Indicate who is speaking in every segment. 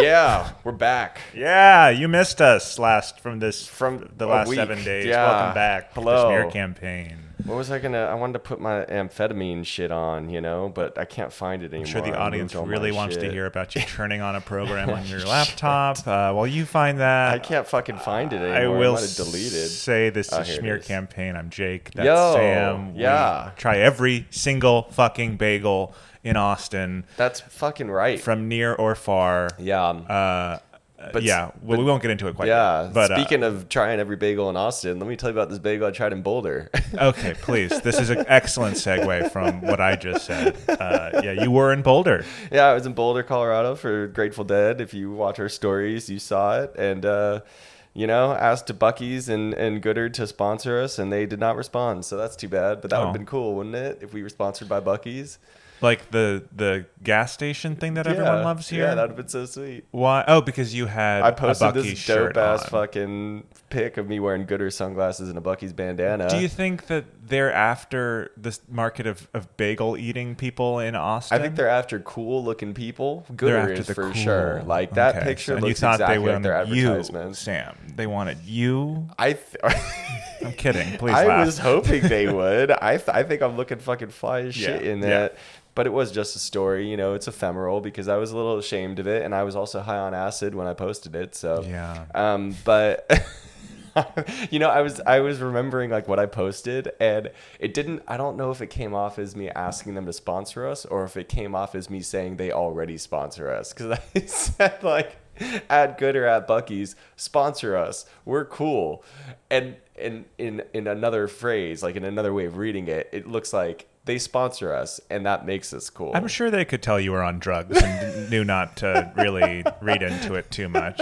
Speaker 1: Yeah, we're back.
Speaker 2: Yeah, you missed us last from this
Speaker 1: From
Speaker 2: from the
Speaker 1: a
Speaker 2: last
Speaker 1: week.
Speaker 2: seven days.
Speaker 1: Yeah.
Speaker 2: Welcome back.
Speaker 1: Hello.
Speaker 2: The smear campaign.
Speaker 1: What was I gonna? I wanted to put my amphetamine shit on, you know, but I can't find it anymore.
Speaker 2: I'm sure the
Speaker 1: I
Speaker 2: audience
Speaker 1: moved all my
Speaker 2: really wants to
Speaker 1: shit.
Speaker 2: hear about you turning on a program on your laptop. Uh, while you find that,
Speaker 1: I can't fucking find it anymore.
Speaker 2: I will
Speaker 1: might have deleted.
Speaker 2: say this
Speaker 1: Oh,
Speaker 2: is
Speaker 1: here it
Speaker 2: smear
Speaker 1: is.
Speaker 2: campaign. I'm Jake. That's
Speaker 1: Yo,
Speaker 2: Sam. We
Speaker 1: yeah.
Speaker 2: try every single fucking bagel in Austin
Speaker 1: That's fucking right.
Speaker 2: from near or far.
Speaker 1: yeah.
Speaker 2: Uh,
Speaker 1: But-
Speaker 2: yeah. Well, we won't get into it quite.
Speaker 1: yeah.
Speaker 2: Yet, but uh,
Speaker 1: Speaking of trying every bagel in Austin, let me tell you about this bagel I tried in Boulder.
Speaker 2: okay, please. This is an excellent segue from what I just said. Uh, yeah, you were in Boulder.
Speaker 1: yeah, I was in Boulder, Colorado for Grateful Dead. If you watch our stories, you saw it. And, uh, you know, asked to Bucky's and, and Goodard to sponsor us, and they did not respond. So that's too bad. But that would
Speaker 2: Oh.
Speaker 1: have been cool, wouldn't it? If we were sponsored by Bucky's.
Speaker 2: Like the the gas station thing that everyone
Speaker 1: Yeah.
Speaker 2: loves here.
Speaker 1: Yeah, that would have been so sweet.
Speaker 2: Why? Oh, because you had
Speaker 1: I posted
Speaker 2: a Bucky's
Speaker 1: this
Speaker 2: shirt
Speaker 1: dope ass
Speaker 2: on.
Speaker 1: fucking pic of me wearing Gooders sunglasses and a Bucky's bandana.
Speaker 2: Do you think that they're after this market of, of bagel eating people in Austin?
Speaker 1: I think they're after cool looking people. Gooder
Speaker 2: after
Speaker 1: is
Speaker 2: the
Speaker 1: for
Speaker 2: cool-
Speaker 1: sure. Like that
Speaker 2: Okay,
Speaker 1: picture
Speaker 2: so- and you
Speaker 1: looks
Speaker 2: thought
Speaker 1: exactly
Speaker 2: they
Speaker 1: like
Speaker 2: wanted
Speaker 1: their
Speaker 2: you,
Speaker 1: advertisements.
Speaker 2: Sam. They wanted you.
Speaker 1: I th-
Speaker 2: I'm kidding. Please
Speaker 1: I
Speaker 2: laugh.
Speaker 1: was hoping they would. I th- I think I'm looking fucking fly as shit
Speaker 2: Yeah,
Speaker 1: in
Speaker 2: yeah.
Speaker 1: that. But it was just a story, you know. It's ephemeral because I was a little ashamed of it, and I was also high on acid when I posted it. So
Speaker 2: Yeah.
Speaker 1: Um, but you know, I was I was remembering like what I posted, and it didn't. I don't know if it came off as me asking them to sponsor us, or if it came off as me saying they already sponsor us. Because I said like at good or at Bucky's, sponsor us. We're cool. And and in in another phrase, like in another way of reading it, it looks like they sponsor us, and that makes us cool.
Speaker 2: I'm sure they could tell you were on drugs and knew not to really read into it too much.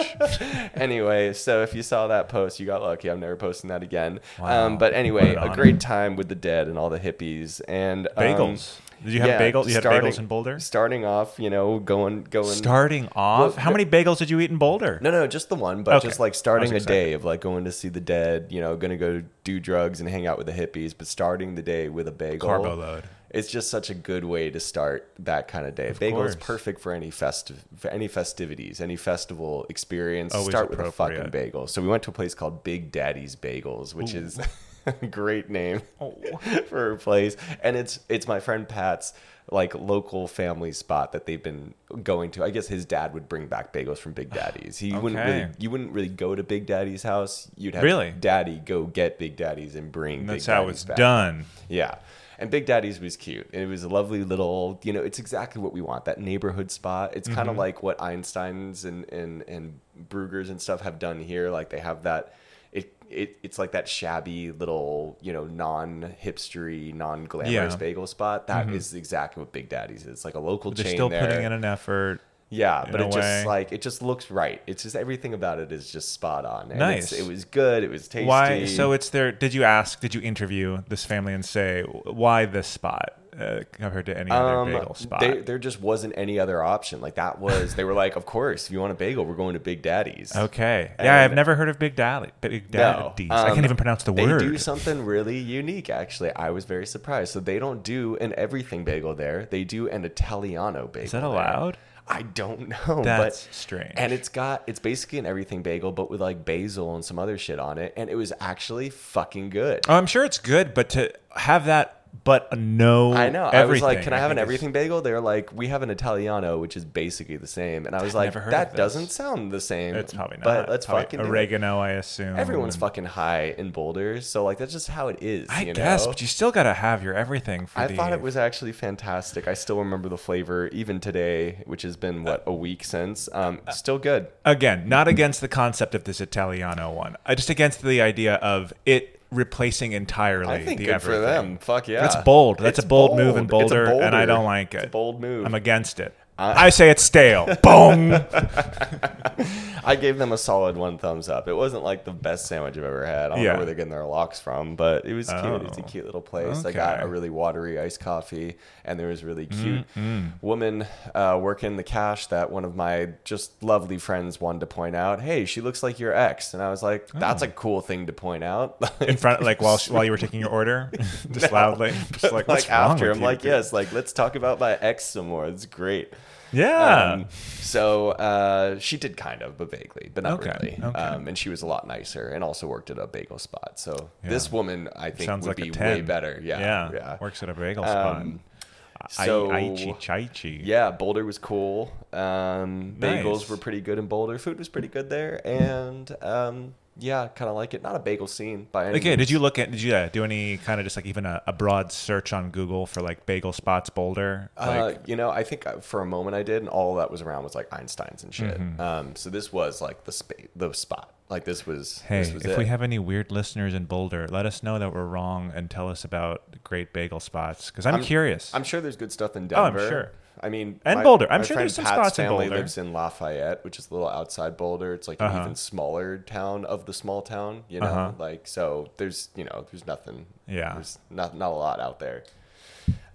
Speaker 1: anyway, so if you saw that post, you got lucky. I'm never posting that again.
Speaker 2: Wow.
Speaker 1: Um, but anyway,
Speaker 2: Put it
Speaker 1: a
Speaker 2: on.
Speaker 1: great time with the dead and all the hippies and um,
Speaker 2: Bagels. Did you have
Speaker 1: yeah,
Speaker 2: bagels? You had
Speaker 1: starting-
Speaker 2: bagels in Boulder.
Speaker 1: Starting off, you know, going going.
Speaker 2: Starting off,
Speaker 1: Well,
Speaker 2: how
Speaker 1: no-
Speaker 2: many bagels did you eat in Boulder?
Speaker 1: no, no, just the one, but
Speaker 2: Okay.
Speaker 1: just like
Speaker 2: I
Speaker 1: starting a
Speaker 2: was
Speaker 1: day of like going to see the dead, you know, going to go do drugs and hang out with the hippies, but starting the day with a bagel.
Speaker 2: Carbo load.
Speaker 1: It's just such a good way to start that kind of day.
Speaker 2: course.
Speaker 1: Bagel's perfect for any festive, for any festivities, any festival experience.
Speaker 2: Always
Speaker 1: start with a fucking
Speaker 2: appropriate.
Speaker 1: bagel. So we went to a place called Big Daddy's Bagels, which is a great name for a place, and it's it's my friend Pat's like local family spot that they've been going to. I guess his dad would bring back bagels from Big Daddy's. He wouldn't really,
Speaker 2: Okay.
Speaker 1: you wouldn't really go to Big Daddy's house. You'd have
Speaker 2: Really?
Speaker 1: Daddy go get Big Daddy's and bring.
Speaker 2: That's
Speaker 1: Big
Speaker 2: how
Speaker 1: Daddy's
Speaker 2: it's
Speaker 1: back.
Speaker 2: done.
Speaker 1: Yeah. And Big Daddy's was cute. And it was a lovely little, you know, it's exactly what we want that neighborhood spot. It's
Speaker 2: Mm-hmm.
Speaker 1: kind of like what Einstein's and, and, and Brugger's and stuff have done here. Like they have that, it, it it's like that shabby little, you know, non hipstery, non glamorous
Speaker 2: Yeah. Mm-hmm.
Speaker 1: bagel spot. That is exactly what Big Daddy's is. Like a local
Speaker 2: They're
Speaker 1: chain.
Speaker 2: still
Speaker 1: there.
Speaker 2: putting in an effort.
Speaker 1: Yeah,
Speaker 2: in
Speaker 1: but
Speaker 2: a
Speaker 1: it just
Speaker 2: way.
Speaker 1: like it just looks right. It's just everything about it is just spot on. And
Speaker 2: Nice.
Speaker 1: it's- It was good. It was tasty.
Speaker 2: Why? So it's their. Did you ask? Did you interview this family and say why this spot uh, compared to any other bagel spot?
Speaker 1: Um, They, there just wasn't any other option. Like that was, they were like, of course, if you want a bagel, we're going to Big Daddy's.
Speaker 2: okay. Yeah, I've
Speaker 1: And-
Speaker 2: never heard of Big Daddy. Big
Speaker 1: No,
Speaker 2: Daddy's. I
Speaker 1: um,
Speaker 2: can't even pronounce the
Speaker 1: They
Speaker 2: word.
Speaker 1: do something really unique, actually. I was very surprised. So they don't do an everything bagel there. They do an Italiano bagel.
Speaker 2: Is that
Speaker 1: there.
Speaker 2: allowed?
Speaker 1: I don't know.
Speaker 2: That's
Speaker 1: but,
Speaker 2: strange.
Speaker 1: And it's got it's basically an everything bagel, but with like basil and some other shit on it. And it was actually fucking good.
Speaker 2: Oh, I'm sure it's good, but to have that, but no.
Speaker 1: I know. I was
Speaker 2: Everything,
Speaker 1: like, "Can I, have an
Speaker 2: think is-
Speaker 1: everything bagel?" They're like, "We have an Italiano, which is basically the same." And I was like,
Speaker 2: never heard of
Speaker 1: "That
Speaker 2: this."
Speaker 1: doesn't sound the same."
Speaker 2: It's probably not.
Speaker 1: But let's
Speaker 2: Probably
Speaker 1: fucking do it.
Speaker 2: oregano. I assume
Speaker 1: Everyone's
Speaker 2: and-
Speaker 1: fucking high in Boulder, so like that's just how it is.
Speaker 2: I
Speaker 1: you
Speaker 2: guess,
Speaker 1: know?
Speaker 2: but you still gotta have your everything. For
Speaker 1: I
Speaker 2: the,
Speaker 1: thought it was actually fantastic. I still remember the flavor even today, which has been what a week since. Um,
Speaker 2: Uh,
Speaker 1: still good.
Speaker 2: again not against the concept of this Italiano one. I just against the idea of it replacing entirely.
Speaker 1: I think
Speaker 2: the
Speaker 1: good
Speaker 2: everything.
Speaker 1: for them. Fuck yeah,
Speaker 2: That's bold. That's
Speaker 1: It's
Speaker 2: a bold, move in
Speaker 1: bold. It's a
Speaker 2: Boulder, and I
Speaker 1: bolder-
Speaker 2: don't like
Speaker 1: it's a
Speaker 2: it.
Speaker 1: bold move.
Speaker 2: I'm against it. I say it's stale. Boom.
Speaker 1: I gave them a solid one thumbs up. It wasn't like the best sandwich I've ever had. I don't
Speaker 2: Yeah.
Speaker 1: know where they're getting their locks from, but it was cute. It's a
Speaker 2: Oh,
Speaker 1: cute little place. I got
Speaker 2: okay. Mm,
Speaker 1: a really watery iced coffee, and there was a really cute woman uh, working the cash that one of my just lovely friends wanted to point out. Hey, she looks like your ex, and I was like, that's a cool thing to point out.
Speaker 2: Oh. In front, like while while you were taking your order, just loudly, just like,
Speaker 1: like,
Speaker 2: what's wrong
Speaker 1: after,
Speaker 2: with
Speaker 1: I'm
Speaker 2: you,
Speaker 1: like,
Speaker 2: dude?
Speaker 1: yes, like let's talk about my ex some more. It's great.
Speaker 2: Yeah.
Speaker 1: Um, so uh, she did kind of, but vaguely, but not
Speaker 2: Okay,
Speaker 1: really.
Speaker 2: okay.
Speaker 1: Um, and she was a lot nicer, and also worked at a bagel spot. So this woman, I think,
Speaker 2: Sounds
Speaker 1: would
Speaker 2: like a
Speaker 1: be
Speaker 2: 10.
Speaker 1: way better. Yeah,
Speaker 2: yeah.
Speaker 1: yeah.
Speaker 2: Works at a bagel
Speaker 1: Um,
Speaker 2: spot.
Speaker 1: so-
Speaker 2: I, Aichi Chaichi.
Speaker 1: Yeah, Boulder was cool. Um,
Speaker 2: Nice.
Speaker 1: Bagels were pretty good in Boulder. Food was pretty good there, and um, yeah, kind of like it. Not a bagel scene by any.
Speaker 2: Okay. Did you look at? Did you uh, do any kind of just like even a, a broad search on Google for like bagel spots Boulder?
Speaker 1: Uh,
Speaker 2: Like,
Speaker 1: you know, I think I- for a moment I did, and all that was around was like Einstein's and shit.
Speaker 2: Mm-hmm.
Speaker 1: Um, so this was like the spa- the spot. Like this was.
Speaker 2: hey,
Speaker 1: this was
Speaker 2: if
Speaker 1: it.
Speaker 2: we have any weird listeners in Boulder, let us know that we're wrong and tell us about great bagel spots because I'm, curious.
Speaker 1: I'm sure there's good stuff in
Speaker 2: Oh, I'm
Speaker 1: Denver.
Speaker 2: sure.
Speaker 1: I mean,
Speaker 2: And Boulder. I'm sure
Speaker 1: friend
Speaker 2: there's some
Speaker 1: Pat's
Speaker 2: spots in
Speaker 1: family
Speaker 2: Boulder.
Speaker 1: lives in Lafayette, which is a little outside Boulder. It's like
Speaker 2: Uh-huh.
Speaker 1: an even smaller town of the small town. You know,
Speaker 2: Uh-huh.
Speaker 1: like so. There's you know, there's nothing.
Speaker 2: Yeah.
Speaker 1: there's not not a lot out there.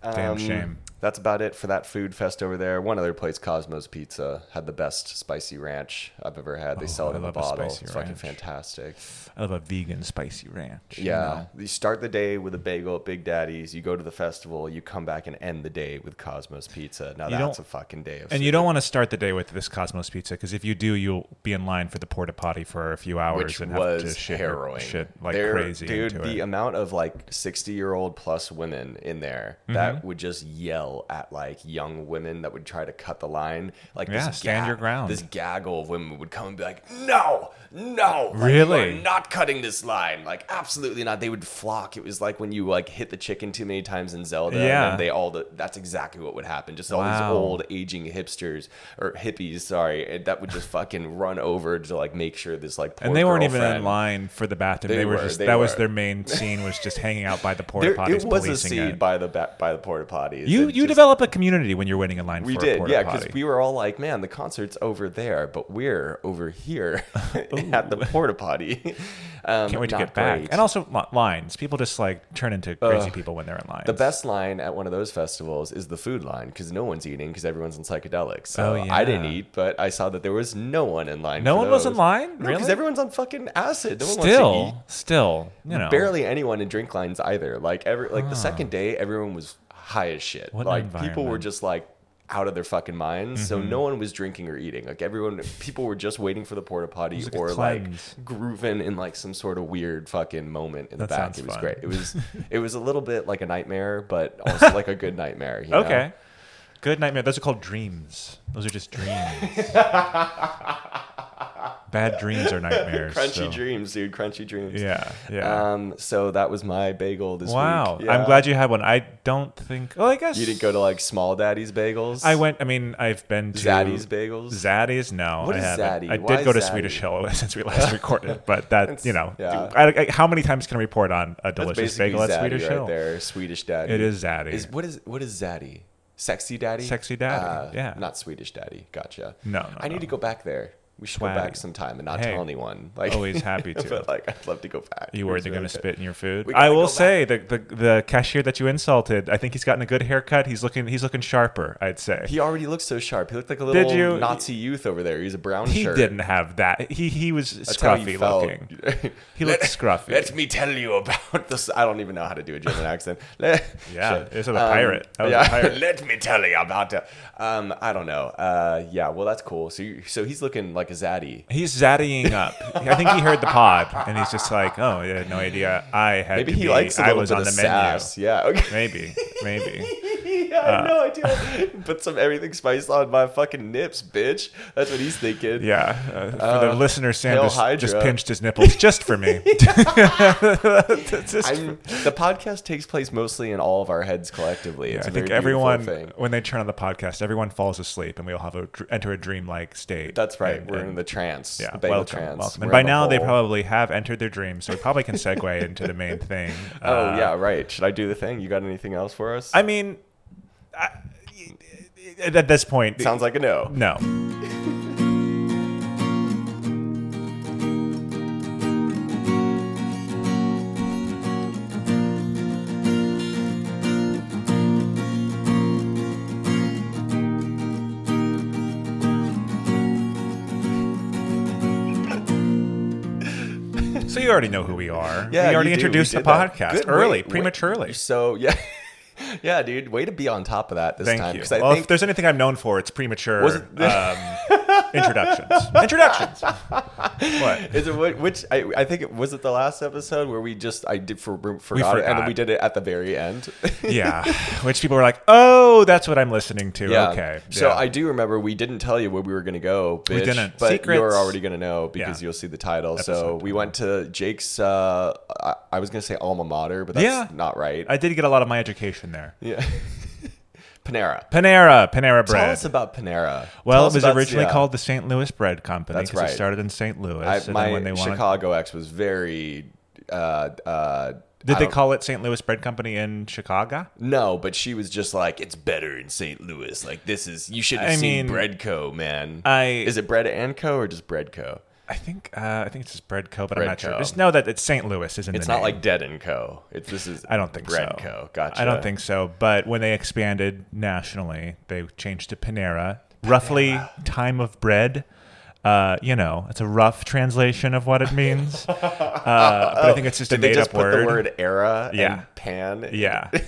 Speaker 1: Um,
Speaker 2: Damn shame.
Speaker 1: That's about it for that food fest over there. One other place, Cosmos Pizza, had the best spicy ranch I've ever had. They sell
Speaker 2: Oh, I
Speaker 1: it in a
Speaker 2: love a
Speaker 1: bottle.
Speaker 2: spicy
Speaker 1: It's fucking
Speaker 2: ranch.
Speaker 1: fantastic.
Speaker 2: I love a vegan spicy ranch. you
Speaker 1: Yeah,
Speaker 2: know?
Speaker 1: you start the day with a bagel at Big Daddy's. You go to the festival. You come back and end the day with Cosmos Pizza. Now
Speaker 2: You
Speaker 1: that's a
Speaker 2: don't-
Speaker 1: fucking day of.
Speaker 2: And you
Speaker 1: food.
Speaker 2: don't want to start the day with this Cosmos pizza because if you do, you'll be in line for the porta potty for a few hours
Speaker 1: which
Speaker 2: and
Speaker 1: was
Speaker 2: have to shit, your-
Speaker 1: harrowing.
Speaker 2: shit like
Speaker 1: There-
Speaker 2: crazy
Speaker 1: dude.
Speaker 2: into
Speaker 1: the
Speaker 2: it.
Speaker 1: amount of like sixty-year-old plus women in there that
Speaker 2: Mm-hmm.
Speaker 1: would just yell at like young women that would try to cut the line. Like
Speaker 2: Yeah,
Speaker 1: this
Speaker 2: stand your ground.
Speaker 1: This gaggle of women would come and be like, "No, no, like, you
Speaker 2: Really?
Speaker 1: are not cutting this line. Like absolutely not." They would flock. It was like when you like hit the chicken too many times in Zelda. and
Speaker 2: Yeah.
Speaker 1: then they all. The, that's exactly what would happen. Just all
Speaker 2: Wow.
Speaker 1: these old aging hipsters or hippies, sorry, and that would just fucking run over to like make sure this like.
Speaker 2: and
Speaker 1: poor
Speaker 2: they weren't even in
Speaker 1: girlfriend-
Speaker 2: line for the bathroom. They,
Speaker 1: They
Speaker 2: were
Speaker 1: were,
Speaker 2: just
Speaker 1: they
Speaker 2: that was
Speaker 1: were.
Speaker 2: their main scene was just hanging out by the porta
Speaker 1: There,
Speaker 2: potties.
Speaker 1: it was a
Speaker 2: policing
Speaker 1: seed
Speaker 2: it.
Speaker 1: by the ba- by the porta potties.
Speaker 2: You
Speaker 1: It
Speaker 2: you
Speaker 1: just-
Speaker 2: develop a community when you're waiting in line
Speaker 1: We
Speaker 2: for a
Speaker 1: did,
Speaker 2: porta
Speaker 1: yeah,
Speaker 2: potty.
Speaker 1: because we were all like, "Man, the concert's over there, but we're over here at the porta potty." Um,
Speaker 2: Can't wait to
Speaker 1: not
Speaker 2: get back.
Speaker 1: great.
Speaker 2: And also li- lines. People just like turn into crazy people when they're in lines.
Speaker 1: the best line at one of those festivals is the food line because no one's eating because everyone's in psychedelics. So
Speaker 2: Oh,
Speaker 1: I didn't
Speaker 2: yeah.
Speaker 1: eat, but I saw that there was no one in line.
Speaker 2: No
Speaker 1: for
Speaker 2: one was in
Speaker 1: those.
Speaker 2: line?
Speaker 1: No, because
Speaker 2: Really?
Speaker 1: everyone's on fucking acid. No one wants to eat.
Speaker 2: Still, still, you know,
Speaker 1: barely anyone in drink lines either. Like every like the second day, everyone was high as shit.
Speaker 2: What an
Speaker 1: like people were
Speaker 2: environment. Mm-hmm.
Speaker 1: just like out of their fucking minds. So no one was drinking or eating. Like everyone, people were just waiting for the porta potty
Speaker 2: like a
Speaker 1: or
Speaker 2: cleanse.
Speaker 1: like grooving in like some sort of weird fucking moment in
Speaker 2: That
Speaker 1: the back.
Speaker 2: sounds
Speaker 1: It was
Speaker 2: fun.
Speaker 1: great. It was it was a little bit like a nightmare, but also like a good nightmare. you know?
Speaker 2: Okay. Good nightmare. Those are called dreams. Those are just dreams. Bad dreams are nightmares.
Speaker 1: Crunchy
Speaker 2: so-
Speaker 1: dreams, dude. Crunchy dreams.
Speaker 2: Yeah, yeah.
Speaker 1: Um. So that was my bagel this
Speaker 2: wow.
Speaker 1: week.
Speaker 2: I'm
Speaker 1: Yeah.
Speaker 2: glad you had one. I don't think. Well, I guess
Speaker 1: you didn't go to like Small Daddy's Bagels.
Speaker 2: I went. I mean, I've been to
Speaker 1: Zaddy's Bagels.
Speaker 2: Zaddy's? No,
Speaker 1: What
Speaker 2: I
Speaker 1: is
Speaker 2: haven't.
Speaker 1: Zaddy?
Speaker 2: I
Speaker 1: Why
Speaker 2: did go to
Speaker 1: Zaddy?
Speaker 2: Swedish Hill since we last recorded, but that you know,
Speaker 1: yeah.
Speaker 2: I, I, how many times can I report on a
Speaker 1: That's
Speaker 2: delicious
Speaker 1: basically
Speaker 2: bagel at
Speaker 1: Zaddy
Speaker 2: Swedish
Speaker 1: right
Speaker 2: Hill?
Speaker 1: there. Swedish daddy.
Speaker 2: It is Zaddy.
Speaker 1: Is what is what is zaddy? Sexy daddy. Uh,
Speaker 2: Sexy daddy, yeah.
Speaker 1: Not Swedish daddy. Gotcha.
Speaker 2: No, no,
Speaker 1: I need
Speaker 2: no.
Speaker 1: to go back there. We should
Speaker 2: Swaggy.
Speaker 1: go back sometime and not
Speaker 2: Hey,
Speaker 1: tell anyone. Like
Speaker 2: always happy to.
Speaker 1: but like I'd love to go back.
Speaker 2: You
Speaker 1: It
Speaker 2: worried
Speaker 1: was
Speaker 2: they're
Speaker 1: really
Speaker 2: going to
Speaker 1: good.
Speaker 2: spit in your food?
Speaker 1: We
Speaker 2: I
Speaker 1: gotta
Speaker 2: will
Speaker 1: go
Speaker 2: say the, the the cashier that you insulted. I think he's gotten a good haircut. He's looking he's looking sharper. I'd say
Speaker 1: He already looked so sharp. He looked like a little
Speaker 2: you-
Speaker 1: Nazi youth over there. He's a brown
Speaker 2: he
Speaker 1: shirt.
Speaker 2: didn't have that. He he was
Speaker 1: That's how he
Speaker 2: scruffy
Speaker 1: felt.
Speaker 2: looking. He looked scruffy.
Speaker 1: Let me tell you about this. I don't even know how to do a German accent. yeah,
Speaker 2: Yeah, it's a pirate. That was a pirate.
Speaker 1: Let me tell you about it. Um, I don't know. Uh, yeah, well, that's cool. So, you, so he's looking like a zaddy.
Speaker 2: He's zaddying up. I think he heard the pod and he's just like, oh, I had no idea. I had
Speaker 1: Maybe
Speaker 2: to
Speaker 1: he
Speaker 2: be-
Speaker 1: likes a
Speaker 2: I
Speaker 1: little
Speaker 2: was
Speaker 1: bit
Speaker 2: on
Speaker 1: of
Speaker 2: the
Speaker 1: sass. Yeah. Okay.
Speaker 2: menu. Maybe, Uh. maybe.
Speaker 1: yeah, I know. I do. Put some everything spice on my fucking nips, bitch. That's what he's thinking.
Speaker 2: Yeah, uh, for the listener, Sam
Speaker 1: Hail
Speaker 2: just, just
Speaker 1: Hydra.
Speaker 2: pinched his nipples just for me. Just-
Speaker 1: I'm, the podcast takes place mostly in all of our heads collectively. It's
Speaker 2: I
Speaker 1: a very
Speaker 2: think
Speaker 1: beautiful
Speaker 2: everyone,
Speaker 1: Thing.
Speaker 2: when they turn on the podcast, everyone falls asleep, and we all have a dr- enter a dreamlike state.
Speaker 1: That's right.
Speaker 2: And-
Speaker 1: We're
Speaker 2: and-
Speaker 1: in the trance.
Speaker 2: yeah,
Speaker 1: the bagel
Speaker 2: welcome,
Speaker 1: trance.
Speaker 2: welcome.
Speaker 1: We're
Speaker 2: And by
Speaker 1: in a
Speaker 2: now, they
Speaker 1: hole.
Speaker 2: probably have entered their dream, so we probably can segue into the main thing.
Speaker 1: Oh
Speaker 2: Uh,
Speaker 1: yeah, right. Should I do the thing? You got anything else for us?
Speaker 2: I mean, I, at this point,
Speaker 1: Sounds like a no.
Speaker 2: no. So you already know who we are. we already
Speaker 1: you do.
Speaker 2: introduced
Speaker 1: did
Speaker 2: the
Speaker 1: that.
Speaker 2: podcast
Speaker 1: Good,
Speaker 2: early,
Speaker 1: wait, wait.
Speaker 2: prematurely.
Speaker 1: So yeah. yeah, dude. Way to be on top of that this
Speaker 2: Thank
Speaker 1: time.
Speaker 2: you.
Speaker 1: 'cause I
Speaker 2: Well, if
Speaker 1: think
Speaker 2: there's anything I'm known for, it's premature
Speaker 1: Was
Speaker 2: um, introductions. Introductions. what?
Speaker 1: is it what- which I, I think it was it the last episode where we just I did for forgot, it and then
Speaker 2: forgot.
Speaker 1: we did it at the very end.
Speaker 2: Yeah. Which people were like, oh, that's what I'm listening to.
Speaker 1: yeah.
Speaker 2: Okay.
Speaker 1: So
Speaker 2: Yeah.
Speaker 1: I do remember we didn't tell you where we were going to go. Bitch,
Speaker 2: didn't.
Speaker 1: But
Speaker 2: Secrets.
Speaker 1: you're already going to know because
Speaker 2: Yeah.
Speaker 1: you'll see the title. so
Speaker 2: Episode
Speaker 1: we went to Jake's. Uh, I, I was going to say alma mater, but that's
Speaker 2: Yeah.
Speaker 1: not right.
Speaker 2: I did get a lot of my education there.
Speaker 1: yeah. Panera.
Speaker 2: Panera, Panera
Speaker 1: Tell
Speaker 2: bread.
Speaker 1: us about Panera. Tell
Speaker 2: Well,
Speaker 1: us
Speaker 2: it was
Speaker 1: about-
Speaker 2: originally
Speaker 1: yeah.
Speaker 2: called the St. Louis Bread Company
Speaker 1: That's
Speaker 2: because
Speaker 1: right.
Speaker 2: it started in St. Louis.
Speaker 1: I,
Speaker 2: and
Speaker 1: my
Speaker 2: then when they wanted,
Speaker 1: Chicago ex was very. Uh, uh,
Speaker 2: did
Speaker 1: I
Speaker 2: they
Speaker 1: don't-
Speaker 2: call it St. Louis Bread Company in Chicago?
Speaker 1: No, but she was just like, it's better in St. Louis. Like this is you should have
Speaker 2: I mean,
Speaker 1: seen Bread Co. Man,
Speaker 2: I-
Speaker 1: is it Bread and Co. or just Bread Co.
Speaker 2: I think uh, I think it's just Bread Co, but
Speaker 1: Bread
Speaker 2: I'm not
Speaker 1: Co.
Speaker 2: sure. Just know that it's St. Louis, isn't
Speaker 1: It's not like Dead and Co. It's this is
Speaker 2: I don't think
Speaker 1: Bread
Speaker 2: so.
Speaker 1: Co. Gotcha.
Speaker 2: I don't think so. But when they expanded nationally, they changed to Panera. Roughly time of bread. Uh, you know, it's a rough translation of what it means. uh, but I think it's just a
Speaker 1: Did Oh, they
Speaker 2: made
Speaker 1: just
Speaker 2: up
Speaker 1: put
Speaker 2: word.
Speaker 1: the word era
Speaker 2: Yeah.
Speaker 1: and pan?
Speaker 2: Yeah, I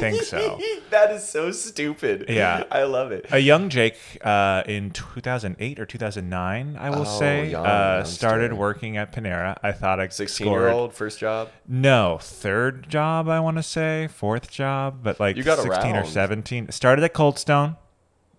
Speaker 2: think so.
Speaker 1: that is so stupid.
Speaker 2: Yeah.
Speaker 1: I love it.
Speaker 2: A young Jake uh, in 2008 or 2009, I will
Speaker 1: Oh,
Speaker 2: say,
Speaker 1: young,
Speaker 2: uh,
Speaker 1: youngster.
Speaker 2: started working at Panera. I thought I scored.
Speaker 1: Sixteen-year-old first job.
Speaker 2: No, third job I want to say, fourth job, but like
Speaker 1: You got
Speaker 2: 16 or
Speaker 1: around.
Speaker 2: 17. Started at Coldstone,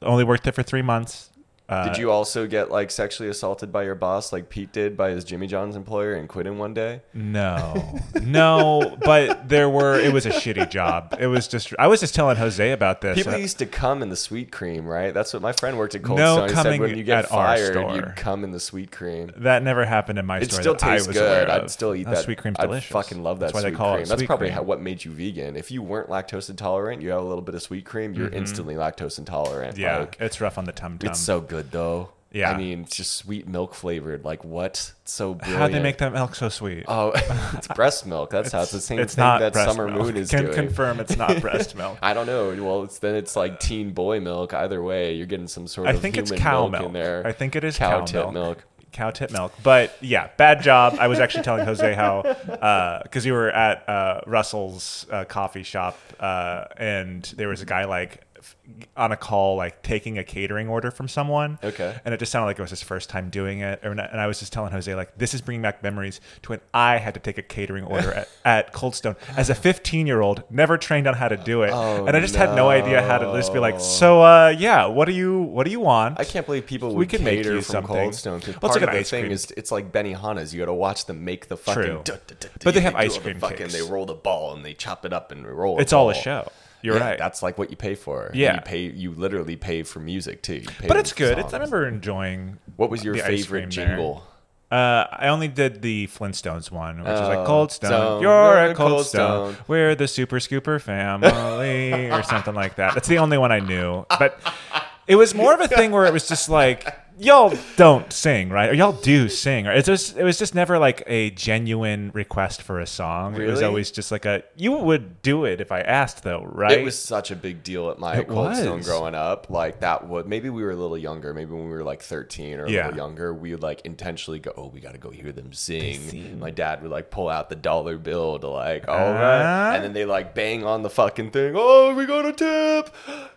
Speaker 2: only worked there for three months. Uh,
Speaker 1: Did you also get like sexually assaulted by your boss, like Pete did by his Jimmy John's employer, and quit in one day?
Speaker 2: No, no, but there were. It was a shitty job. It was just. I was just telling Jose about this.
Speaker 1: People
Speaker 2: Uh,
Speaker 1: used to come in the sweet cream, right? That's what my friend worked at Cold
Speaker 2: No
Speaker 1: Stone. He said
Speaker 2: coming
Speaker 1: when you get
Speaker 2: at our
Speaker 1: fired,
Speaker 2: store.
Speaker 1: you'd come in the sweet cream.
Speaker 2: that never happened in my
Speaker 1: It
Speaker 2: store.
Speaker 1: still
Speaker 2: that I
Speaker 1: tastes
Speaker 2: was
Speaker 1: good.
Speaker 2: aware
Speaker 1: I'd
Speaker 2: of.
Speaker 1: still eat
Speaker 2: Oh,
Speaker 1: that.
Speaker 2: Sweet cream's
Speaker 1: I
Speaker 2: delicious.
Speaker 1: fucking love that
Speaker 2: That's why
Speaker 1: sweet
Speaker 2: they call
Speaker 1: cream.
Speaker 2: it
Speaker 1: That's
Speaker 2: sweet
Speaker 1: probably
Speaker 2: cream.
Speaker 1: how, what made you vegan. If you weren't lactose intolerant, you have a little bit of sweet cream, you're instantly lactose intolerant.
Speaker 2: Mm-hmm. Yeah,
Speaker 1: Like,
Speaker 2: it's rough on the tum tum.
Speaker 1: it's so good though.
Speaker 2: Yeah.
Speaker 1: I mean, it's just sweet milk flavored. Like what? It's so brilliant.
Speaker 2: How'd they make that milk so sweet?
Speaker 1: Oh, it's breast milk. That's how it's the same
Speaker 2: it's
Speaker 1: thing
Speaker 2: not
Speaker 1: that
Speaker 2: breast
Speaker 1: Summer
Speaker 2: milk.
Speaker 1: Moon is
Speaker 2: Can
Speaker 1: doing.
Speaker 2: confirm it's not breast milk.
Speaker 1: I don't know. Well, it's then it's like teen boy milk. Either way, you're getting some sort
Speaker 2: I
Speaker 1: of
Speaker 2: think it's
Speaker 1: human
Speaker 2: cow
Speaker 1: milk,
Speaker 2: milk.
Speaker 1: in there.
Speaker 2: I think it is
Speaker 1: cow,
Speaker 2: cow,
Speaker 1: tip milk.
Speaker 2: Cow tip milk. But yeah, bad job. I was actually telling Jose how because you were at uh, Russell's uh, coffee shop uh, and there was a guy like f- on a call like taking a catering order from someone.
Speaker 1: Okay.
Speaker 2: And it just sounded like it was his first time doing it. Or not- And I was just telling Jose like this is bringing back memories to when I had to take a catering order at, at Coldstone as a 15 year old, never trained on how to do it,
Speaker 1: Oh,
Speaker 2: and I just had no idea how to just be
Speaker 1: no.
Speaker 2: like so uh, yeah, what do you what do you want?
Speaker 1: I can't believe people would
Speaker 2: We could make
Speaker 1: cater
Speaker 2: you
Speaker 1: from
Speaker 2: something.
Speaker 1: Cold Stone. 'cause
Speaker 2: Well, it's
Speaker 1: part
Speaker 2: like
Speaker 1: of
Speaker 2: an
Speaker 1: the
Speaker 2: ice
Speaker 1: thing
Speaker 2: cream.
Speaker 1: is it's like Benihana's. You got to watch them make the fucking.
Speaker 2: True.
Speaker 1: duh, duh, duh, duh,
Speaker 2: But they have
Speaker 1: do
Speaker 2: ice
Speaker 1: all the
Speaker 2: cream
Speaker 1: Fucking,
Speaker 2: cakes.
Speaker 1: they roll the ball and they chop it up and roll.
Speaker 2: It's all a show. You're
Speaker 1: Yeah,
Speaker 2: right.
Speaker 1: That's like what you pay for.
Speaker 2: Yeah.
Speaker 1: You pay. You literally pay for music too. You pay
Speaker 2: but it's
Speaker 1: for
Speaker 2: good. It's, I
Speaker 1: songs.
Speaker 2: remember enjoying.
Speaker 1: What was your
Speaker 2: the ice
Speaker 1: favorite
Speaker 2: cream there.
Speaker 1: jingle?
Speaker 2: Uh, I only did the Flintstones one, which is
Speaker 1: Oh.
Speaker 2: like Cold Stone.
Speaker 1: Stone,
Speaker 2: you're
Speaker 1: you're a
Speaker 2: a Cold,
Speaker 1: Cold
Speaker 2: Stone.
Speaker 1: Stone.
Speaker 2: We're the Super Scooper family, or something like that. That's the only one I knew. But it was more of a thing where it was just like y'all don't sing, right? Or y'all do sing. Or it's just it was just never like a genuine request for a song. It was
Speaker 1: Really?
Speaker 2: always just like a you would do it if I asked, though, right?
Speaker 1: It was such a big deal at my
Speaker 2: It
Speaker 1: Cold Stone
Speaker 2: was.
Speaker 1: growing up. Like that would maybe we were a little younger. Maybe when we were like thirteen or a
Speaker 2: Yeah.
Speaker 1: little younger, we would like intentionally go, "Oh, we got to go hear them sing. My dad would like pull out the dollar bill to like, "All right,"
Speaker 2: Ah.
Speaker 1: and then they like bang on the fucking thing. Oh, we got a tip,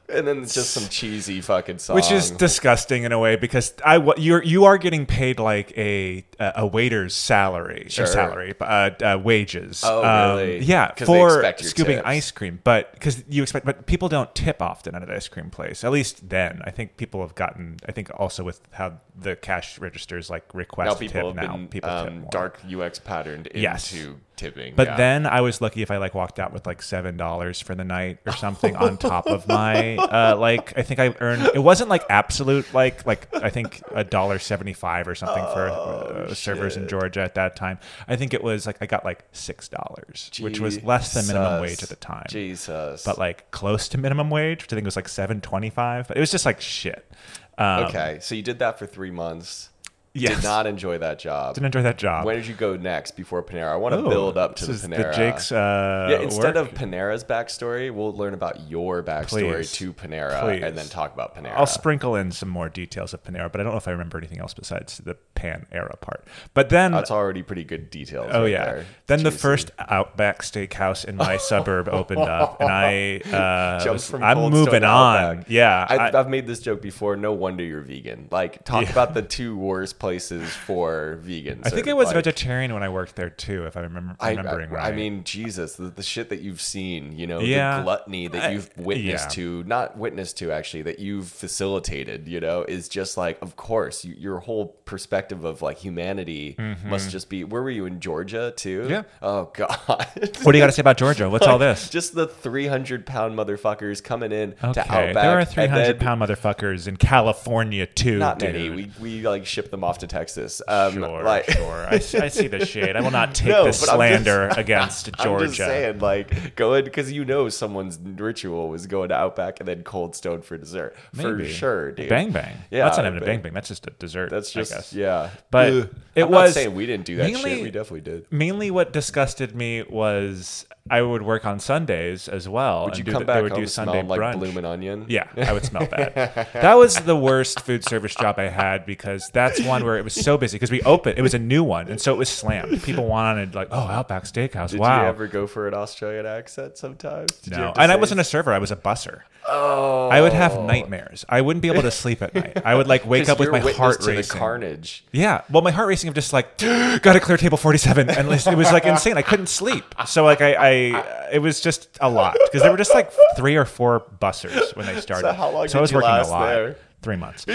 Speaker 1: and then it's just some cheesy fucking song.
Speaker 2: which is disgusting in a way because I wa- you're you are getting paid like a a a waiter's salary
Speaker 1: Sure.
Speaker 2: or salary uh, uh, wages.
Speaker 1: Oh,
Speaker 2: Um,
Speaker 1: really?
Speaker 2: yeah,
Speaker 1: 'Cause they
Speaker 2: for
Speaker 1: expect your
Speaker 2: scooping
Speaker 1: tips.
Speaker 2: ice cream, but because you expect, but people don't tip often at an ice cream place. At least then, I think people have gotten. I think also with how the cash registers like request
Speaker 1: now people
Speaker 2: tip
Speaker 1: have
Speaker 2: now,
Speaker 1: been
Speaker 2: people tip
Speaker 1: um,
Speaker 2: more.
Speaker 1: dark UX patterned into
Speaker 2: Yes.
Speaker 1: tipping.
Speaker 2: But
Speaker 1: yeah.
Speaker 2: then I was lucky if I like walked out with like seven dollars for the night or something on top of my uh, like I think I earned it wasn't like absolute like like I think a dollar seventy five or something for
Speaker 1: Oh,
Speaker 2: uh, servers in Georgia at that time. I think it was like I got like six dollars, which was less than minimum
Speaker 1: Jesus.
Speaker 2: wage at the time,
Speaker 1: Jesus.
Speaker 2: but like close to minimum wage, which I think was like seven twenty five. But it was just like shit. Um,
Speaker 1: okay, so you did that for three months.
Speaker 2: Yes.
Speaker 1: Did not enjoy that job.
Speaker 2: Didn't enjoy that job.
Speaker 1: Where did you go next before Panera? I want to
Speaker 2: Oh,
Speaker 1: build up to
Speaker 2: this
Speaker 1: the
Speaker 2: is
Speaker 1: Panera.
Speaker 2: the Jake's. Uh,
Speaker 1: yeah, instead
Speaker 2: work.
Speaker 1: of Panera's backstory, we'll learn about your backstory
Speaker 2: Please.
Speaker 1: to Panera
Speaker 2: Please.
Speaker 1: and then talk about Panera.
Speaker 2: I'll sprinkle in some more details of Panera, but I don't know if I remember anything else besides the Pan era part. But then,
Speaker 1: That's already pretty good details.
Speaker 2: oh
Speaker 1: right
Speaker 2: yeah,
Speaker 1: there.
Speaker 2: then the
Speaker 1: Juicy.
Speaker 2: first Outback Steakhouse in my suburb opened up, and I uh,
Speaker 1: Jumps
Speaker 2: was-
Speaker 1: from
Speaker 2: I'm
Speaker 1: Cold Stone
Speaker 2: moving
Speaker 1: to
Speaker 2: on.
Speaker 1: Outback.
Speaker 2: Yeah,
Speaker 1: I,
Speaker 2: uh, I-
Speaker 1: I've made this joke before. No wonder you're vegan. Like, talk about the two worst places for vegans.
Speaker 2: I think
Speaker 1: or,
Speaker 2: it was
Speaker 1: like,
Speaker 2: vegetarian when I worked there too, if I remember
Speaker 1: I,
Speaker 2: remembering
Speaker 1: I,
Speaker 2: right.
Speaker 1: I mean, Jesus, the, the shit that you've seen, you know,
Speaker 2: Yeah.
Speaker 1: the gluttony that
Speaker 2: I-
Speaker 1: you've witnessed
Speaker 2: yeah.
Speaker 1: to, not witnessed to actually, that you've facilitated, you know, is just like, of course, you, your whole perspective of like humanity must just be. Where were you in Georgia too?
Speaker 2: Mm-hmm. Yeah.
Speaker 1: Oh God.
Speaker 2: what do you got to say about Georgia? What's all this?
Speaker 1: Just the 300 pound motherfuckers coming in to
Speaker 2: Okay,
Speaker 1: Outback.
Speaker 2: there are
Speaker 1: and
Speaker 2: 300
Speaker 1: then-
Speaker 2: pound motherfuckers in California too,
Speaker 1: Not
Speaker 2: dude.
Speaker 1: many. We, we like ship them off to Texas. Um,
Speaker 2: sure,
Speaker 1: like,
Speaker 2: sure. I, s- I see the shade. I will not take
Speaker 1: No,
Speaker 2: the
Speaker 1: but I'm just-
Speaker 2: slander against Georgia.
Speaker 1: I'm just saying, like, going because you know someone's ritual was going to Outback and then Cold Stone for dessert for
Speaker 2: Maybe.
Speaker 1: sure, dude.
Speaker 2: Bang bang.
Speaker 1: Yeah,
Speaker 2: that's not even a
Speaker 1: bang.
Speaker 2: bang bang. That's just a dessert.
Speaker 1: That's
Speaker 2: I guess.
Speaker 1: just yeah.
Speaker 2: But
Speaker 1: Ugh.
Speaker 2: it
Speaker 1: I'm
Speaker 2: was
Speaker 1: not saying we didn't do that
Speaker 2: mainly-
Speaker 1: shit. We definitely did.
Speaker 2: mainly what disgusted me was I would work on Sundays as well.
Speaker 1: Would you
Speaker 2: and do
Speaker 1: come
Speaker 2: the- they
Speaker 1: back
Speaker 2: would do
Speaker 1: home
Speaker 2: Sunday
Speaker 1: smelling like
Speaker 2: brunch.
Speaker 1: bloomin' onion?
Speaker 2: Yeah, I would smell bad. that was the worst food service job I had because that's one where it was so busy because we opened. It was a new one, and so it was slammed. People wanted like, oh, Outback Steakhouse.
Speaker 1: Did
Speaker 2: wow.
Speaker 1: you ever go for an Australian accent sometimes? Did you
Speaker 2: no,
Speaker 1: have to
Speaker 2: and I
Speaker 1: say-
Speaker 2: wasn't a server. I was a busser.
Speaker 1: Oh,
Speaker 2: I would have nightmares. I wouldn't be able to sleep at night. I would like wake
Speaker 1: 'Cause
Speaker 2: up with
Speaker 1: you're
Speaker 2: my
Speaker 1: witness
Speaker 2: heart
Speaker 1: to
Speaker 2: racing.
Speaker 1: The carnage.
Speaker 2: Yeah. Well, my heart racing of just like got to clear table forty seven, and it was like insane. I couldn't sleep. So like I, I uh, it was just a lot because there were just like three or four bussers when they started.
Speaker 1: how long
Speaker 2: so I
Speaker 1: did
Speaker 2: was
Speaker 1: you
Speaker 2: working
Speaker 1: last
Speaker 2: a lot.
Speaker 1: there?
Speaker 2: Three months. but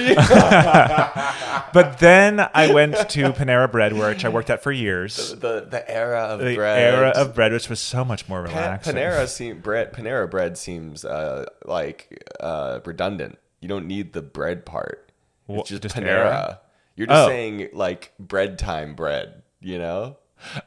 Speaker 2: then I went to Panera Bread, which I worked at for years.
Speaker 1: The the era of
Speaker 2: The
Speaker 1: bread.
Speaker 2: era of bread, which was so much more
Speaker 1: Pa-
Speaker 2: relaxing.
Speaker 1: Panera seem bread. Panera bread seems uh, like uh, redundant. You don't need the bread part.
Speaker 2: Wha-
Speaker 1: It's just,
Speaker 2: just
Speaker 1: Panera.
Speaker 2: era?
Speaker 1: You're just
Speaker 2: Oh.
Speaker 1: saying like bread time bread. You know.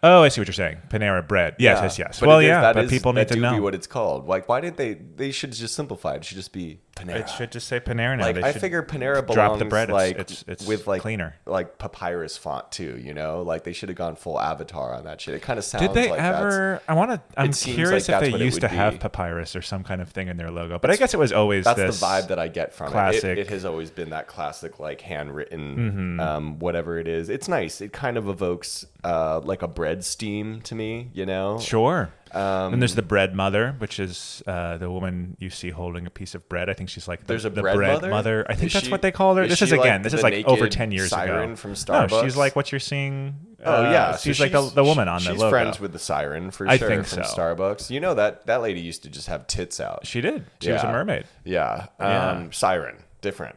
Speaker 2: Oh, I see what you're saying. Panera Bread. Yes, yes, yes.
Speaker 1: But
Speaker 2: well,
Speaker 1: it is-
Speaker 2: yeah,
Speaker 1: that
Speaker 2: but
Speaker 1: is-
Speaker 2: people need
Speaker 1: that
Speaker 2: to
Speaker 1: do
Speaker 2: know.
Speaker 1: be what it's called. Like, why didn't they? They should just simplify it. It should just be Panera.
Speaker 2: it should just say Panera now.
Speaker 1: like
Speaker 2: They
Speaker 1: I
Speaker 2: should-
Speaker 1: figure Panera belongs
Speaker 2: drop the bread. It's-
Speaker 1: like
Speaker 2: it's- it's
Speaker 1: with like
Speaker 2: cleaner.
Speaker 1: like papyrus font too. You know, like they should have gone full Avatar on that shit. It kind of sounds.
Speaker 2: Did they
Speaker 1: like that's-
Speaker 2: ever? I want to. I'm
Speaker 1: it seems
Speaker 2: curious
Speaker 1: like that's
Speaker 2: if
Speaker 1: what
Speaker 2: they
Speaker 1: it
Speaker 2: used to
Speaker 1: would
Speaker 2: have
Speaker 1: be.
Speaker 2: papyrus or some kind of thing in their logo. But I guess it was always
Speaker 1: that's
Speaker 2: this.
Speaker 1: the vibe that I get from it.
Speaker 2: classic- Mm-hmm.
Speaker 1: it. It has always been that classic, like handwritten, um, whatever it is. It's nice. It kind of evokes uh, like a bread steam to me, you know.
Speaker 2: Sure. Um, and there's the bread mother, which is uh, the woman you see holding a piece of bread. I think she's like the,
Speaker 1: There's a
Speaker 2: the
Speaker 1: bread
Speaker 2: mother?
Speaker 1: mother?
Speaker 2: I think
Speaker 1: Is
Speaker 2: that's
Speaker 1: she-
Speaker 2: what they call her.
Speaker 1: is
Speaker 2: this is
Speaker 1: she, like,
Speaker 2: again. this is
Speaker 1: the
Speaker 2: like over
Speaker 1: naked
Speaker 2: ten years ago.
Speaker 1: siren from
Speaker 2: No, she's
Speaker 1: Starbucks?
Speaker 2: like what you're seeing.
Speaker 1: Oh
Speaker 2: uh,
Speaker 1: yeah, so
Speaker 2: she's like the, the woman on the
Speaker 1: she's
Speaker 2: logo.
Speaker 1: friends with the siren for
Speaker 2: I
Speaker 1: sure
Speaker 2: think
Speaker 1: from
Speaker 2: so.
Speaker 1: Starbucks. You know that that lady used to just have tits out.
Speaker 2: she did. She was a
Speaker 1: Yeah.
Speaker 2: mermaid.
Speaker 1: Yeah,
Speaker 2: Yeah.
Speaker 1: um, siren different.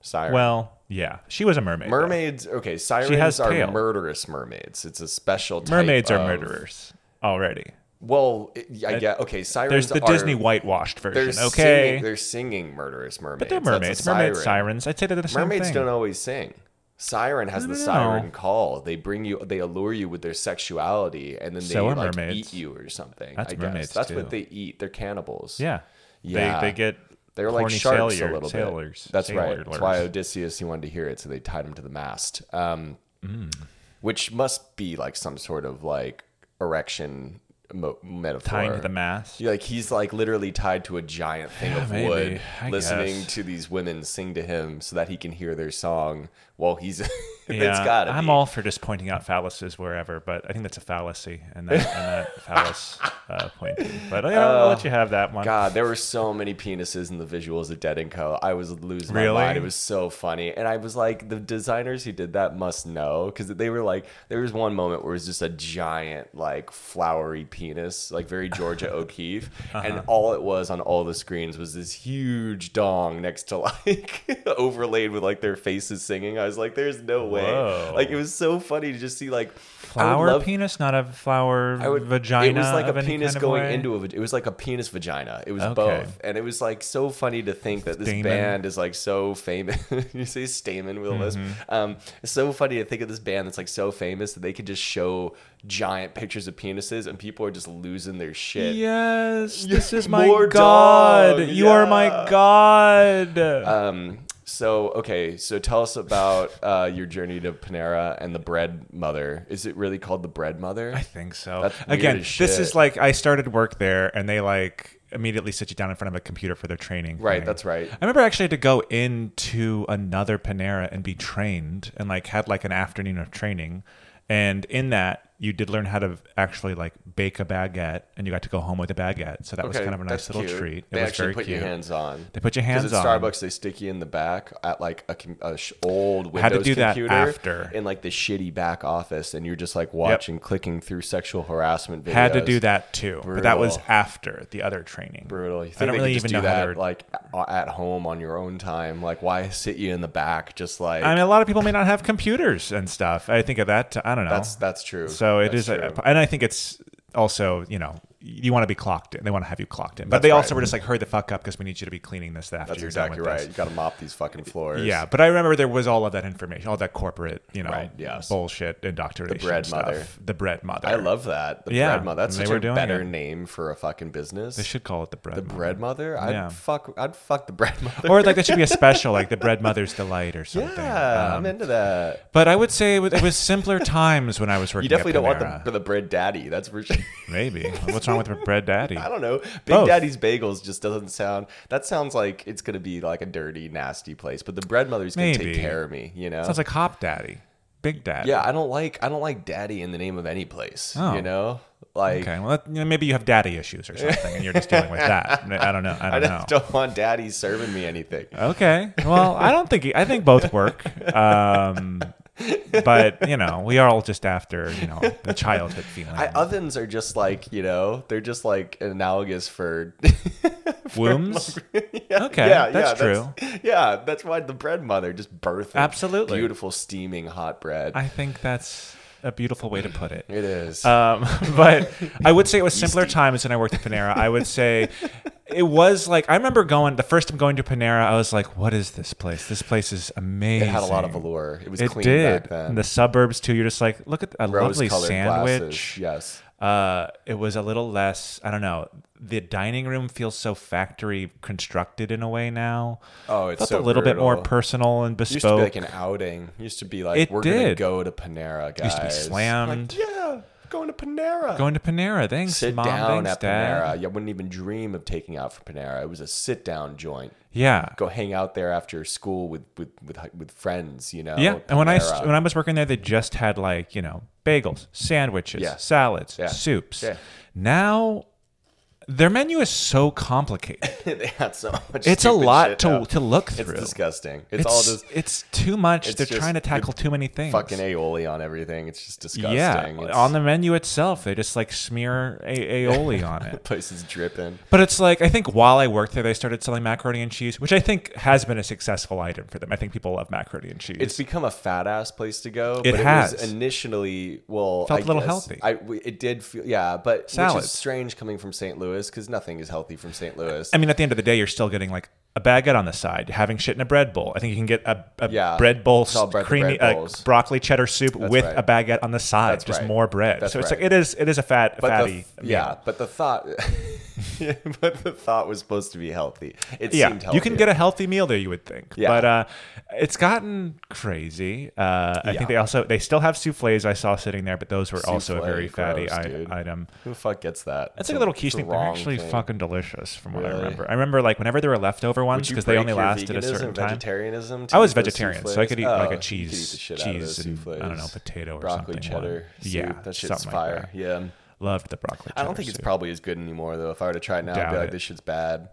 Speaker 1: Siren.
Speaker 2: Well, yeah, she was a mermaid. though.
Speaker 1: mermaids. Okay, sirens
Speaker 2: has
Speaker 1: are
Speaker 2: tail.
Speaker 1: murderous mermaids. It's a special. Type
Speaker 2: Mermaids are
Speaker 1: of-
Speaker 2: murderers already.
Speaker 1: Well, it- I get okay. Sirens.
Speaker 2: There's the
Speaker 1: are,
Speaker 2: Disney whitewashed version.
Speaker 1: They're
Speaker 2: okay.
Speaker 1: singing, they're singing murderous mermaids.
Speaker 2: But they're
Speaker 1: That's
Speaker 2: mermaids.
Speaker 1: a
Speaker 2: Mermaids,
Speaker 1: siren.
Speaker 2: sirens. I'd say they're the same
Speaker 1: Mermaids
Speaker 2: thing.
Speaker 1: don't always sing. Siren has the
Speaker 2: no, no.
Speaker 1: siren call. They bring you, they allure you with their sexuality, and then they
Speaker 2: So are
Speaker 1: like
Speaker 2: mermaids.
Speaker 1: eat you or something.
Speaker 2: That's
Speaker 1: I guess.
Speaker 2: mermaids,
Speaker 1: That's
Speaker 2: too.
Speaker 1: what they eat. They're cannibals.
Speaker 2: Yeah.
Speaker 1: Yeah.
Speaker 2: They, they get.
Speaker 1: They're like
Speaker 2: horny
Speaker 1: sharks
Speaker 2: sailor-
Speaker 1: a little
Speaker 2: sailors,
Speaker 1: bit. That's right.
Speaker 2: sailors.
Speaker 1: That's why Odysseus he wanted to hear it, so they tied him to the mast. Um,
Speaker 2: Mm.
Speaker 1: Which must be like some sort of like erection mo- metaphor.
Speaker 2: tying to the mast.
Speaker 1: Yeah, like he's like literally tied to a giant thing of
Speaker 2: maybe.
Speaker 1: wood,
Speaker 2: I
Speaker 1: listening
Speaker 2: guess.
Speaker 1: to these women sing to him so that he can hear their song while he's. it's
Speaker 2: Yeah,
Speaker 1: gotta.
Speaker 2: I'm
Speaker 1: be.
Speaker 2: all for just pointing out phalluses wherever, but I think that's a fallacy and that, and that phallus uh, pointing. But you know, I'll let you have that one.
Speaker 1: Uh, God, there were so many penises in the visuals of Dead and Co. I was losing
Speaker 2: Really?
Speaker 1: my mind. It was so funny, and I was like, the designers who did that must know because they were like, there was one moment where it was just a giant, like flowery penis, like very Georgia O'Keeffe,
Speaker 2: Uh-huh.
Speaker 1: and all it was on all the screens was this huge dong next to like overlaid with like their faces singing. I was like, there's no way.
Speaker 2: Whoa.
Speaker 1: Like it was so funny to just see like I would
Speaker 2: Flower
Speaker 1: love-
Speaker 2: penis, not a flower
Speaker 1: I would-
Speaker 2: vagina.
Speaker 1: It was like
Speaker 2: of
Speaker 1: a
Speaker 2: any
Speaker 1: penis
Speaker 2: kind of
Speaker 1: going
Speaker 2: way.
Speaker 1: into a. vag- It was like a penis vagina. It was
Speaker 2: Okay.
Speaker 1: both, and it was like so funny to think that this
Speaker 2: Stamen.
Speaker 1: band is like so famous. you say stamen with a lisp.
Speaker 2: Mm-hmm.
Speaker 1: Um, it's so funny to think of this band that's like so famous that they could just show giant pictures of penises, and people are just losing their shit.
Speaker 2: Yes, this is my
Speaker 1: More
Speaker 2: god.
Speaker 1: dog,
Speaker 2: You are my
Speaker 1: yeah.
Speaker 2: god.
Speaker 1: Um, So okay, so tell us about uh, your journey to Panera and the bread mother. Is it really called the bread mother?
Speaker 2: I think so.
Speaker 1: That's weird
Speaker 2: Again,
Speaker 1: as
Speaker 2: this
Speaker 1: shit.
Speaker 2: is like I started work there, and they like immediately sit you down in front of a computer for their training.
Speaker 1: Right,
Speaker 2: thing.
Speaker 1: that's right.
Speaker 2: I remember I actually had to go into another Panera and be trained, and like had like an afternoon of training, and in that you did learn how to actually like bake a baguette, and you got to go home with a baguette. So that was kind of a nice
Speaker 1: that's
Speaker 2: little
Speaker 1: cute.
Speaker 2: treat. It
Speaker 1: They
Speaker 2: was
Speaker 1: actually
Speaker 2: very
Speaker 1: put
Speaker 2: cute.
Speaker 1: your hands on.
Speaker 2: They put your
Speaker 1: 'Cause
Speaker 2: hands
Speaker 1: at
Speaker 2: on.
Speaker 1: Starbucks, they stick you in the back at like a, com- a sh- old Windows
Speaker 2: Had to do that
Speaker 1: computer
Speaker 2: after.
Speaker 1: in like the shitty back office, and you're just like watching, clicking through sexual harassment videos.
Speaker 2: Had to do that too, but that was
Speaker 1: Brutal.
Speaker 2: after the other training.
Speaker 1: brutal. You think
Speaker 2: I don't
Speaker 1: they
Speaker 2: really
Speaker 1: could just
Speaker 2: even
Speaker 1: do
Speaker 2: know how
Speaker 1: that
Speaker 2: they were
Speaker 1: like a- at home on your own time? Like why sit you in the back? Just like
Speaker 2: I mean, a lot of people may not have computers and stuff. I think of that. I don't know.
Speaker 1: that's that's true.
Speaker 2: So it
Speaker 1: That's
Speaker 2: is, a,
Speaker 1: true.
Speaker 2: and I think it's also you know you want to be clocked in. They want to have you clocked in, but
Speaker 1: That's
Speaker 2: they also
Speaker 1: right.
Speaker 2: were just like hurry the fuck up because we need you to be cleaning this after
Speaker 1: that's
Speaker 2: you're
Speaker 1: exactly
Speaker 2: done with
Speaker 1: right. You
Speaker 2: this.
Speaker 1: got to mop these fucking floors.
Speaker 2: Yeah, but I remember there was all of that information, all that corporate you know
Speaker 1: Right, yes.
Speaker 2: bullshit indoctrination.
Speaker 1: bread
Speaker 2: stuff.
Speaker 1: mother.
Speaker 2: The bread mother.
Speaker 1: I love that. The
Speaker 2: Yeah,
Speaker 1: bread mother. That's
Speaker 2: and they
Speaker 1: such
Speaker 2: were
Speaker 1: a
Speaker 2: doing
Speaker 1: better
Speaker 2: it.
Speaker 1: name for a fucking business.
Speaker 2: They should call it the bread.
Speaker 1: the
Speaker 2: mother.
Speaker 1: bread mother. I'd
Speaker 2: Yeah.
Speaker 1: fuck. I'd fuck the bread mother.
Speaker 2: Or like that should be a special, like the bread mother's delight or something.
Speaker 1: yeah,
Speaker 2: Um,
Speaker 1: I'm into that.
Speaker 2: but I would say it was, it was simpler times when I was working.
Speaker 1: You definitely
Speaker 2: at
Speaker 1: don't want
Speaker 2: Panera.
Speaker 1: the, the bread daddy. That's for sure.
Speaker 2: Maybe. What's wrong with bread daddy?
Speaker 1: I don't know. Big
Speaker 2: Both.
Speaker 1: Daddy's Bagels just doesn't sound. That sounds like it's gonna be like a dirty, nasty place. But the bread mother's gonna take
Speaker 2: Maybe.
Speaker 1: care of me. You know.
Speaker 2: Sounds like Hop Daddy, Big Daddy.
Speaker 1: yeah, I don't like. I don't like daddy in the name of any place.
Speaker 2: Oh.
Speaker 1: You know. Like
Speaker 2: Okay, well, that, you know, maybe you have daddy issues or something, and you're just dealing with that. I don't know. I don't,
Speaker 1: I
Speaker 2: know.
Speaker 1: just don't want daddy serving me anything.
Speaker 2: Okay, well, I don't think I think both work, um, but you know, we are all just after you know the childhood feeling.
Speaker 1: I, ovens are just like you know they're just like analogous for
Speaker 2: Wombs. Okay,
Speaker 1: yeah
Speaker 2: that's
Speaker 1: yeah,
Speaker 2: true.
Speaker 1: that's, yeah that's why the bread mother just birthing
Speaker 2: Absolutely.
Speaker 1: beautiful steaming hot bread
Speaker 2: I think that's a beautiful way to put it.
Speaker 1: it is
Speaker 2: Um, but I would say it was simpler times when I worked at Panera. I would say it was like I remember going the first time going to Panera. I was like, "What is this place? This place is amazing."
Speaker 1: it had a lot of allure it was
Speaker 2: It
Speaker 1: clean
Speaker 2: did.
Speaker 1: back then
Speaker 2: In the suburbs too. You're just like, look at a lovely
Speaker 1: Rose-colored
Speaker 2: sandwich.
Speaker 1: glasses yes
Speaker 2: Uh, it was a little less. I don't know. The dining room feels so factory constructed in a way now.
Speaker 1: Oh, it's
Speaker 2: Felt a
Speaker 1: so
Speaker 2: little bit more
Speaker 1: brutal.
Speaker 2: personal and
Speaker 1: it used to be
Speaker 2: bespoke.
Speaker 1: like an outing It used to be like
Speaker 2: It
Speaker 1: we're gonna
Speaker 2: did.
Speaker 1: go to Panera guys
Speaker 2: used to be slammed.
Speaker 1: like, yeah going to Panera
Speaker 2: Going to Panera. Thanks,
Speaker 1: sit
Speaker 2: mom.
Speaker 1: down
Speaker 2: thanks,
Speaker 1: at
Speaker 2: dad.
Speaker 1: Panera I wouldn't even dream of taking out for Panera it was a sit down joint
Speaker 2: Yeah.
Speaker 1: go hang out there after school with with with, with friends, you know.
Speaker 2: Yeah, and when I
Speaker 1: Panera.
Speaker 2: st- when I was working there, they just had like you know bagels, sandwiches,
Speaker 1: Yeah.
Speaker 2: salads,
Speaker 1: Yeah.
Speaker 2: soups.
Speaker 1: Yeah.
Speaker 2: Now, their menu is so complicated.
Speaker 1: they had so much.
Speaker 2: It's a
Speaker 1: stupid
Speaker 2: lot
Speaker 1: shit
Speaker 2: to
Speaker 1: now.
Speaker 2: to look
Speaker 1: It's
Speaker 2: through.
Speaker 1: disgusting. It's,
Speaker 2: It's
Speaker 1: all just
Speaker 2: it's too much. They're
Speaker 1: just
Speaker 2: trying to tackle too many things.
Speaker 1: fucking aioli on everything. It's just disgusting.
Speaker 2: yeah,
Speaker 1: It's,
Speaker 2: on the menu itself, they just like smear a- aioli on it.
Speaker 1: place is dripping.
Speaker 2: But it's like I think while I worked there, they started selling macaroni and cheese, which I think has been a successful item for them. I think people love macaroni and cheese.
Speaker 1: It's become a fat ass place to go.
Speaker 2: It
Speaker 1: but It
Speaker 2: has.
Speaker 1: was initially, well,
Speaker 2: Felt
Speaker 1: I
Speaker 2: a little
Speaker 1: guess-
Speaker 2: healthy.
Speaker 1: I we- it did feel yeah, but which
Speaker 2: Salads.
Speaker 1: is strange coming from St. Louis because nothing is healthy from St. Louis.
Speaker 2: I mean, at the end of the day, you're still getting like a baguette on the side, having shit in a bread bowl. I think you can get a, a
Speaker 1: Yeah.
Speaker 2: bread bowl,
Speaker 1: It's all
Speaker 2: s-
Speaker 1: bread- the
Speaker 2: creamy uh,
Speaker 1: bread bowls.
Speaker 2: broccoli cheddar soup with
Speaker 1: right.
Speaker 2: a baguette on the side,
Speaker 1: That's
Speaker 2: just
Speaker 1: right.
Speaker 2: more bread.
Speaker 1: That's
Speaker 2: so it's
Speaker 1: right.
Speaker 2: like it is, it is a fat,
Speaker 1: But the
Speaker 2: fatty.
Speaker 1: th-
Speaker 2: meal.
Speaker 1: yeah, but the thought, yeah, but the thought was supposed to be healthy. It seemed
Speaker 2: yeah.
Speaker 1: healthy.
Speaker 2: You can get a healthy meal there, you would think.
Speaker 1: Yeah.
Speaker 2: But uh, it's gotten crazy. Uh, I
Speaker 1: Yeah.
Speaker 2: think they also they still have souffles I saw sitting there, but those were also a
Speaker 1: Souffle,
Speaker 2: very fatty
Speaker 1: gross,
Speaker 2: i-
Speaker 1: dude.
Speaker 2: item.
Speaker 1: Who the fuck gets that?
Speaker 2: It's like a little quiche
Speaker 1: the
Speaker 2: thing. They're
Speaker 1: wrong
Speaker 2: actually
Speaker 1: thing.
Speaker 2: fucking delicious, from what I
Speaker 1: Really?
Speaker 2: remember. I remember like whenever there were leftover ones
Speaker 1: Would you
Speaker 2: because they
Speaker 1: break
Speaker 2: only
Speaker 1: your
Speaker 2: lasted a
Speaker 1: veganism,
Speaker 2: certain time.
Speaker 1: Vegetarianism. to
Speaker 2: I
Speaker 1: eat
Speaker 2: was
Speaker 1: those
Speaker 2: vegetarian, so I
Speaker 1: souffles?
Speaker 2: could eat
Speaker 1: Oh,
Speaker 2: like
Speaker 1: you
Speaker 2: a
Speaker 1: could eat the
Speaker 2: cheese,
Speaker 1: shit out of
Speaker 2: cheese,
Speaker 1: those
Speaker 2: and I don't know,
Speaker 1: souffles.
Speaker 2: potato or
Speaker 1: broccoli
Speaker 2: something.
Speaker 1: cheddar.
Speaker 2: Well,
Speaker 1: soup.
Speaker 2: yeah,
Speaker 1: that shit's
Speaker 2: something
Speaker 1: fire.
Speaker 2: Like that.
Speaker 1: yeah,
Speaker 2: Loved the broccoli.
Speaker 1: I don't
Speaker 2: cheddar
Speaker 1: think it's
Speaker 2: soup.
Speaker 1: probably as good anymore though. If I were to try it now, I'd
Speaker 2: Doubt
Speaker 1: be like,
Speaker 2: it.
Speaker 1: this shit's bad.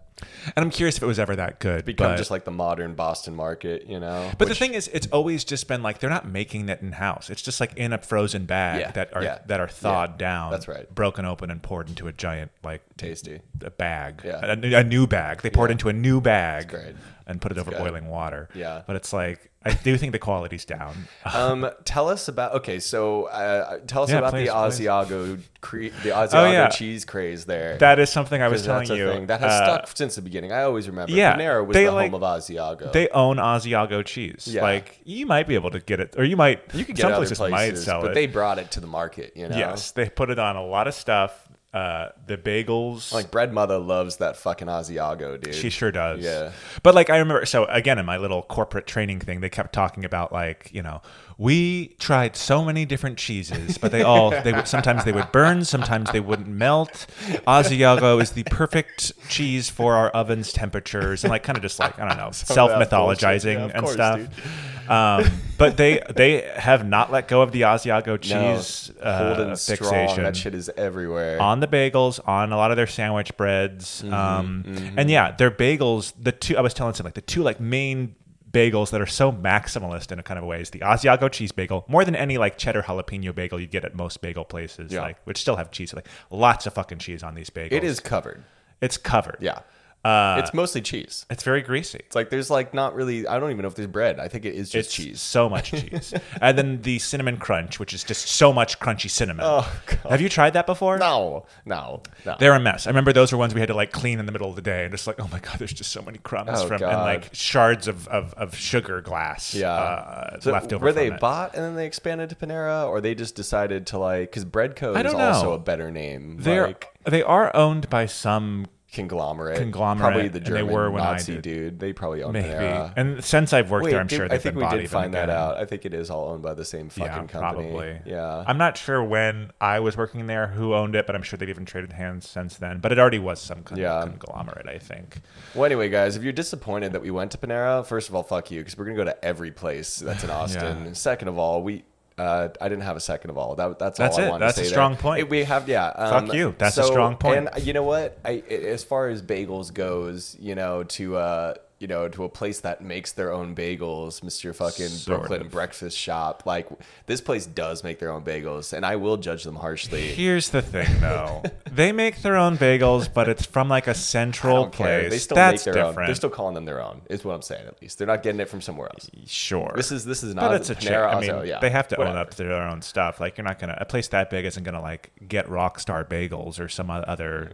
Speaker 2: And I'm curious if it was ever that good.
Speaker 1: Become
Speaker 2: but,
Speaker 1: just like the modern Boston market, you know.
Speaker 2: but
Speaker 1: Which-
Speaker 2: the thing is, it's always just been like they're not making it in house. It's just like in a frozen bag
Speaker 1: Yeah,
Speaker 2: that are
Speaker 1: yeah,
Speaker 2: that are thawed down.
Speaker 1: that's right.
Speaker 2: Broken open and poured into a giant like
Speaker 1: tasty.
Speaker 2: a bag,
Speaker 1: Yeah.
Speaker 2: a, a new bag. They poured into a new bag
Speaker 1: great.
Speaker 2: and put it over
Speaker 1: good.
Speaker 2: boiling water.
Speaker 1: Yeah.
Speaker 2: but it's like I do think the quality's down.
Speaker 1: Um, tell us about okay. So uh, tell us
Speaker 2: Yeah,
Speaker 1: about
Speaker 2: please,
Speaker 1: the
Speaker 2: please. Oh,
Speaker 1: Asiago cre- the Asiago
Speaker 2: yeah.
Speaker 1: cheese craze there.
Speaker 2: That is something I was
Speaker 1: 'Cause
Speaker 2: telling
Speaker 1: that's a
Speaker 2: you
Speaker 1: thing that has
Speaker 2: uh,
Speaker 1: stuck since the beginning. I always remember.
Speaker 2: yeah,
Speaker 1: Panera was
Speaker 2: they,
Speaker 1: the
Speaker 2: like-
Speaker 1: home of Asiago.
Speaker 2: They own Asiago cheese.
Speaker 1: Yeah.
Speaker 2: Like you might be able to get it, or you might.
Speaker 1: you could get
Speaker 2: some
Speaker 1: it other
Speaker 2: places, might sell
Speaker 1: but
Speaker 2: it.
Speaker 1: they brought it to the market. You know,
Speaker 2: yes, they put it on a lot of stuff. uh, the bagels.
Speaker 1: Like bread mother loves that fucking Asiago, dude.
Speaker 2: She sure does.
Speaker 1: Yeah.
Speaker 2: But like I remember so again in my little corporate training thing, they kept talking about like, you know, we tried so many different cheeses, but they all they would sometimes they would burn, sometimes they wouldn't melt. Asiago is the perfect cheese for our oven's temperatures and like kind of just like, I don't know, self mythologizing
Speaker 1: Yeah, of
Speaker 2: and
Speaker 1: course,
Speaker 2: stuff. Um, but they they have not let go of the Asiago
Speaker 1: No,
Speaker 2: cheese uh,
Speaker 1: holding
Speaker 2: fixation
Speaker 1: strong. That shit is everywhere.
Speaker 2: on the bagels, on a lot of their sandwich breads,
Speaker 1: Mm-hmm.
Speaker 2: um, and yeah, their bagels. The two I was telling something like the two like main bagels that are so maximalist in a kind of a way is the Asiago cheese bagel, more than any like cheddar jalapeno bagel you get at most bagel places,
Speaker 1: Yeah.
Speaker 2: like which still have cheese, like lots of fucking cheese on these bagels.
Speaker 1: it is covered.
Speaker 2: it's covered.
Speaker 1: Yeah.
Speaker 2: uh,
Speaker 1: it's mostly cheese.
Speaker 2: it's very greasy.
Speaker 1: It's like there's like not really. I don't even know if there's bread. I think it is just cheese.
Speaker 2: So much cheese, and then the cinnamon crunch, which is just so much crunchy cinnamon.
Speaker 1: Oh, God.
Speaker 2: Have you tried that before?
Speaker 1: No, no, no.
Speaker 2: They're a mess. I remember those were ones we had to like clean in the middle of the day and just like, oh my god, there's just so many crumbs
Speaker 1: Oh,
Speaker 2: from and
Speaker 1: God.
Speaker 2: like shards of of, of sugar glass.
Speaker 1: yeah.
Speaker 2: uh,
Speaker 1: So
Speaker 2: left over.
Speaker 1: Were they
Speaker 2: from it.
Speaker 1: bought and then they expanded to Panera, or they just decided to like because Breadco
Speaker 2: I
Speaker 1: is
Speaker 2: don't know.
Speaker 1: also a better name.
Speaker 2: They're
Speaker 1: like
Speaker 2: they are owned by some
Speaker 1: conglomerate,
Speaker 2: Conglomerate,
Speaker 1: probably the
Speaker 2: and they
Speaker 1: German
Speaker 2: were when I
Speaker 1: Nazi
Speaker 2: did.
Speaker 1: dude. They probably own
Speaker 2: maybe.
Speaker 1: Panera.
Speaker 2: And since I've worked
Speaker 1: Wait,
Speaker 2: there, I'm
Speaker 1: did-
Speaker 2: sure
Speaker 1: I
Speaker 2: they've
Speaker 1: think
Speaker 2: been
Speaker 1: we
Speaker 2: bought
Speaker 1: did
Speaker 2: even
Speaker 1: find that
Speaker 2: again.
Speaker 1: out. I think it is all owned by the same fucking
Speaker 2: Yeah,
Speaker 1: company.
Speaker 2: probably.
Speaker 1: Yeah.
Speaker 2: I'm not sure when I was working there, who owned it, but I'm sure they've even traded hands since then. But it already was some kind
Speaker 1: Yeah.
Speaker 2: of conglomerate, I think.
Speaker 1: well, anyway, guys, if you're disappointed that we went to Panera, first of all, fuck you, because we're gonna go to every place that's in Austin. Second of all, we. Uh, I didn't have a second of all. That, that's
Speaker 2: That's
Speaker 1: all I
Speaker 2: it.
Speaker 1: wanted
Speaker 2: That's
Speaker 1: to
Speaker 2: a
Speaker 1: say.
Speaker 2: strong
Speaker 1: there.
Speaker 2: point.
Speaker 1: It- we have, yeah. um,
Speaker 2: Fuck you. That's a strong point.
Speaker 1: And uh, you know what? I, i- as far as bagels goes, you know, to uh, you know, to a place that makes their own bagels, Mister Fucking
Speaker 2: Sort
Speaker 1: Brooklyn
Speaker 2: of.
Speaker 1: Breakfast Shop. Like this place does make their own bagels, and I will judge them harshly.
Speaker 2: Here's the thing, though. they make their own bagels, but it's from like a
Speaker 1: I
Speaker 2: central
Speaker 1: don't care.
Speaker 2: place.
Speaker 1: They still
Speaker 2: That's
Speaker 1: make their
Speaker 2: different.
Speaker 1: own. They're still calling them their own. Is what I'm saying. At least they're not getting it from somewhere else.
Speaker 2: sure.
Speaker 1: This is this is not.
Speaker 2: but it's a
Speaker 1: Panera
Speaker 2: chain. I mean,
Speaker 1: also, yeah.
Speaker 2: they have to
Speaker 1: Whatever.
Speaker 2: own up to their own stuff. Like you're not gonna a place that big isn't gonna like get Rockstar Bagels or some other.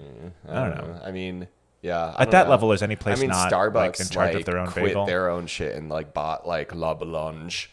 Speaker 2: I don't know.
Speaker 1: Mm, uh, I mean, yeah. I
Speaker 2: At
Speaker 1: don't
Speaker 2: that
Speaker 1: know.
Speaker 2: level, is any place
Speaker 1: I mean,
Speaker 2: not
Speaker 1: Starbucks
Speaker 2: like in charge
Speaker 1: like,
Speaker 2: of their own
Speaker 1: quit
Speaker 2: bagel?
Speaker 1: their own shit and like bought like La Boulange,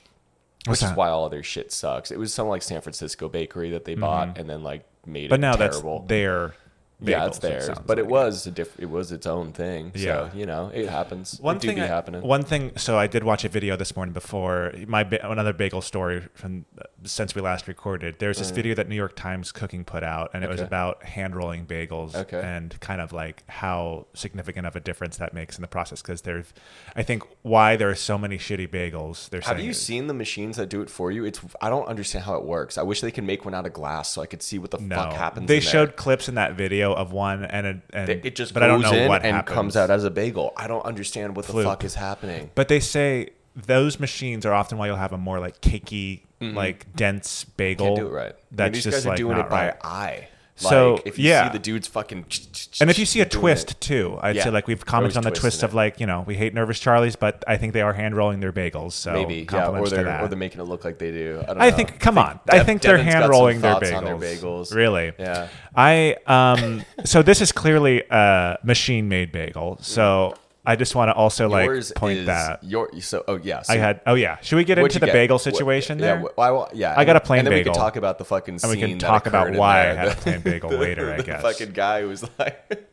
Speaker 2: What's
Speaker 1: which is
Speaker 2: that?
Speaker 1: why all their shit sucks. It was some like San Francisco bakery that they bought and then like made
Speaker 2: Mm-hmm. but
Speaker 1: it
Speaker 2: now
Speaker 1: terrible.
Speaker 2: that's their. Bagels,
Speaker 1: yeah, it's
Speaker 2: it
Speaker 1: theirs,
Speaker 2: sounds
Speaker 1: but it
Speaker 2: like.
Speaker 1: was a diff- it was its own thing.
Speaker 2: Yeah.
Speaker 1: so you know it happens.
Speaker 2: One
Speaker 1: it do
Speaker 2: thing
Speaker 1: be
Speaker 2: I-
Speaker 1: happening.
Speaker 2: One thing. So I did watch a video this morning before my ba- another bagel story from uh, since we last recorded. There's this video that New York Times Cooking put out, and it was
Speaker 1: Mm. Okay.
Speaker 2: about hand rolling bagels
Speaker 1: Okay.
Speaker 2: and kind of like how significant of a difference that makes in the process. Because there's, I think, why there are so many shitty bagels. They're
Speaker 1: Have
Speaker 2: saying
Speaker 1: you
Speaker 2: is-
Speaker 1: seen the machines that do it for you? It's I don't understand how it works. I wish they could make one out of glass so I could see what the
Speaker 2: No,
Speaker 1: fuck happens.
Speaker 2: they
Speaker 1: in there.
Speaker 2: showed clips in that video of one, and it, and
Speaker 1: it just
Speaker 2: but
Speaker 1: goes
Speaker 2: I don't know
Speaker 1: in
Speaker 2: what
Speaker 1: and
Speaker 2: happens.
Speaker 1: comes out as a bagel. I don't understand what the
Speaker 2: Fluke.
Speaker 1: fuck is happening.
Speaker 2: But they say those machines are often why you'll have a more like cakey, like dense bagel.
Speaker 1: Mm-hmm. Can't do it right. I
Speaker 2: That's
Speaker 1: mean, these
Speaker 2: just
Speaker 1: guys are
Speaker 2: like
Speaker 1: doing
Speaker 2: not
Speaker 1: it by
Speaker 2: right.
Speaker 1: eye.
Speaker 2: So,
Speaker 1: like, if you
Speaker 2: yeah.
Speaker 1: see the dude's fucking,
Speaker 2: And if you see a
Speaker 1: doing
Speaker 2: twist
Speaker 1: it.
Speaker 2: too, I'd
Speaker 1: Yeah.
Speaker 2: say like we've
Speaker 1: Always
Speaker 2: commented on the
Speaker 1: twist
Speaker 2: twist
Speaker 1: in
Speaker 2: of like you know we hate nervous Charlies, but I think they are hand rolling their bagels. So
Speaker 1: maybe yeah, or
Speaker 2: compliments to
Speaker 1: they're
Speaker 2: that.
Speaker 1: or they're making it look like they do. I, don't
Speaker 2: I
Speaker 1: know.
Speaker 2: think come on, I
Speaker 1: Dev-
Speaker 2: think they're
Speaker 1: Devin's got
Speaker 2: hand
Speaker 1: some
Speaker 2: rolling their
Speaker 1: thoughts on their
Speaker 2: bagels.
Speaker 1: bagels.
Speaker 2: Really?
Speaker 1: Yeah.
Speaker 2: I um. so this is clearly a machine made bagel. So I just want to also like
Speaker 1: Mm. Yours
Speaker 2: point
Speaker 1: is
Speaker 2: that. out.
Speaker 1: your so oh yeah. So
Speaker 2: I had oh yeah. Should we get
Speaker 1: What'd
Speaker 2: into
Speaker 1: you
Speaker 2: the
Speaker 1: get?
Speaker 2: bagel
Speaker 1: What-
Speaker 2: situation
Speaker 1: yeah,
Speaker 2: there?
Speaker 1: wh- why- why- yeah,
Speaker 2: I got a plain
Speaker 1: and then
Speaker 2: bagel.
Speaker 1: we can talk about the fucking scene.
Speaker 2: and we can
Speaker 1: that
Speaker 2: talk about
Speaker 1: occurred in
Speaker 2: why
Speaker 1: there.
Speaker 2: I had a plain bagel
Speaker 1: The-
Speaker 2: later. I guess.
Speaker 1: The fucking guy was like.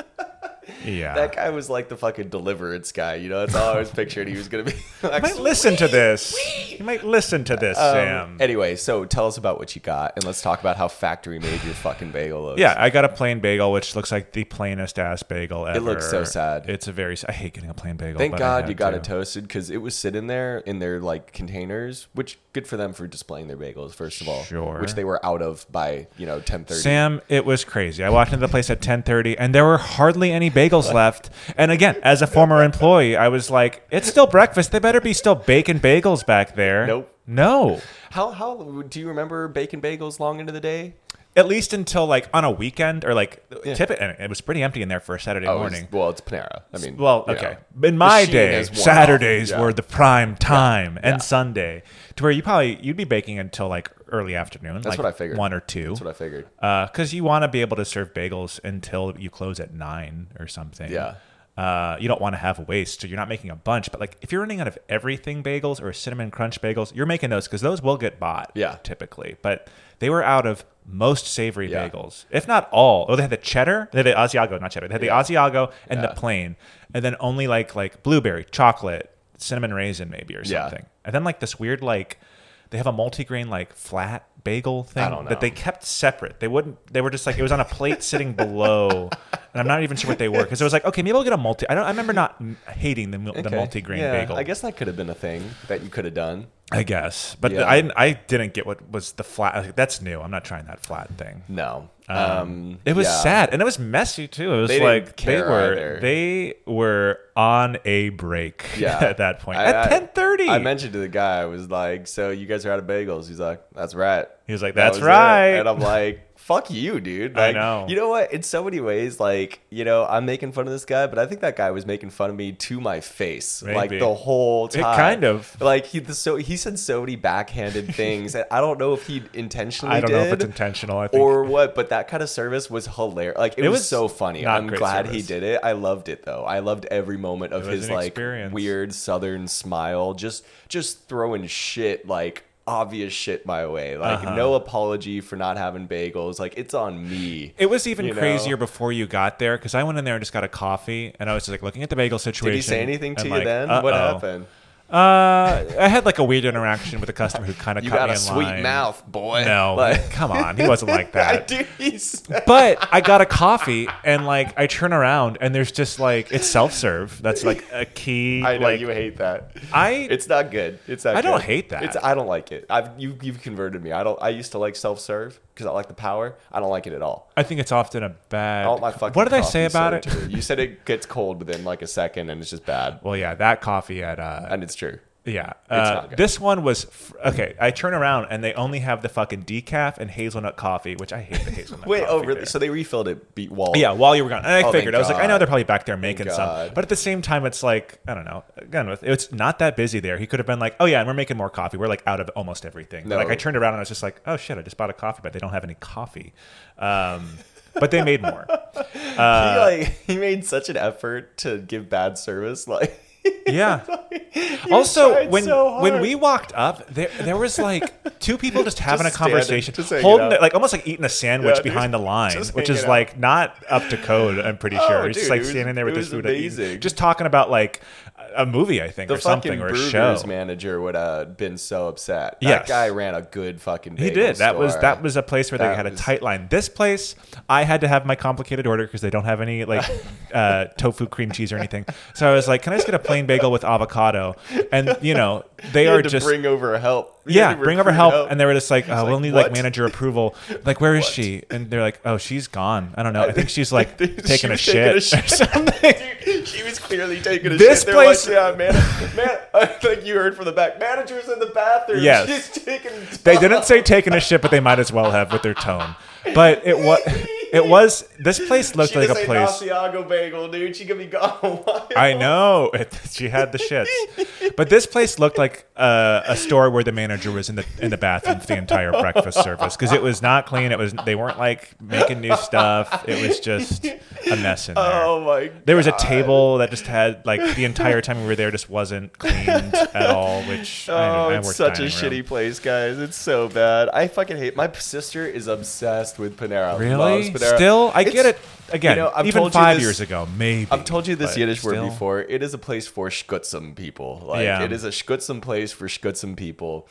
Speaker 2: yeah.
Speaker 1: That guy was like the fucking deliverance guy, you know. That's all I was picturing. He was gonna be. Like,
Speaker 2: you might listen to this. You might listen to this,
Speaker 1: Um,
Speaker 2: Sam.
Speaker 1: Anyway, so tell us about what you got, and let's talk about how factory made your fucking bagel looks.
Speaker 2: Yeah, I got a plain bagel, which looks like the plainest ass bagel ever.
Speaker 1: looks so sad.
Speaker 2: It's a very. s- I hate getting a plain bagel.
Speaker 1: Thank
Speaker 2: but I
Speaker 1: God
Speaker 2: had
Speaker 1: you got
Speaker 2: to.
Speaker 1: it toasted because it was sitting there in their like containers, which good for them for displaying their bagels. First of all,
Speaker 2: Sure.
Speaker 1: which they were out of by you know ten thirty.
Speaker 2: Sam, it was crazy. I walked into the place at 10:30 and there were hardly any bagels left. And again, as a former employee, I was like, it's still breakfast. They better be still baking bagels back there.
Speaker 1: Nope.
Speaker 2: No.
Speaker 1: How how do you remember bacon bagels long into the day?
Speaker 2: At least until like on a weekend or like
Speaker 1: Yeah.
Speaker 2: tip it and it was pretty empty in there for a Saturday
Speaker 1: Oh, it was-
Speaker 2: morning.
Speaker 1: well, it's Panera. I mean,
Speaker 2: Well,
Speaker 1: you
Speaker 2: okay.
Speaker 1: know.
Speaker 2: In my
Speaker 1: Machine
Speaker 2: day,
Speaker 1: is worn off.
Speaker 2: Saturdays
Speaker 1: Yeah.
Speaker 2: were the prime time
Speaker 1: Yeah.
Speaker 2: and Sunday, to where you probably you'd be baking until like early afternoon. That's like
Speaker 1: what I figured.
Speaker 2: One or two.
Speaker 1: That's what I figured.
Speaker 2: Uh, Because you want to be able to serve bagels until you close at nine or something.
Speaker 1: Yeah.
Speaker 2: uh, you don't want to have waste, so you're not making a bunch. But like if you're running out of everything bagels or cinnamon crunch bagels, you're making those because those will get bought.
Speaker 1: Yeah.
Speaker 2: typically. But they were out of most savory
Speaker 1: Yeah.
Speaker 2: bagels, if not all. Oh, they had the cheddar, they had the Asiago, not cheddar. They had the Asiago and
Speaker 1: Yeah.
Speaker 2: the plain, and then only like like blueberry, chocolate, cinnamon raisin maybe or
Speaker 1: Yeah.
Speaker 2: something. And then like this weird like they have a multigrain like flat bagel thing
Speaker 1: I don't know.
Speaker 2: that they kept separate. They wouldn't. They were just like it was on a plate sitting below, and I'm not even sure what they were because it was like okay, maybe I'll get a multi. I don't. I remember not m- hating the, mul- the
Speaker 1: Okay.
Speaker 2: multigrain
Speaker 1: Yeah,
Speaker 2: bagel.
Speaker 1: I guess that could have been a thing that you could have done.
Speaker 2: I guess, but
Speaker 1: Yeah.
Speaker 2: I I didn't get what was the flat. I was like, That's new. I'm not trying that flat thing.
Speaker 1: No. Um,
Speaker 2: It was
Speaker 1: yeah.
Speaker 2: sad and it was messy too. It was
Speaker 1: They didn't
Speaker 2: like
Speaker 1: care
Speaker 2: they were
Speaker 1: either.
Speaker 2: they were on a break
Speaker 1: Yeah.
Speaker 2: at that point.
Speaker 1: I-
Speaker 2: at
Speaker 1: I-
Speaker 2: ten thirty.
Speaker 1: I mentioned to the guy, I was like, "So you guys are out of bagels?" He's like, "That's right."
Speaker 2: He was like,
Speaker 1: That
Speaker 2: "That's
Speaker 1: was it."
Speaker 2: right."
Speaker 1: and I'm like, "Fuck you, dude!"
Speaker 2: I
Speaker 1: Like,
Speaker 2: know.
Speaker 1: You know what? In so many ways, like, you know, I'm making fun of this guy, but I think that guy was making fun of me to my face, like
Speaker 2: Maybe.
Speaker 1: the whole
Speaker 2: It
Speaker 1: time.
Speaker 2: kind of.
Speaker 1: Like he the, so he said so many backhanded things, and I don't know if he intentionally.
Speaker 2: I don't know if
Speaker 1: did
Speaker 2: it's intentional. I think
Speaker 1: Or what? But that kind of service was hilarious. Like it,
Speaker 2: It
Speaker 1: was,
Speaker 2: was
Speaker 1: so funny.
Speaker 2: not
Speaker 1: I'm
Speaker 2: great
Speaker 1: glad he
Speaker 2: service.
Speaker 1: did it. I loved it though. I loved every moment of
Speaker 2: It was
Speaker 1: his
Speaker 2: an
Speaker 1: like
Speaker 2: experience.
Speaker 1: weird southern smile, just just throwing shit like obvious shit my way. Like
Speaker 2: Uh-huh.
Speaker 1: no apology for not having bagels. Like it's on me.
Speaker 2: It was even
Speaker 1: you know?
Speaker 2: crazier before you got there because I went in there and just got a coffee and I was just like looking at the bagel situation.
Speaker 1: did he say anything to
Speaker 2: and,
Speaker 1: you
Speaker 2: like,
Speaker 1: then? What
Speaker 2: uh-oh.
Speaker 1: happened?
Speaker 2: Uh, I had like a weird interaction with a customer who kind of
Speaker 1: You
Speaker 2: caught
Speaker 1: got
Speaker 2: me
Speaker 1: a
Speaker 2: in
Speaker 1: sweet
Speaker 2: line.
Speaker 1: mouth, boy.
Speaker 2: No,
Speaker 1: Like-
Speaker 2: come on, he wasn't like that.
Speaker 1: Dude, he's-
Speaker 2: But I got a coffee and like I turn around and there's just like it's self serve. That's like a key.
Speaker 1: I know
Speaker 2: like,
Speaker 1: you hate that.
Speaker 2: I
Speaker 1: It's not good. It's not.
Speaker 2: I don't
Speaker 1: good.
Speaker 2: hate that.
Speaker 1: It's I don't like it. I've you you've converted me. I don't. I used to like self serve because I like the power. I don't like it at all.
Speaker 2: I think it's often a bad.
Speaker 1: I don't like fucking.
Speaker 2: what did I say
Speaker 1: coffee
Speaker 2: about
Speaker 1: soda
Speaker 2: it?
Speaker 1: too. You said it gets cold within like a second, and it's just bad.
Speaker 2: Well, yeah, that coffee at uh,
Speaker 1: And it's true.
Speaker 2: Yeah.
Speaker 1: not
Speaker 2: Uh,
Speaker 1: good.
Speaker 2: this one was f- okay. I turn around and they only have the fucking decaf and hazelnut coffee, which I hate the hazelnut.
Speaker 1: Wait,
Speaker 2: coffee
Speaker 1: oh really?
Speaker 2: there.
Speaker 1: So they refilled it. Beat wall.
Speaker 2: yeah, while you were gone, and I
Speaker 1: Oh, thank
Speaker 2: figured I was like, I know
Speaker 1: God.
Speaker 2: they're probably back there making some,
Speaker 1: God.
Speaker 2: but at the same time, it's like I don't know. Again, with it's not that busy there. He could have been like, oh yeah, and we're making more coffee. We're like out of almost everything.
Speaker 1: No.
Speaker 2: Like I turned around and I was just like, oh shit, I just bought a coffee, but they don't have any coffee. Um, but they made more. Uh,
Speaker 1: he like he made such an effort to give bad service. Like
Speaker 2: Yeah.
Speaker 1: he was
Speaker 2: also
Speaker 1: trying
Speaker 2: when
Speaker 1: so
Speaker 2: when
Speaker 1: hard.
Speaker 2: we walked up there there was like two people just having
Speaker 1: Just
Speaker 2: a conversation
Speaker 1: standing, just hanging
Speaker 2: holding
Speaker 1: out.
Speaker 2: their- like almost like eating a sandwich
Speaker 1: Yeah, dude,
Speaker 2: behind the line
Speaker 1: just
Speaker 2: which
Speaker 1: hanging
Speaker 2: is
Speaker 1: out.
Speaker 2: like not up to code i'm pretty
Speaker 1: Oh,
Speaker 2: sure He's just
Speaker 1: dude,
Speaker 2: like
Speaker 1: it was-
Speaker 2: standing there
Speaker 1: it
Speaker 2: with his
Speaker 1: was
Speaker 2: food and eating-
Speaker 1: amazing.
Speaker 2: just talking about like a a movie i think
Speaker 1: the
Speaker 2: or something
Speaker 1: fucking
Speaker 2: or a
Speaker 1: Brewers
Speaker 2: show
Speaker 1: manager would have been so upset. That
Speaker 2: Yes.
Speaker 1: guy ran a good fucking.
Speaker 2: he
Speaker 1: bagel
Speaker 2: did. That was
Speaker 1: store.
Speaker 2: that was a place where they
Speaker 1: That
Speaker 2: had a
Speaker 1: was-
Speaker 2: tight line. This place, I had to have my complicated order because they don't have any like uh, tofu cream cheese or anything. So I was like, "Can I just get a plain bagel with avocado?" And you know, they
Speaker 1: You
Speaker 2: are
Speaker 1: had to
Speaker 2: just
Speaker 1: bring over help. You
Speaker 2: yeah,
Speaker 1: had to
Speaker 2: bring over
Speaker 1: recruit
Speaker 2: help. And they were just like, oh,
Speaker 1: like,
Speaker 2: we'll need
Speaker 1: "What?"
Speaker 2: like manager approval. Like, where is she? And they're like, oh, she's gone. I don't know. I think she's like
Speaker 1: She
Speaker 2: taking, a
Speaker 1: was taking a
Speaker 2: shit or
Speaker 1: shit.
Speaker 2: something.
Speaker 1: Dude, she was clearly taking a
Speaker 2: This
Speaker 1: shit. They're like,
Speaker 2: place-
Speaker 1: yeah, man, man. I think you heard from the back. Manager's in the bathroom.
Speaker 2: Yes.
Speaker 1: she's taking.
Speaker 2: They didn't say taking a shit, but they might as well have with their tone. But it was, it was, this place looked
Speaker 1: she
Speaker 2: like a
Speaker 1: just ate
Speaker 2: place.
Speaker 1: Asiago bagel, dude. She could be gone a while.
Speaker 2: I know. It, she had the shits. But this place looked like uh, a store where the manager was in the in the bathroom for the entire breakfast service because it was not clean. It was they weren't like making new stuff. It was just a mess in there.
Speaker 1: Oh my.
Speaker 2: There was a
Speaker 1: God.
Speaker 2: table that just had like the entire time we were there just wasn't cleaned at all, which
Speaker 1: Oh,
Speaker 2: I, I
Speaker 1: it's
Speaker 2: worked
Speaker 1: such a
Speaker 2: dining room.
Speaker 1: shitty place, guys. It's so bad. I fucking hate. My sister is obsessed with Panera. Loves
Speaker 2: Really?
Speaker 1: Panera.
Speaker 2: Still, I get it.
Speaker 1: It's-
Speaker 2: Again,
Speaker 1: you know, I've
Speaker 2: even
Speaker 1: told you
Speaker 2: five
Speaker 1: this-
Speaker 2: years ago, maybe.
Speaker 1: I've told you this
Speaker 2: but
Speaker 1: Yiddish word
Speaker 2: still.
Speaker 1: before. It is a place for Schutzum people. Like
Speaker 2: Yeah.
Speaker 1: it is a Schutzum place for Schutzum people,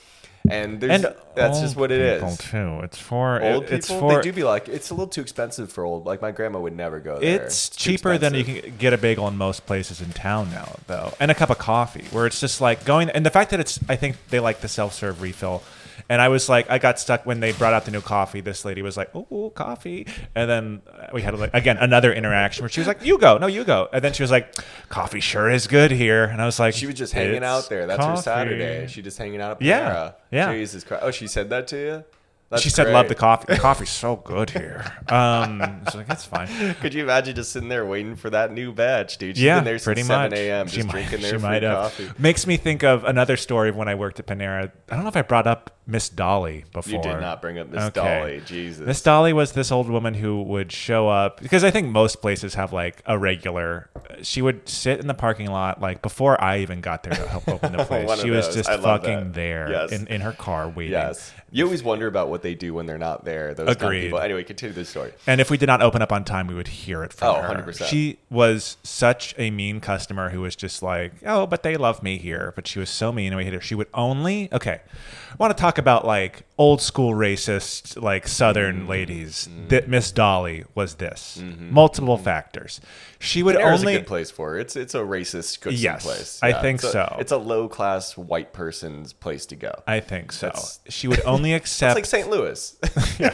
Speaker 1: and there's
Speaker 2: And
Speaker 1: that's just
Speaker 2: old
Speaker 1: what it
Speaker 2: people,
Speaker 1: is.
Speaker 2: Too. It's for it-
Speaker 1: Old people,
Speaker 2: It's for
Speaker 1: they do be like, it's a little too expensive for old. Like my grandma would never go there.
Speaker 2: It's
Speaker 1: too
Speaker 2: cheaper than you
Speaker 1: expensive.
Speaker 2: can get a bagel in most places in town now, though, and a cup of coffee. Where it's just like going, and the fact that it's, I think they like the self serve refill. And I was like, I got stuck when they brought out the new coffee. This lady was like, "Oh, coffee," and then uh, we had like again another interaction where she was like, "You go, no, you go," and then she was like, "Coffee sure is good here,her," and I was like,
Speaker 1: She was just hanging
Speaker 2: "It's
Speaker 1: out there. That's her
Speaker 2: coffee."
Speaker 1: Saturday. She just hanging out at Panera.
Speaker 2: Yeah, yeah.
Speaker 1: Jesus Christ. Oh, she said that to you. That's
Speaker 2: she said,
Speaker 1: great.
Speaker 2: "Love the coffee. The coffee's so good here." Um, I was like, "That's fine."
Speaker 1: Could you imagine just sitting there waiting for that new batch, dude? She's
Speaker 2: yeah,
Speaker 1: been there since
Speaker 2: pretty
Speaker 1: 7
Speaker 2: much.
Speaker 1: a.m. Just
Speaker 2: might-
Speaker 1: drinking their
Speaker 2: she
Speaker 1: free
Speaker 2: might have.
Speaker 1: coffee.
Speaker 2: Makes me think of another story of when I worked at Panera. I don't know if I brought up Miss Dolly before.
Speaker 1: You did not bring up Miss
Speaker 2: Okay.
Speaker 1: Dolly. Jesus.
Speaker 2: Miss Dolly was this old woman who would show up because I think most places have like a regular. She would sit in the parking lot like before I even got there to help open the place.
Speaker 1: One of
Speaker 2: she was
Speaker 1: those.
Speaker 2: just
Speaker 1: I love
Speaker 2: fucking
Speaker 1: that.
Speaker 2: there
Speaker 1: Yes.
Speaker 2: in, in her car waiting.
Speaker 1: yes. You always wonder about what they do when they're not there. Those kind of
Speaker 2: Agreed.
Speaker 1: people. Anyway, continue the story.
Speaker 2: And if we did not open up on time, we would hear it from
Speaker 1: Oh,
Speaker 2: her.
Speaker 1: 100%.
Speaker 2: She was such a mean customer who was just like, "Oh, but they love me here." But she was so mean, and we hit her. She would only okay. I want to talk about like old school racist, like Southern
Speaker 1: Mm-hmm.
Speaker 2: ladies. That Miss Dolly was this multiple factors. She would
Speaker 1: There's
Speaker 2: only
Speaker 1: Mm-hmm. a good place for it. It's it's a racist good
Speaker 2: Yes,
Speaker 1: place.
Speaker 2: I think
Speaker 1: it's a-
Speaker 2: so.
Speaker 1: It's a low class white person's place to go.
Speaker 2: I think so.
Speaker 1: That's-
Speaker 2: She would only
Speaker 1: It's
Speaker 2: accept
Speaker 1: like St. Louis.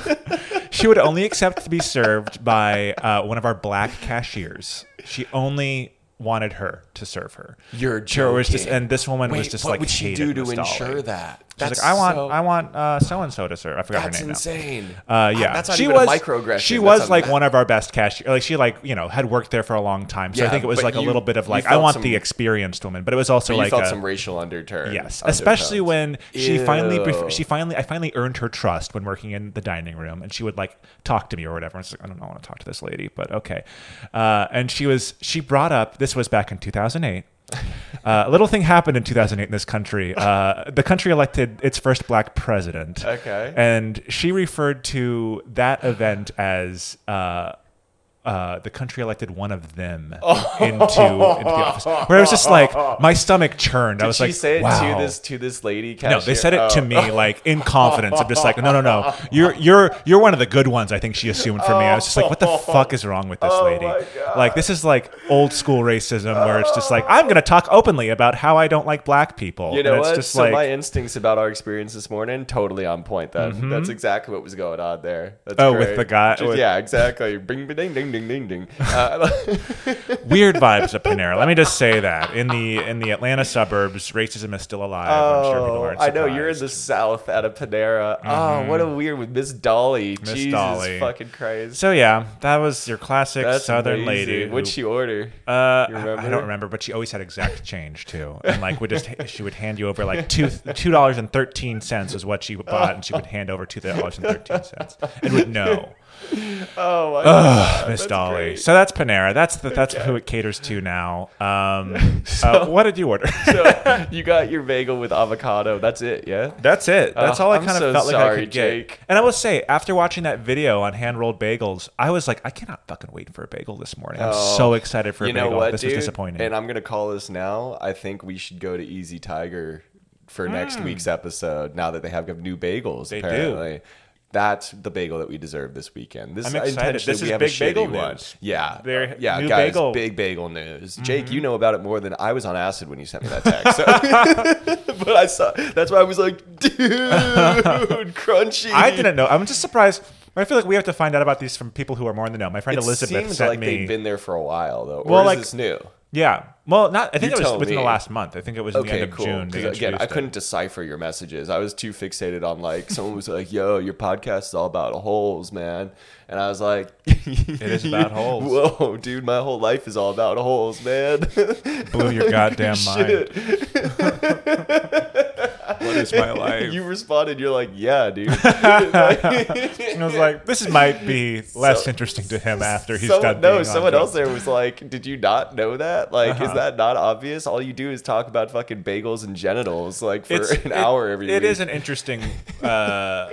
Speaker 2: she would only accept to be served by uh, one of our black cashiers. She only wanted her to serve her.
Speaker 1: You're
Speaker 2: Sure, it was just,
Speaker 1: joking.
Speaker 2: and this woman was
Speaker 1: Wait,
Speaker 2: just
Speaker 1: what
Speaker 2: like,
Speaker 1: would she
Speaker 2: hated
Speaker 1: do to
Speaker 2: Miss Dolly.
Speaker 1: ensure that?
Speaker 2: She's
Speaker 1: That's
Speaker 2: like, I want,
Speaker 1: so-
Speaker 2: I want uh, so and so to serve. I forgot
Speaker 1: That's
Speaker 2: her name now.
Speaker 1: insane.
Speaker 2: Uh, yeah,
Speaker 1: that's not
Speaker 2: she
Speaker 1: even
Speaker 2: was
Speaker 1: a microaggression.
Speaker 2: She
Speaker 1: That's
Speaker 2: was
Speaker 1: a
Speaker 2: like
Speaker 1: ma-
Speaker 2: one of our best cashier. Like she like you know had worked there for a long time, so I
Speaker 1: Yeah,
Speaker 2: think it was
Speaker 1: but
Speaker 2: like a
Speaker 1: you-
Speaker 2: little bit of
Speaker 1: you
Speaker 2: like I
Speaker 1: felt
Speaker 2: want
Speaker 1: some-
Speaker 2: the experienced woman, but it was also
Speaker 1: You
Speaker 2: like
Speaker 1: felt
Speaker 2: a,
Speaker 1: some racial underturn.
Speaker 2: Yes, especially
Speaker 1: undertones.
Speaker 2: when she finally
Speaker 1: Ew.
Speaker 2: bef- she finally I finally earned her trust when working in the dining room, and she would like talk to me or whatever. I was like, I don't want to talk to this lady, but okay. Uh, and she was she brought up this was back in 2008. Uh, a little thing happened in 2008 in this country. Uh, the country elected its first black president.
Speaker 1: Okay.
Speaker 2: And she referred to that event as uh, uh, the country elected one of them into, into the office. Where I was just like, my stomach churned. I was
Speaker 1: she
Speaker 2: like,
Speaker 1: say it
Speaker 2: wow.
Speaker 1: to this to this lady.
Speaker 2: No,
Speaker 1: Cashier?
Speaker 2: they said it
Speaker 1: Oh.
Speaker 2: to me like in confidence. I'm just like, no, no, no. You're you're you're one of the good ones. I think she assumed for me. I was just like, what the fuck is wrong with this lady?
Speaker 1: Oh. my God.
Speaker 2: Like this is like old school racism where it's just like I'm gonna talk openly about how I don't like black people.
Speaker 1: You know
Speaker 2: and it's
Speaker 1: what?
Speaker 2: just
Speaker 1: so
Speaker 2: like Mm-hmm.
Speaker 1: my instincts about our experience this morning totally on point. Then that's exactly what was going on there. That's
Speaker 2: Oh, with
Speaker 1: great.
Speaker 2: the guy-
Speaker 1: Just-
Speaker 2: with-
Speaker 1: yeah, exactly. Bing, ba- ding, ding, ding, ding, ding. Uh,
Speaker 2: weird vibes at Panera. Let me just say that in the in the Atlanta suburbs, racism is still alive. I'm sure people
Speaker 1: oh,
Speaker 2: aren't
Speaker 1: I know you're in
Speaker 2: surprised. Mm-hmm.
Speaker 1: the South at a Panera. Oh, what a weird with Miss Dolly. Jesus
Speaker 2: Dolly.
Speaker 1: fucking Christ.
Speaker 2: So yeah, that was your classic
Speaker 1: That's
Speaker 2: Southern
Speaker 1: amazing.
Speaker 2: lady. who-
Speaker 1: What'd she order?
Speaker 2: Uh,
Speaker 1: You
Speaker 2: I- I
Speaker 1: remember?
Speaker 2: don't remember, but she always had exact change too, and like would just she would hand you over like two two dollars and thirteen cents was what she bought, and she would hand over two dollars and thirteen cents, and would know
Speaker 1: oh, my
Speaker 2: Miss Dolly.
Speaker 1: great.
Speaker 2: So that's Panera. That's the, that's who it caters to now. Um, uh, what did you order?
Speaker 1: So you got your bagel with avocado. That's it, yeah?
Speaker 2: That's it. That's
Speaker 1: Oh,
Speaker 2: all I
Speaker 1: I'm
Speaker 2: kind of
Speaker 1: so
Speaker 2: felt like I
Speaker 1: sorry,
Speaker 2: could
Speaker 1: Jake.
Speaker 2: get. And I will say, after watching that video on hand rolled bagels, I was like, I cannot fucking wait for a bagel this morning. I'm
Speaker 1: Oh.
Speaker 2: so excited for a
Speaker 1: you know
Speaker 2: bagel.
Speaker 1: what,
Speaker 2: this
Speaker 1: dude?
Speaker 2: was disappointing.
Speaker 1: And I'm gonna call this now. I think we should go to Easy Tiger for next week's episode. Now that they have new
Speaker 2: Hmm.
Speaker 1: bagels,
Speaker 2: They do.
Speaker 1: apparently. That's the bagel that we deserve this weekend. This
Speaker 2: I'm
Speaker 1: I
Speaker 2: excited.
Speaker 1: intentionally-
Speaker 2: This
Speaker 1: we
Speaker 2: is
Speaker 1: have
Speaker 2: big bagel
Speaker 1: a shitty one.
Speaker 2: news.
Speaker 1: Yeah,
Speaker 2: Very-
Speaker 1: yeah,
Speaker 2: new
Speaker 1: guys,
Speaker 2: bagel. Mm-hmm.
Speaker 1: big bagel news. Jake, you know about it more than I was on acid when you sent me that text. So- but I saw. That's why I was like, dude, crunchy.
Speaker 2: I didn't know. I'm just surprised. I feel like we have to find out about these from people who are more in the know. My friend
Speaker 1: It
Speaker 2: Elizabeth
Speaker 1: seems
Speaker 2: sent
Speaker 1: like
Speaker 2: me.
Speaker 1: they've been there for a while though. Or
Speaker 2: Well,
Speaker 1: is
Speaker 2: like-
Speaker 1: this new?
Speaker 2: yeah. Well, not. I think
Speaker 1: You
Speaker 2: it was
Speaker 1: tell
Speaker 2: within
Speaker 1: me.
Speaker 2: the last month. I think it was in the end of June. they
Speaker 1: 'Cause Again,
Speaker 2: introduced
Speaker 1: I
Speaker 2: it.
Speaker 1: couldn't decipher your messages. I was too fixated on like someone was like, "Yo, your podcast is all about holes, man," and I was like, "It
Speaker 2: is about holes.
Speaker 1: Whoa, dude, my whole life is all about holes, man.
Speaker 2: Blew your goddamn mind.
Speaker 1: Shit.
Speaker 2: What is my life?
Speaker 1: You responded. You're like, "Yeah, dude."
Speaker 2: and I was like, this might be less
Speaker 1: So-
Speaker 2: interesting to him after he's
Speaker 1: Some-
Speaker 2: done. being
Speaker 1: no,
Speaker 2: on Uh-huh.
Speaker 1: someone
Speaker 2: drugs.
Speaker 1: else there was like, "Did you not know that? Like, is that not obvious? All you do is talk about fucking bagels and genitals like for
Speaker 2: It's- it-
Speaker 1: an hour every
Speaker 2: It
Speaker 1: week."
Speaker 2: is an interesting. Uh,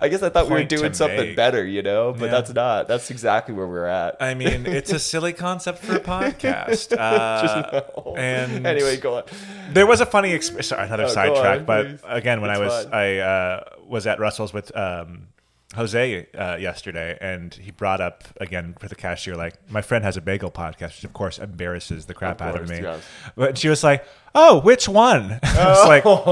Speaker 1: I guess I thought we were
Speaker 2: point to
Speaker 1: doing something
Speaker 2: make.
Speaker 1: better, you know, but
Speaker 2: Yeah.
Speaker 1: that's not. That's exactly where we're at.
Speaker 2: I mean, it's a silly concept for a podcast. Uh, and
Speaker 1: anyway, go on.
Speaker 2: There was a funny exp- sorry, another
Speaker 1: Oh, go
Speaker 2: sidetrack,
Speaker 1: on,
Speaker 2: but
Speaker 1: please.
Speaker 2: again, when
Speaker 1: It's
Speaker 2: I was
Speaker 1: fine.
Speaker 2: I uh, was at Russell's with um, Jose uh, yesterday, and he brought up again with the cashier, like my friend has a bagel podcast, which of course embarrasses the crap out of
Speaker 1: course,
Speaker 2: me.
Speaker 1: yes.
Speaker 2: But she was like, "Oh, which one?" I was like, "Which,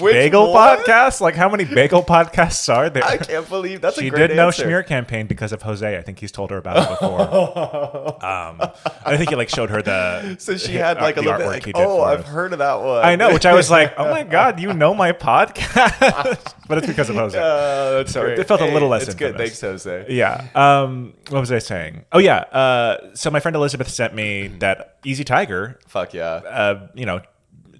Speaker 1: Oh, which
Speaker 2: bagel
Speaker 1: one?"
Speaker 2: podcast? Like, how many bagel podcasts are there?"
Speaker 1: I can't believe that's
Speaker 2: she
Speaker 1: a great
Speaker 2: did know
Speaker 1: answer.
Speaker 2: smear campaign because of Jose. I think he's told her about it before. um, I think he like showed her the
Speaker 1: So she had
Speaker 2: uh,
Speaker 1: like a
Speaker 2: the
Speaker 1: little bit
Speaker 2: artwork
Speaker 1: like,
Speaker 2: he did
Speaker 1: oh,
Speaker 2: for
Speaker 1: I've
Speaker 2: us."
Speaker 1: heard of that one.
Speaker 2: I know, which I was like, oh my god, you know my podcast, but it's because of Jose.
Speaker 1: Uh, that's
Speaker 2: So
Speaker 1: great.
Speaker 2: it felt a
Speaker 1: Hey,
Speaker 2: little less
Speaker 1: It's good.
Speaker 2: infamous.
Speaker 1: Thanks, Jose.
Speaker 2: yeah. Um, what was I saying? Oh yeah. Uh, so my friend Elizabeth sent me that Easy Tiger.
Speaker 1: Fuck yeah.
Speaker 2: Uh, you know,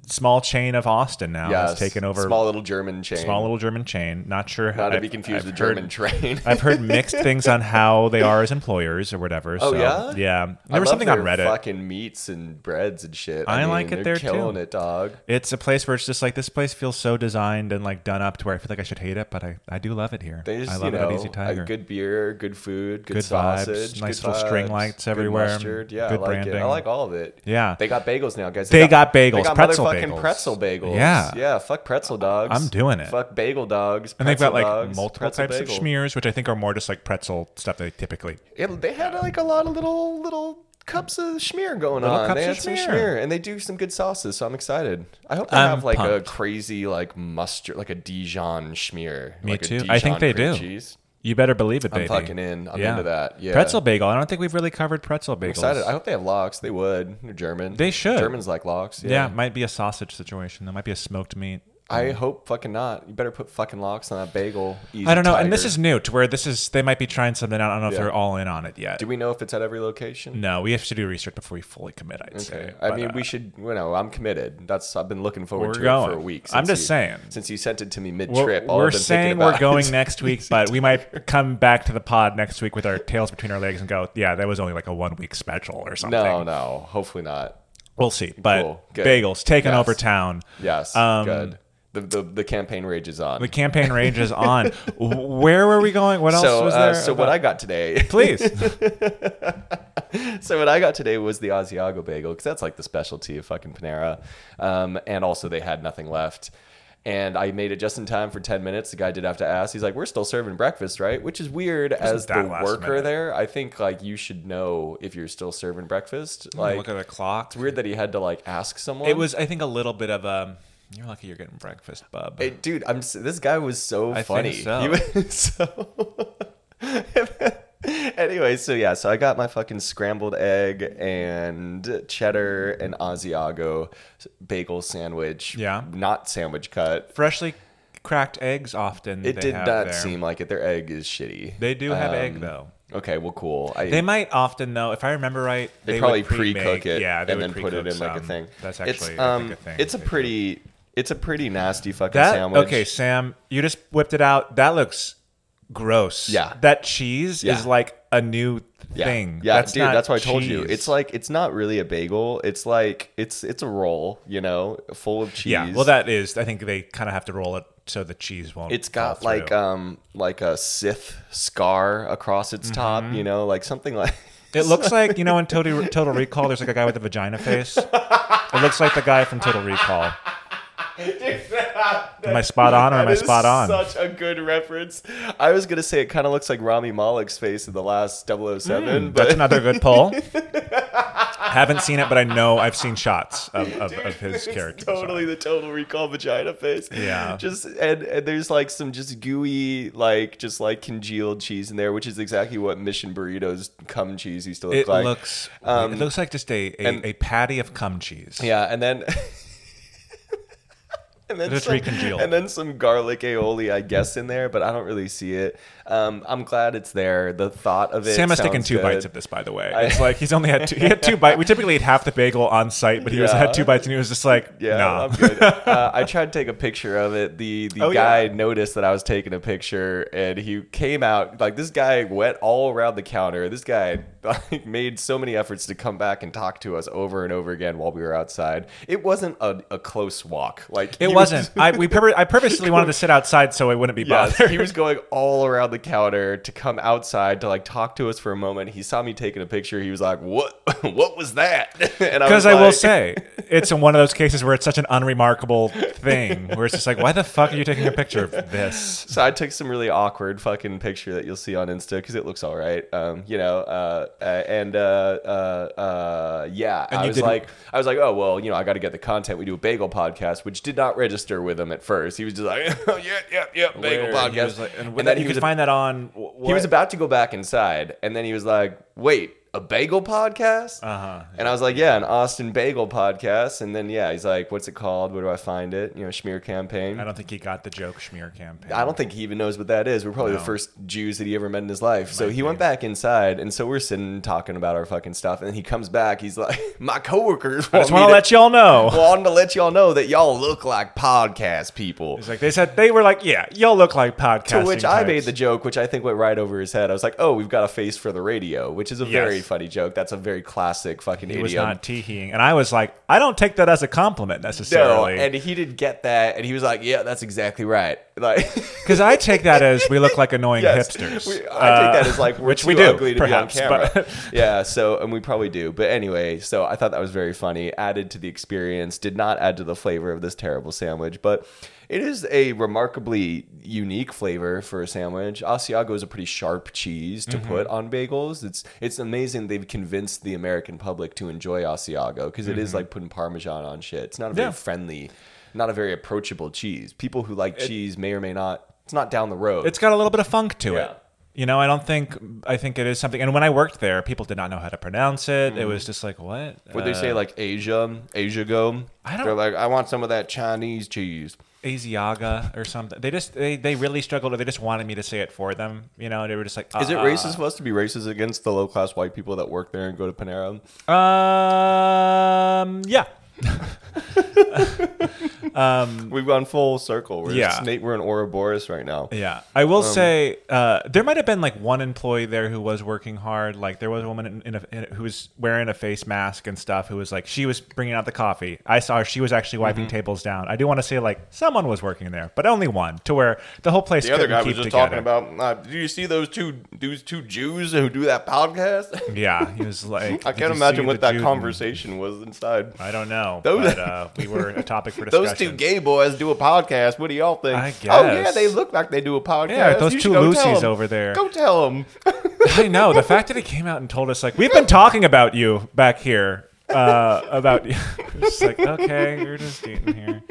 Speaker 2: small chain of Austin now.
Speaker 1: Yeah,
Speaker 2: It's taken over
Speaker 1: Small little German chain.
Speaker 2: small little German chain. Not sure how
Speaker 1: Not to
Speaker 2: I've-
Speaker 1: be confused
Speaker 2: I've
Speaker 1: with
Speaker 2: heard-
Speaker 1: German train.
Speaker 2: I've heard mixed things on how they are as employers or whatever.
Speaker 1: Oh,
Speaker 2: so,
Speaker 1: yeah?
Speaker 2: there
Speaker 1: I
Speaker 2: was
Speaker 1: love
Speaker 2: something on
Speaker 1: their
Speaker 2: Reddit.
Speaker 1: Fucking meats and breads and shit.
Speaker 2: I
Speaker 1: mean,
Speaker 2: like it
Speaker 1: they're
Speaker 2: there, too.
Speaker 1: killing it, dog.
Speaker 2: It's a place where it's just like this place feels so designed and like done up to where I feel like I should hate it, but I, I do love it here.
Speaker 1: They just,
Speaker 2: I
Speaker 1: you
Speaker 2: love it
Speaker 1: know,
Speaker 2: on Easy Tiger.
Speaker 1: a good beer, good food, good,
Speaker 2: Good vibes,
Speaker 1: sausage, good
Speaker 2: nice little string
Speaker 1: vibes,
Speaker 2: lights
Speaker 1: good
Speaker 2: everywhere,
Speaker 1: mustard. Yeah, I
Speaker 2: good
Speaker 1: like it.
Speaker 2: branding.
Speaker 1: I like all of it.
Speaker 2: Yeah.
Speaker 1: they got bagels now, guys.
Speaker 2: They got bagels,
Speaker 1: They got
Speaker 2: pretzel
Speaker 1: motherfucking
Speaker 2: bagels.
Speaker 1: pretzel bagels.
Speaker 2: Yeah.
Speaker 1: yeah. Fuck pretzel dogs.
Speaker 2: I'm doing it.
Speaker 1: Fuck bagel dogs.
Speaker 2: and they've got
Speaker 1: pretzel
Speaker 2: like
Speaker 1: dogs,
Speaker 2: multiple
Speaker 1: pretzel
Speaker 2: types of
Speaker 1: bagel.
Speaker 2: schmears, which I think are more just like pretzel stuff they typically.
Speaker 1: It, they had like a lot of little little cups of schmear going
Speaker 2: Little
Speaker 1: on.
Speaker 2: cups
Speaker 1: They
Speaker 2: of
Speaker 1: had some
Speaker 2: schmear.
Speaker 1: schmear, and they do some good sauces. So I'm excited. I hope they
Speaker 2: I'm
Speaker 1: have like
Speaker 2: pumped.
Speaker 1: a crazy like mustard, like a Dijon schmear.
Speaker 2: Me
Speaker 1: like a
Speaker 2: too.
Speaker 1: Dijon
Speaker 2: I think they
Speaker 1: cream
Speaker 2: do.
Speaker 1: Cheese.
Speaker 2: You better believe it, baby.
Speaker 1: fucking in. I'm into that. Yeah.
Speaker 2: Pretzel bagel. I don't think we've really covered pretzel bagels.
Speaker 1: Excited. I hope they have locks. They would. They're German.
Speaker 2: They should.
Speaker 1: Germans like locks. Yeah.
Speaker 2: yeah, it might be a sausage situation. There might be a smoked meat.
Speaker 1: I hope fucking not. You better put fucking locks on that bagel. Easy
Speaker 2: I don't know. And this
Speaker 1: tiger.
Speaker 2: is new to where this is, they might be trying something out. I don't know if
Speaker 1: Yeah.
Speaker 2: they're all in on it yet.
Speaker 1: Do we know if it's at every location?
Speaker 2: no, we have to do research before we fully commit, I'd
Speaker 1: Okay.
Speaker 2: say.
Speaker 1: I
Speaker 2: But,
Speaker 1: mean,
Speaker 2: uh,
Speaker 1: we should. You know, I'm committed. That's. I've been looking
Speaker 2: We're
Speaker 1: forward to it for
Speaker 2: going.
Speaker 1: a week.
Speaker 2: I'm
Speaker 1: since
Speaker 2: just
Speaker 1: you-
Speaker 2: saying.
Speaker 1: Since you sent it to me
Speaker 2: We're,
Speaker 1: mid-trip, all
Speaker 2: we're
Speaker 1: I've been
Speaker 2: saying
Speaker 1: thinking about
Speaker 2: we're going
Speaker 1: is-
Speaker 2: next week, but we might come back to the pod next week with our tails between our legs and go, yeah, that was only like a one week special or something.
Speaker 1: No, no. Hopefully not.
Speaker 2: We'll see. But
Speaker 1: Cool. Good.
Speaker 2: bagels taking
Speaker 1: Yes.
Speaker 2: over town.
Speaker 1: Yes.
Speaker 2: Um,
Speaker 1: good. The, the the campaign rages on.
Speaker 2: The campaign range is on. Where were we going? What else
Speaker 1: so
Speaker 2: was
Speaker 1: uh,
Speaker 2: there?
Speaker 1: so what I got today.
Speaker 2: Please.
Speaker 1: so what I got today was the Asiago bagel because that's like the specialty of fucking Panera, um, and also they had nothing left. And I made it just in time for ten minutes. The guy did have to ask. He's like, "We're still serving breakfast, right?" Which is weird as
Speaker 2: that
Speaker 1: the
Speaker 2: last
Speaker 1: worker
Speaker 2: minute?
Speaker 1: there. I think like you should know if you're still serving breakfast. Like
Speaker 2: Mm, Look at the clock.
Speaker 1: it's weird that he had to like ask someone.
Speaker 2: It was, I think, a little bit of a. You're lucky you're getting breakfast, bub.
Speaker 1: Hey, dude, I'm s- this guy was so
Speaker 2: think
Speaker 1: funny.
Speaker 2: so.
Speaker 1: He was so. anyway, so yeah, so I got my fucking scrambled egg and cheddar and Asiago bagel sandwich.
Speaker 2: Yeah.
Speaker 1: not sandwich cut.
Speaker 2: Freshly cracked eggs. Often
Speaker 1: It
Speaker 2: they
Speaker 1: did
Speaker 2: have
Speaker 1: not
Speaker 2: there.
Speaker 1: seem like it. Their egg is shitty.
Speaker 2: They do have egg
Speaker 1: Um,
Speaker 2: though.
Speaker 1: Okay, well, cool. I,
Speaker 2: They might often though, if I remember right,
Speaker 1: they,
Speaker 2: would
Speaker 1: probably
Speaker 2: pre-make-
Speaker 1: pre-cook it
Speaker 2: Yeah, they
Speaker 1: and then
Speaker 2: would
Speaker 1: put it in
Speaker 2: pre-cook
Speaker 1: like a
Speaker 2: some.
Speaker 1: thing.
Speaker 2: That's
Speaker 1: It's,
Speaker 2: actually I
Speaker 1: um,
Speaker 2: think, a thing.
Speaker 1: It's a
Speaker 2: they do.
Speaker 1: pretty, it's a pretty nasty fucking
Speaker 2: that
Speaker 1: sandwich.
Speaker 2: okay, Sam. You just whipped it out. That looks gross.
Speaker 1: Yeah.
Speaker 2: that cheese
Speaker 1: Yeah.
Speaker 2: is like a new thing.
Speaker 1: Yeah, dude,
Speaker 2: not
Speaker 1: that's what I told you.
Speaker 2: cheese.
Speaker 1: It's like it's not really a bagel. It's like it's it's a roll, you know, full of cheese.
Speaker 2: yeah. Well, that is. I think they kind of have to roll it so the cheese won't.
Speaker 1: it's
Speaker 2: fall
Speaker 1: got
Speaker 2: through.
Speaker 1: like um like a Sith scar across its
Speaker 2: Mm-hmm.
Speaker 1: top, you know, like something like
Speaker 2: It looks like you know in Total, Total Recall, there's like a guy with a vagina face. It looks like the guy from Total Recall. Am I spot on or am I
Speaker 1: That is
Speaker 2: spot on?
Speaker 1: Such a good reference. I was gonna say it kind of looks like Rami Malek's face in the last 007,
Speaker 2: Mm, That's
Speaker 1: but
Speaker 2: another good pull. Haven't seen it, but I know I've seen shots of, of, of his
Speaker 1: It's
Speaker 2: character.
Speaker 1: Totally the total recall vagina face.
Speaker 2: Yeah.
Speaker 1: Just and, and there's like some just gooey, like just like congealed cheese in there, which is exactly what Mission Burritos cum cheese used to look
Speaker 2: It
Speaker 1: like. um,
Speaker 2: looks it looks like just a, a, a patty of cum cheese.
Speaker 1: Yeah, and then and then
Speaker 2: Just
Speaker 1: some,
Speaker 2: recongeal.
Speaker 1: and then some garlic aioli, I guess, in there, but I don't really see it. Um, I'm glad it's there. The thought of it.
Speaker 2: Sam has taken
Speaker 1: sounds
Speaker 2: two
Speaker 1: good.
Speaker 2: bites of this, by the way.
Speaker 1: I-
Speaker 2: it's like he's only had two. He had two bites. We typically eat half the bagel on site, but he was
Speaker 1: Yeah.
Speaker 2: had two bites, and he was just like,
Speaker 1: Yeah,
Speaker 2: nah.
Speaker 1: I'm good. uh, I tried to take a picture of it. The the
Speaker 2: Oh,
Speaker 1: guy
Speaker 2: yeah.
Speaker 1: noticed that I was taking a picture, and he came out like this guy went all around the counter. This guy like, made so many efforts to come back and talk to us over and over again while we were outside. It wasn't a, a close walk. Like he
Speaker 2: It
Speaker 1: was-
Speaker 2: wasn't. I we purpo- I purposely wanted to sit outside so I wouldn't be
Speaker 1: Yes,
Speaker 2: bothered.
Speaker 1: he was going all around the counter to come outside to like talk to us for a moment. He saw me taking a picture. He was like, "What? What was that?" And
Speaker 2: Because
Speaker 1: was
Speaker 2: I will
Speaker 1: like-
Speaker 2: say, it's one of those cases where it's such an unremarkable thing, where it's just like, why the fuck are you taking a picture of this?
Speaker 1: So I took some really awkward fucking picture that you'll see on Insta because it looks all right, um, you know. Uh, uh, and uh, uh, uh, yeah, I
Speaker 2: you
Speaker 1: was
Speaker 2: didn't-
Speaker 1: like, I was like, oh well, you know, I got to get the content. We do a bagel podcast, which did not register with him at first. He was just like, oh, yeah, yeah, yeah, bagel
Speaker 2: Where
Speaker 1: podcast.
Speaker 2: he was like- and,
Speaker 1: and then
Speaker 2: you
Speaker 1: he was,
Speaker 2: could find that on. wh-
Speaker 1: he was
Speaker 2: what-
Speaker 1: about to go back inside, and then he was like, wait. a bagel podcast?
Speaker 2: Uh-huh.
Speaker 1: And I was like, yeah, an Austin bagel podcast. And then, yeah, he's like, what's it called? Where do I find it? You know, smear campaign.
Speaker 2: I don't think he got the joke schmear campaign.
Speaker 1: I don't think he even knows what that is. We're probably
Speaker 2: No.
Speaker 1: the first Jews that he ever met in his life. So
Speaker 2: Might
Speaker 1: he went
Speaker 2: be.
Speaker 1: back inside, and so we're sitting talking about our fucking stuff. And he comes back. He's like, "My coworkers
Speaker 2: I
Speaker 1: want
Speaker 2: just
Speaker 1: me
Speaker 2: want to
Speaker 1: to
Speaker 2: let y'all know.
Speaker 1: wanted to let y'all know that y'all look like podcast people."
Speaker 2: It's like they said they were like, yeah, y'all look like podcasting.
Speaker 1: To which I
Speaker 2: types.
Speaker 1: made the joke, which I think went right over his head. I was like, "Oh, we've got a face for the radio," which is a
Speaker 2: Yes.
Speaker 1: very funny joke. That's a very classic fucking
Speaker 2: He
Speaker 1: idiom.
Speaker 2: was not teeheeing, and I was like, I don't take that as a compliment
Speaker 1: no,
Speaker 2: necessarily.
Speaker 1: and he did get that, and he was like, "Yeah, that's exactly right." Like.
Speaker 2: Because I take that as we look like annoying
Speaker 1: Yes.
Speaker 2: hipsters.
Speaker 1: We, I
Speaker 2: Uh,
Speaker 1: take that as like we're
Speaker 2: which
Speaker 1: too
Speaker 2: we do,
Speaker 1: ugly to
Speaker 2: perhaps,
Speaker 1: be on camera.
Speaker 2: but-
Speaker 1: yeah, so and we probably do. But anyway, so I thought that was very funny. Added to the experience, did not add to the flavor of this terrible sandwich, but it is a remarkably unique flavor for a sandwich. Asiago is a pretty sharp cheese to
Speaker 2: Mm-hmm.
Speaker 1: put on bagels. It's it's amazing they've convinced the American public to enjoy Asiago because is like putting parmesan on shit. It's not a very
Speaker 2: Mm-hmm. Yeah.
Speaker 1: friendly, not a very approachable cheese. People who like cheese may or may not. It's not down the road.
Speaker 2: it's got a little bit of funk to
Speaker 1: Yeah.
Speaker 2: it. You know, I don't think I think it is something. And when I worked there, people did not know how to pronounce it. It was just like what Uh,
Speaker 1: Would Mm-hmm. they say like Asia, Asia go?
Speaker 2: I don't-
Speaker 1: They're like, Uh, I want some of that Chinese cheese.
Speaker 2: Asiaga or something. They just they, they really struggled. Or they just wanted me to say it for them. You know, they were just like,
Speaker 1: Is it
Speaker 2: uh,
Speaker 1: racist for us to be racist against the low class white people that work there and go to Panera?
Speaker 2: Um, yeah,
Speaker 1: We've gone full circle. We're
Speaker 2: Yeah.
Speaker 1: snake, we're in Ouroboros right now.
Speaker 2: yeah. I
Speaker 1: Um,
Speaker 2: will say uh, there might have been like one employee there who was working hard. Like there was a woman in, in, a, in a- who was wearing a face mask and stuff. Who was like she was bringing out the coffee. I saw her. She was actually
Speaker 1: Mm-hmm.
Speaker 2: wiping tables down. I do want to say like someone was working there, but only one to where the whole place.
Speaker 1: The other
Speaker 2: couldn't
Speaker 1: guy was
Speaker 2: keep
Speaker 1: just
Speaker 2: together.
Speaker 1: talking about. Uh, do you see those two those two Jews who do that podcast?
Speaker 2: Yeah, he was like.
Speaker 1: I
Speaker 2: "Did
Speaker 1: can't
Speaker 2: you see
Speaker 1: imagine what
Speaker 2: the
Speaker 1: that
Speaker 2: Jew-"
Speaker 1: conversation was inside.
Speaker 2: I don't know.
Speaker 1: Those-
Speaker 2: but, uh, we were a topic for discussion.
Speaker 1: Those two gay boys do a podcast. What do y'all think?
Speaker 2: I
Speaker 1: Oh yeah,
Speaker 2: guess.
Speaker 1: they look like they do a podcast.
Speaker 2: Yeah, those
Speaker 1: You
Speaker 2: two
Speaker 1: should go tell
Speaker 2: Lucies
Speaker 1: 'em.
Speaker 2: over there.
Speaker 1: Go tell them.
Speaker 2: I know the fact that he came out and told us like we've been talking about you back here uh, about you. just like okay, you're just eating here.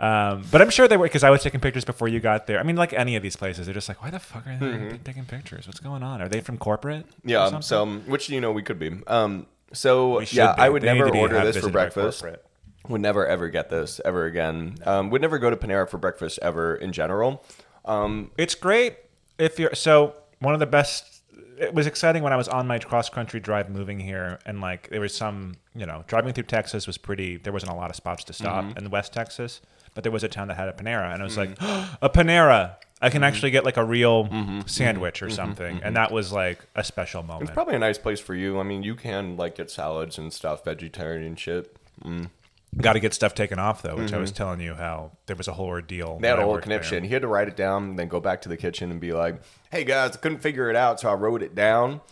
Speaker 2: Um, but I'm sure they were because I was taking pictures before you got there. I mean, like any of these places, they're just like, why the fuck are they taking pictures? What's going on? Are they from corporate? or
Speaker 1: Mm-hmm. Yeah.
Speaker 2: something?
Speaker 1: So, um, which you know we could be. Um. So
Speaker 2: should
Speaker 1: yeah,
Speaker 2: be.
Speaker 1: I would
Speaker 2: They
Speaker 1: never
Speaker 2: need to be-
Speaker 1: order
Speaker 2: have
Speaker 1: this for
Speaker 2: visited by
Speaker 1: breakfast.
Speaker 2: corporate.
Speaker 1: Would never ever get this ever again. Um, would never go to Panera for breakfast ever in general. Um,
Speaker 2: It's great if you're so one of the best. It was exciting when I was on my cross country drive moving here, and like there was some, you know, driving through Texas was pretty. There wasn't a lot of spots to stop
Speaker 1: Mm-hmm.
Speaker 2: in West Texas, but there was a town that had a Panera, and I was like,
Speaker 1: Mm-hmm.
Speaker 2: a Panera. I can actually get like a real sandwich or
Speaker 1: Mm-hmm.
Speaker 2: something, and that was like a special moment.
Speaker 1: it's probably a nice place for you. I mean, you can like get salads and stuff, vegetarian shit.
Speaker 2: Got to get stuff taken off though, which I was telling you how there was a whole ordeal.
Speaker 1: Mm-hmm. They had
Speaker 2: when
Speaker 1: a
Speaker 2: I
Speaker 1: whole
Speaker 2: worked there.
Speaker 1: conniption. He had to write it down, and then go back to the kitchen and be like, "Hey guys, I couldn't figure it out, so I wrote it down."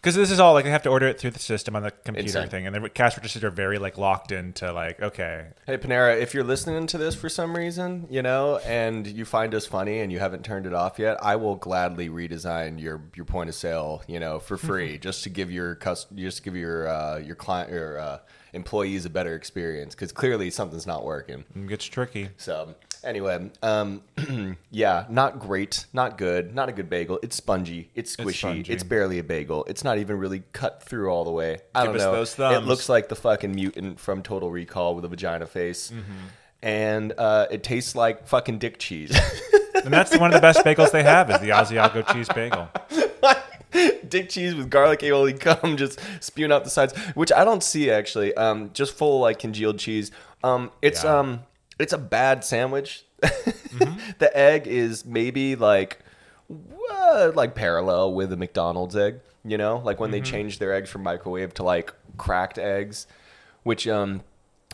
Speaker 2: Because this is all like they have to order it through the system on the computer
Speaker 1: Insane.
Speaker 2: thing, and the cash registers are very like locked into like okay,
Speaker 1: Hey Panera, if you're listening to this for some reason, you know, and you find us funny and you haven't turned it off yet, I will gladly redesign your your point of sale, you know, for free, just to give your cus- just to give your uh, your client your uh, employees a better experience because clearly something's not working.
Speaker 2: it gets tricky.
Speaker 1: So anyway, um, yeah, not great, not good, not a good bagel. It's spongy, it's squishy, it's,
Speaker 2: spongy.
Speaker 1: barely a bagel. It's not even really cut through all the way. I
Speaker 2: Give
Speaker 1: don't
Speaker 2: us
Speaker 1: know.
Speaker 2: those thumbs.
Speaker 1: It looks like the fucking mutant from Total Recall with a vagina face,
Speaker 2: Mm-hmm.
Speaker 1: and uh, it tastes like fucking dick cheese.
Speaker 2: And that's one of the best bagels they have is the Asiago cheese bagel.
Speaker 1: dick cheese with garlic aioli cum just spewing out the sides, which I don't see actually. Um, just full like congealed cheese. Um, it's
Speaker 2: Yeah. Mm-hmm.
Speaker 1: um, it's a bad sandwich. the egg is maybe like uh, like parallel with a McDonald's egg. You know, like when
Speaker 2: Mm-hmm.
Speaker 1: they changed their eggs from microwave to like cracked eggs, which um.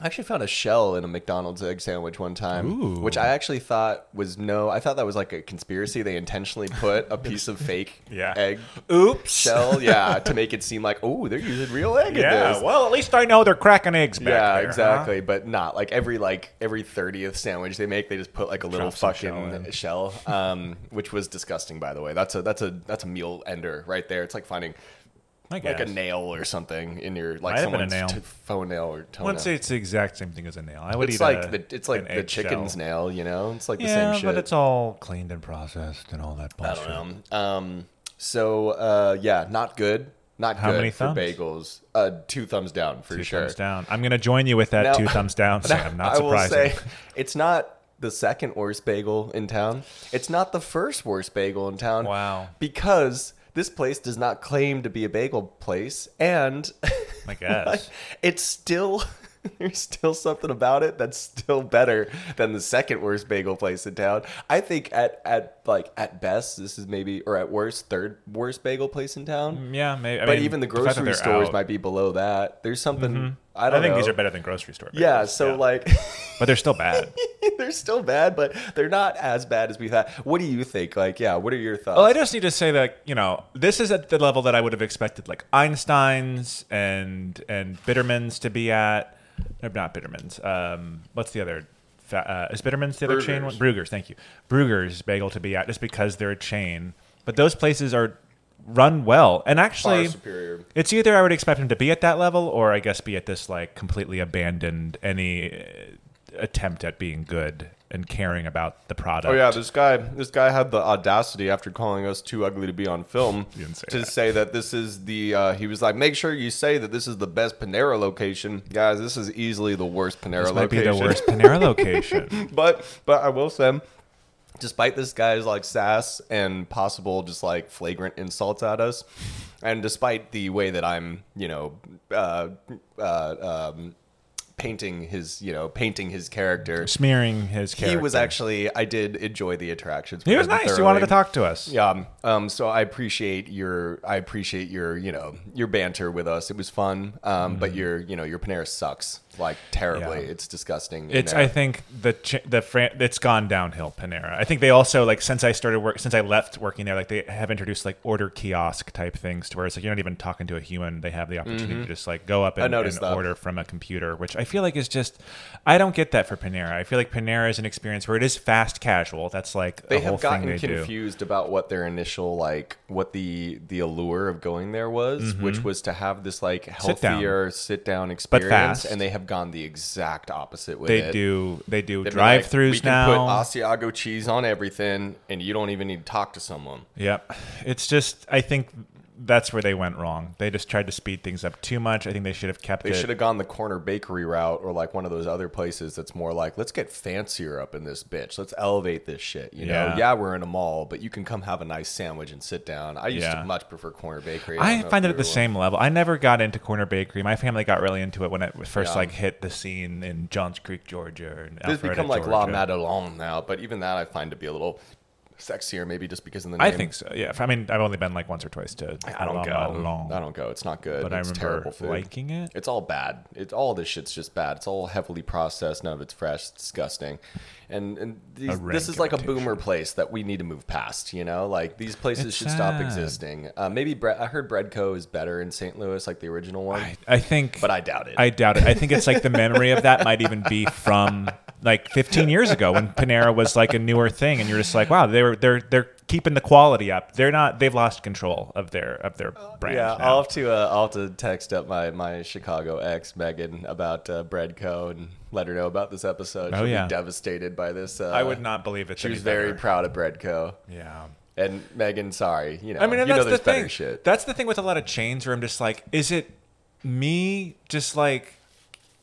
Speaker 1: I actually found a shell in a McDonald's egg sandwich one time,
Speaker 2: Ooh.
Speaker 1: which I actually thought was no. I thought that was like a conspiracy. They intentionally put a piece of fake
Speaker 2: Yeah.
Speaker 1: egg
Speaker 2: Oops.
Speaker 1: shell, yeah, to make it seem like, oh, they're using real egg in
Speaker 2: yeah.
Speaker 1: this.
Speaker 2: Well, at least I know they're cracking eggs back
Speaker 1: yeah,
Speaker 2: there, huh?
Speaker 1: exactly, but not like every like every thirtieth sandwich they make, they just put like a little
Speaker 2: Drop some
Speaker 1: fucking shell, um, which was disgusting, by the way. That's a that's a that's a meal ender right there. It's like finding
Speaker 2: I guess.
Speaker 1: like a nail or something in your like
Speaker 2: Might have been a
Speaker 1: someone's
Speaker 2: nail.
Speaker 1: T- phone nail or
Speaker 2: I
Speaker 1: toenail.
Speaker 2: wouldn't say it's the exact same thing as a nail. I would
Speaker 1: it's
Speaker 2: eat
Speaker 1: like
Speaker 2: a,
Speaker 1: the it's like
Speaker 2: uh, an
Speaker 1: the
Speaker 2: egg
Speaker 1: chicken's
Speaker 2: shell.
Speaker 1: nail, you know. It's like
Speaker 2: Yeah,
Speaker 1: the same shit.
Speaker 2: but it's all cleaned and processed and all that
Speaker 1: I
Speaker 2: bullshit.
Speaker 1: don't know. Um, so uh, yeah, not good. Not
Speaker 2: How
Speaker 1: good
Speaker 2: many
Speaker 1: for
Speaker 2: thumbs?
Speaker 1: bagels. Uh, two thumbs down for
Speaker 2: Two
Speaker 1: sure.
Speaker 2: thumbs down. I'm gonna join you with that
Speaker 1: Now-
Speaker 2: two thumbs down, Sam. Not
Speaker 1: I will
Speaker 2: surprising.
Speaker 1: say it's not the second worst bagel in town. It's not the first worst bagel in town.
Speaker 2: Wow.
Speaker 1: Because this place does not claim to be a bagel place, and
Speaker 2: I guess.
Speaker 1: it's still there's still something about it that's still better than the second worst bagel place in town. I think at at like at best this is maybe or at worst third worst bagel place in town.
Speaker 2: yeah, maybe. Mm, I
Speaker 1: But
Speaker 2: mean,
Speaker 1: even the
Speaker 2: fact that
Speaker 1: grocery
Speaker 2: they're
Speaker 1: stores
Speaker 2: out- Mm-hmm.
Speaker 1: might be below that. There's something I
Speaker 2: I
Speaker 1: don't.
Speaker 2: think these
Speaker 1: know.
Speaker 2: are better than grocery store. Bagels.
Speaker 1: Yeah, so like
Speaker 2: but they're still bad.
Speaker 1: they're still bad, but they're not as bad as we've had. What do you think? Like, yeah, what are your thoughts?
Speaker 2: Well, I just need to say that you know this is at the level that I would have expected, like Einstein's and and Bitterman's to be at. Or not Bitterman's. Um, what's the other? fa- Uh, is Bitterman's the other chain?
Speaker 1: Brugger's.
Speaker 2: one? Brugger's, thank you. Brugger's bagel to be at just because they're a chain, but those places are run well and actually
Speaker 1: Far superior.
Speaker 2: It's either I would expect him to be at that level, or I guess be at this like completely abandoned any uh, attempt at being good and caring about the product.
Speaker 1: Oh yeah, this guy this guy had the audacity after calling us too ugly to be on film
Speaker 2: didn't say
Speaker 1: to
Speaker 2: that.
Speaker 1: say that this is the uh, he was like, make sure you say that this is the best Panera location, guys. This is easily the worst Panera
Speaker 2: this might be
Speaker 1: location.
Speaker 2: the worst Panera location.
Speaker 1: but but I will say, despite this guy's like sass and possible just like flagrant insults at us, and despite the way that I'm you know uh, uh, um, painting his you know painting his character,
Speaker 2: Smearing his character.
Speaker 1: he was actually I did enjoy the attractions.
Speaker 2: He was
Speaker 1: with him
Speaker 2: nice. He wanted to
Speaker 1: thoroughly.
Speaker 2: talk to us.
Speaker 1: Yeah. um, Um. So I appreciate your I appreciate your you know your banter with us. It was fun. Um. But your you know your Panera sucks like terribly.
Speaker 2: Mm-hmm. Yeah.
Speaker 1: It's disgusting. in
Speaker 2: It's
Speaker 1: there.
Speaker 2: I think the ch- the Fran- it's gone downhill Panera. I think they also like since I started work since I left working there like they have introduced like order kiosk type things to where it's like you're not even talking to a human. They have the opportunity to just like go up and,
Speaker 1: Mm-hmm. noticed
Speaker 2: and
Speaker 1: that.
Speaker 2: order from a computer, which I feel like is just I don't get that for Panera. I feel like Panera is an experience where it is fast casual. That's like
Speaker 1: they
Speaker 2: a whole
Speaker 1: have gotten
Speaker 2: thing they do.
Speaker 1: confused about what their initial like what the the allure of going there was which was to have this like
Speaker 2: Mm-hmm. down.
Speaker 1: healthier sit down experience
Speaker 2: fast.
Speaker 1: and they have gone the exact opposite with
Speaker 2: They
Speaker 1: it
Speaker 2: do they do
Speaker 1: They've been like,
Speaker 2: drive-throughs
Speaker 1: we
Speaker 2: now.
Speaker 1: can put asiago cheese on everything and you don't even need to talk to someone
Speaker 2: Yep. It's just I think that's where they went wrong. They just tried to speed things up too much. I think they should have kept
Speaker 1: they
Speaker 2: it.
Speaker 1: should have gone the corner bakery route or like one of those other places that's more like let's get fancier up in this bitch let's elevate this shit you know
Speaker 2: Yeah.
Speaker 1: yeah we're in a mall but you can come have a nice sandwich and sit down i used
Speaker 2: Yeah.
Speaker 1: to much prefer corner bakery
Speaker 2: I
Speaker 1: don't know if
Speaker 2: find it
Speaker 1: you
Speaker 2: at the
Speaker 1: ever went.
Speaker 2: same level. I never got into corner bakery. My family got really into it when it first
Speaker 1: Yeah.
Speaker 2: like hit the scene in Johns Creek, Georgia. And
Speaker 1: It's
Speaker 2: Alpharetta,
Speaker 1: become like
Speaker 2: Georgia.
Speaker 1: La Madelon now, but even that I find to be a little sexier, maybe just because of the name.
Speaker 2: I think so. Yeah. I mean, I've only been like once or twice to
Speaker 1: I don't
Speaker 2: La
Speaker 1: go.
Speaker 2: Madelon,
Speaker 1: I don't go. It's not good.
Speaker 2: but I
Speaker 1: it's
Speaker 2: remember
Speaker 1: terrible food.
Speaker 2: liking it.
Speaker 1: It's all bad. It's all this shit's just bad. It's all heavily processed. None of it's fresh. It's disgusting. And and these,
Speaker 2: rank
Speaker 1: this is like a
Speaker 2: imitation.
Speaker 1: boomer place that we need to move past. You know, like these places
Speaker 2: It's
Speaker 1: should stop
Speaker 2: sad.
Speaker 1: existing. Uh, maybe Bre- I heard Breadco is better in St. Louis, like the original one.
Speaker 2: I, I think,
Speaker 1: But I doubt it.
Speaker 2: I doubt it. I think it's like the memory of that might even be from like 15 years ago when Panera was like a newer thing, and you're just like, wow, they're they're they're keeping the quality up. They're not. They've lost control of their of their brand.
Speaker 1: Yeah,
Speaker 2: now.
Speaker 1: I'll have to uh, I'll have to text up my, my Chicago ex Megan about uh, Breadco and let her know about this episode.
Speaker 2: Oh,
Speaker 1: She'll
Speaker 2: yeah.
Speaker 1: be devastated by this. Uh,
Speaker 2: I would not believe it.
Speaker 1: She was very proud of Breadco.
Speaker 2: Yeah.
Speaker 1: And Megan, sorry, you know,
Speaker 2: I mean,
Speaker 1: Um, you
Speaker 2: and that's
Speaker 1: know
Speaker 2: the
Speaker 1: there's better
Speaker 2: thing.
Speaker 1: shit.
Speaker 2: That's the thing with a lot of chains where I'm just like, is it me just like,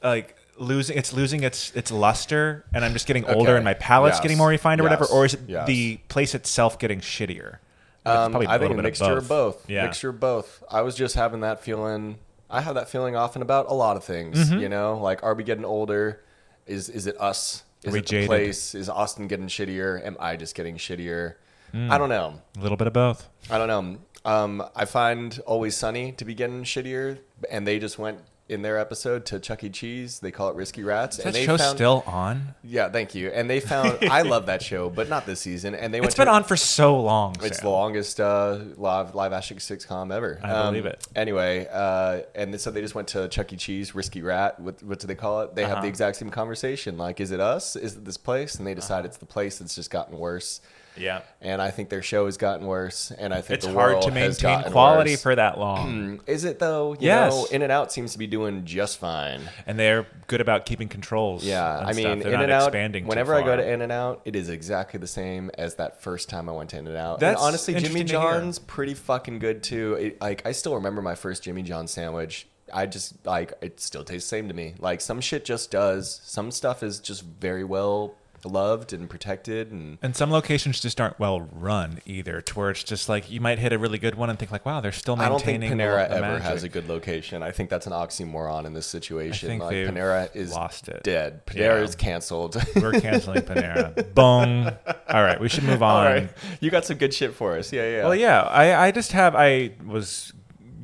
Speaker 2: like losing? It's losing its its luster, and I'm just getting older,
Speaker 1: Okay.
Speaker 2: and my palate's
Speaker 1: Yes.
Speaker 2: getting more refined or whatever,
Speaker 1: Yes.
Speaker 2: or is it
Speaker 1: Yes.
Speaker 2: the place itself getting shittier? It's
Speaker 1: Um,
Speaker 2: probably
Speaker 1: I think
Speaker 2: little bit
Speaker 1: a mixture of both.
Speaker 2: Yeah.
Speaker 1: Mixture of both. I was just having that feeling. I have that feeling often about a lot of things.
Speaker 2: Mm-hmm.
Speaker 1: You know, like are we getting older? Is is it us? Is
Speaker 2: we
Speaker 1: it the
Speaker 2: jaded?
Speaker 1: place? Is Austin getting shittier? Am I just getting shittier?
Speaker 2: Mm.
Speaker 1: I don't know.
Speaker 2: A little bit of both.
Speaker 1: I don't know. Um, I find Always Sunny to be getting shittier, and they just went in their episode to Chuck E. Cheese. They call it Risky Rats,
Speaker 2: That
Speaker 1: and they
Speaker 2: show's
Speaker 1: found
Speaker 2: still on.
Speaker 1: yeah, thank you. And they found I love that show, but not this season. And they went
Speaker 2: It's been
Speaker 1: to,
Speaker 2: on for so long.
Speaker 1: It's
Speaker 2: Sam.
Speaker 1: the longest uh, live live action sitcom ever. Um,
Speaker 2: I believe it.
Speaker 1: Anyway, uh, and so they just went to Chuck E. Cheese, Risky Rat. What, what do they call it? They have
Speaker 2: Uh-huh.
Speaker 1: the exact same conversation. Like, is it us? Is it this place? And they decide it's the place that's just gotten worse.
Speaker 2: Yeah.
Speaker 1: And I think their show has gotten worse. And I think
Speaker 2: It's
Speaker 1: the
Speaker 2: hard
Speaker 1: world
Speaker 2: to
Speaker 1: has
Speaker 2: maintain
Speaker 1: gotten
Speaker 2: quality
Speaker 1: worse. Mm,
Speaker 2: for that long.
Speaker 1: Is it though? You
Speaker 2: Yes.
Speaker 1: know, In and Out seems to be doing just fine.
Speaker 2: And they're good about keeping controls.
Speaker 1: Hmm. Yeah,
Speaker 2: and
Speaker 1: I
Speaker 2: stuff.
Speaker 1: mean,
Speaker 2: They're
Speaker 1: In
Speaker 2: not
Speaker 1: and Out.
Speaker 2: expanding too
Speaker 1: Whenever I go
Speaker 2: far.
Speaker 1: to In and Out, it is exactly the same as that first time I went to In and Out. And
Speaker 2: That's
Speaker 1: honestly, Jimmy
Speaker 2: interesting to hear.
Speaker 1: John's pretty fucking good too. It, like I still remember my first Jimmy John sandwich. I just like it still tastes the same to me. Like some shit just does. Some stuff is just very well loved and protected and
Speaker 2: And some locations just aren't well run either, to where it's just like you might hit a really good one and think like, wow, they're still
Speaker 1: I don't think
Speaker 2: maintaining.
Speaker 1: Panera
Speaker 2: the, the
Speaker 1: ever has a
Speaker 2: magic.
Speaker 1: good location. I think that's an oxymoron in this situation.
Speaker 2: I think
Speaker 1: like
Speaker 2: they've
Speaker 1: Panera is
Speaker 2: lost it.
Speaker 1: dead. Panera
Speaker 2: Yeah.
Speaker 1: is canceled.
Speaker 2: We're canceling Panera. Bong. All right, we should move on.
Speaker 1: All right, you got some good shit for us. Yeah, yeah.
Speaker 2: Well, yeah, I, I just have I was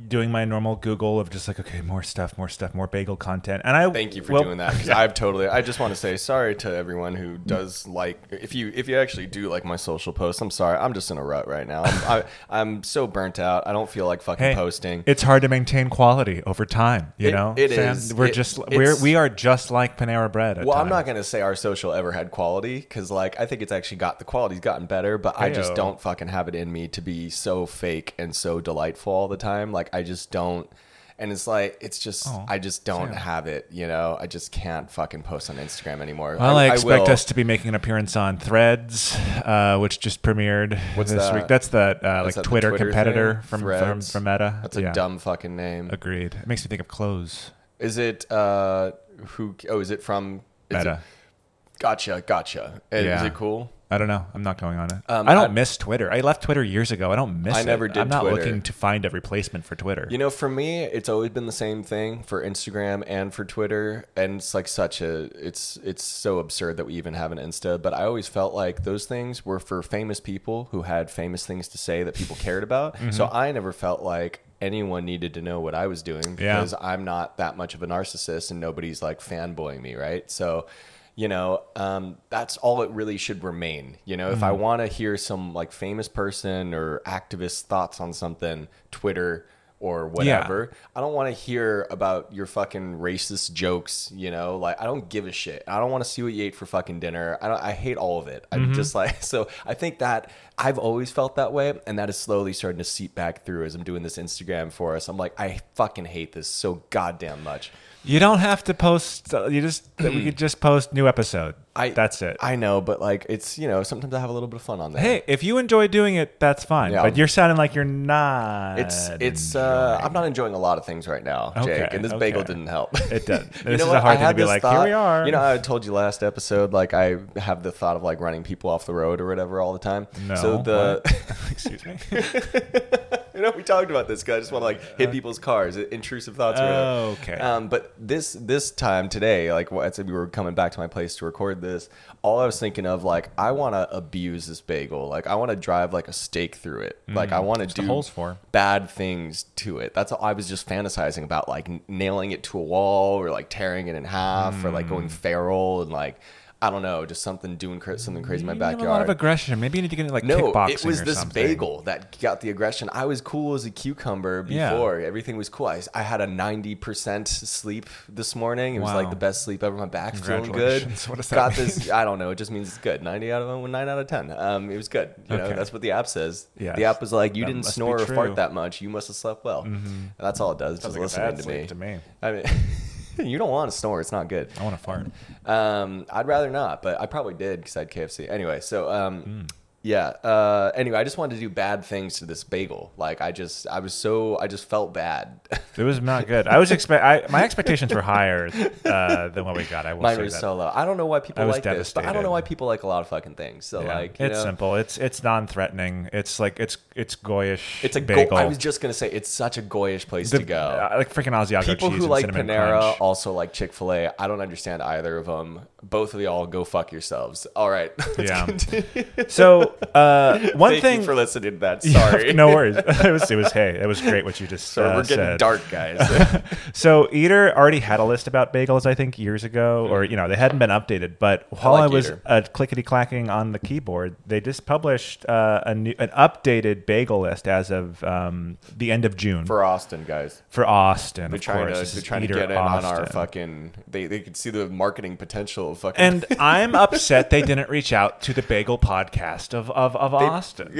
Speaker 2: doing my normal Google of just like okay, more stuff, more stuff, more bagel content, and I
Speaker 1: Thank you for
Speaker 2: well,
Speaker 1: doing that because I've totally. I just want to say sorry to everyone who does like. If you if you actually do like my social posts, I'm sorry. I'm just in a rut right now. I'm, I, I'm so burnt out. I don't feel like fucking
Speaker 2: Hey,
Speaker 1: posting.
Speaker 2: It's hard to maintain quality over time, you
Speaker 1: It-
Speaker 2: know.
Speaker 1: it
Speaker 2: It
Speaker 1: is.
Speaker 2: We're
Speaker 1: It-
Speaker 2: just we're
Speaker 1: it's-
Speaker 2: we are just like Panera Bread. At
Speaker 1: well, I'm
Speaker 2: times.
Speaker 1: not gonna say our social ever had quality because like I think it's actually got the quality's gotten better, but I just
Speaker 2: Heyo.
Speaker 1: don't fucking have it in me to be so fake and so delightful all the time. Like I just don't. And it's like it's just
Speaker 2: Aw,
Speaker 1: I just don't
Speaker 2: sad.
Speaker 1: have it, you know. I just can't fucking post on Instagram anymore.
Speaker 2: Well, I, expect
Speaker 1: will.
Speaker 2: us to be making an appearance on Threads, uh, which just premiered
Speaker 1: What's
Speaker 2: this
Speaker 1: that?
Speaker 2: week. That's the uh, like
Speaker 1: that the
Speaker 2: Twitter,
Speaker 1: Twitter
Speaker 2: competitor
Speaker 1: thing?
Speaker 2: from, from
Speaker 1: Threads?
Speaker 2: from Meta.
Speaker 1: That's a
Speaker 2: Yeah.
Speaker 1: dumb fucking name.
Speaker 2: Agreed. It makes me think of clothes.
Speaker 1: Is it uh who oh is it from is
Speaker 2: Meta.
Speaker 1: It, gotcha, gotcha. Is,
Speaker 2: Yeah.
Speaker 1: it cool?
Speaker 2: I don't know. I'm not going on it.
Speaker 1: Um,
Speaker 2: I don't
Speaker 1: I-
Speaker 2: miss Twitter. I left Twitter years ago. I don't miss
Speaker 1: I
Speaker 2: it.
Speaker 1: never did
Speaker 2: I'm not
Speaker 1: Twitter.
Speaker 2: looking to find a replacement for Twitter.
Speaker 1: You know, for me, it's always been the same thing for Instagram and for Twitter, and it's like such a it's it's so absurd that we even have an Insta. But I always felt like those things were for famous people who had famous things to say that people cared about.
Speaker 2: Mm-hmm.
Speaker 1: So I never felt like anyone needed to know what I was doing
Speaker 2: Yeah.
Speaker 1: because I'm not that much of a narcissist and nobody's like fanboying me, right? So, you know, um, that's all it really should remain. You know, if I want to hear some like famous person or activist thoughts on something, Twitter or whatever, I don't want to hear about your fucking racist jokes. You know, like I don't give a shit. I don't want to see what you ate for fucking dinner. I don't. I hate all of it.
Speaker 2: Mm-hmm.
Speaker 1: I'm just like so. I think that I've always felt that way, and that is slowly starting to seep back through as I'm doing this Instagram for us. I'm like, I fucking hate this so goddamn much.
Speaker 2: You don't have to post. uh, You just we could just post new episode.
Speaker 1: I
Speaker 2: That's it.
Speaker 1: I know, but like it's you know sometimes I have a little bit of fun on that.
Speaker 2: hey, if you enjoy doing it, that's fine.
Speaker 1: Yeah.
Speaker 2: But you're sounding like you're not.
Speaker 1: It's it's uh, I'm not enjoying a lot of things right now, Jake,
Speaker 2: Okay,
Speaker 1: and this bagel
Speaker 2: okay.
Speaker 1: didn't help.
Speaker 2: It doesn't.
Speaker 1: You
Speaker 2: This
Speaker 1: know
Speaker 2: is
Speaker 1: what?
Speaker 2: a hard
Speaker 1: I
Speaker 2: thing to
Speaker 1: had
Speaker 2: be
Speaker 1: this
Speaker 2: like,
Speaker 1: thought-
Speaker 2: here we are.
Speaker 1: You know, I told you last episode, like I have the thought of like running people off the road or whatever all the time.
Speaker 2: No.
Speaker 1: So the
Speaker 2: what? excuse me.
Speaker 1: you know we talked about this guy. I just want to like hit people's cars, intrusive thoughts. or whatever.
Speaker 2: Oh, Uh, okay.
Speaker 1: Um, but this this time today, like wh- I said, we were coming back to my place to record this. All I was thinking of, like, I want to abuse this bagel. Like, I want to drive like a stake through it. Like, I want to
Speaker 2: Mm. the
Speaker 1: do
Speaker 2: holes for.
Speaker 1: bad things to it. That's all I was just fantasizing about, like n- nailing it to a wall or like tearing it in half or like
Speaker 2: Mm.
Speaker 1: going feral and like I don't know, just something doing cra- something crazy in my
Speaker 2: You have a lot of
Speaker 1: backyard.
Speaker 2: aggression. Maybe you need to get into like
Speaker 1: No,
Speaker 2: kickboxing.
Speaker 1: it was
Speaker 2: or
Speaker 1: this
Speaker 2: something.
Speaker 1: bagel that got the aggression. I was cool as a cucumber
Speaker 2: Yeah.
Speaker 1: before. Everything was cool. I, I had a 90% sleep this morning. It was like
Speaker 2: Wow.
Speaker 1: the best sleep ever. My back's feeling good.
Speaker 2: Congratulations. What does that
Speaker 1: got this, I don't know. It just means it's good. 90 out of 9 out of 10. Um, it was good. You know,
Speaker 2: Okay.
Speaker 1: that's what the app says.
Speaker 2: Yes.
Speaker 1: The app was like, you
Speaker 2: That
Speaker 1: didn't
Speaker 2: must be
Speaker 1: snore or
Speaker 2: true. Mm-hmm.
Speaker 1: fart that much. You must have slept well. That's all it does. Just
Speaker 2: like a
Speaker 1: listening
Speaker 2: bad
Speaker 1: to
Speaker 2: sleep
Speaker 1: me.
Speaker 2: to me.
Speaker 1: I mean, you don't want to snore. It's not good.
Speaker 2: I want to fart.
Speaker 1: Um, I'd rather not, but I probably did because I had KFC. Anyway, so um,
Speaker 2: Hmm.
Speaker 1: yeah. Uh, anyway, I just wanted to do bad things to this bagel. Like I just, I was so, I just felt bad.
Speaker 2: It was not good. I was expect. I, my expectations were higher uh, than what we got. I will
Speaker 1: Mine
Speaker 2: say
Speaker 1: was
Speaker 2: that.
Speaker 1: so low. I don't know why people
Speaker 2: I was
Speaker 1: like this, but I don't know
Speaker 2: devastated.
Speaker 1: why people like a lot of fucking things. So
Speaker 2: Yeah.
Speaker 1: like, you
Speaker 2: it's
Speaker 1: know,
Speaker 2: simple. It's it's non-threatening. It's like it's it's goyish.
Speaker 1: It's a
Speaker 2: bagel.
Speaker 1: Go- I was just gonna say it's such a goyish place
Speaker 2: The-
Speaker 1: to go.
Speaker 2: I like freaking Asiago
Speaker 1: People
Speaker 2: cheese
Speaker 1: who
Speaker 2: and
Speaker 1: like
Speaker 2: cinnamon
Speaker 1: Panera
Speaker 2: crunch.
Speaker 1: also like Chick Fil A. I don't understand either of them. Both of y'all go fuck yourselves. All right, let's
Speaker 2: Yeah.
Speaker 1: continue.
Speaker 2: So uh, one
Speaker 1: Thank
Speaker 2: thing
Speaker 1: you for listening to that.
Speaker 2: Yeah,
Speaker 1: Sorry,
Speaker 2: no worries. It was it was hey, it was great what you just
Speaker 1: Sorry,
Speaker 2: uh,
Speaker 1: we're getting
Speaker 2: said.
Speaker 1: dark, guys.
Speaker 2: So Eater already had a list about bagels, I think, years ago, or you know, they hadn't been updated. But while
Speaker 1: Hmm. like
Speaker 2: I, was
Speaker 1: Eater.
Speaker 2: uh, clickety clacking on the keyboard, they just published uh, a new, an updated bagel list as of um, the end of June for,
Speaker 1: for Austin, guys.
Speaker 2: Austin.
Speaker 1: They're
Speaker 2: of
Speaker 1: trying
Speaker 2: course, This
Speaker 1: to they're
Speaker 2: is
Speaker 1: trying
Speaker 2: Eater
Speaker 1: to get in on our
Speaker 2: Austin.
Speaker 1: fucking. They they could see the marketing potential of fucking.
Speaker 2: And I'm upset they didn't reach out to the Bagel Podcast of of of, of Austin.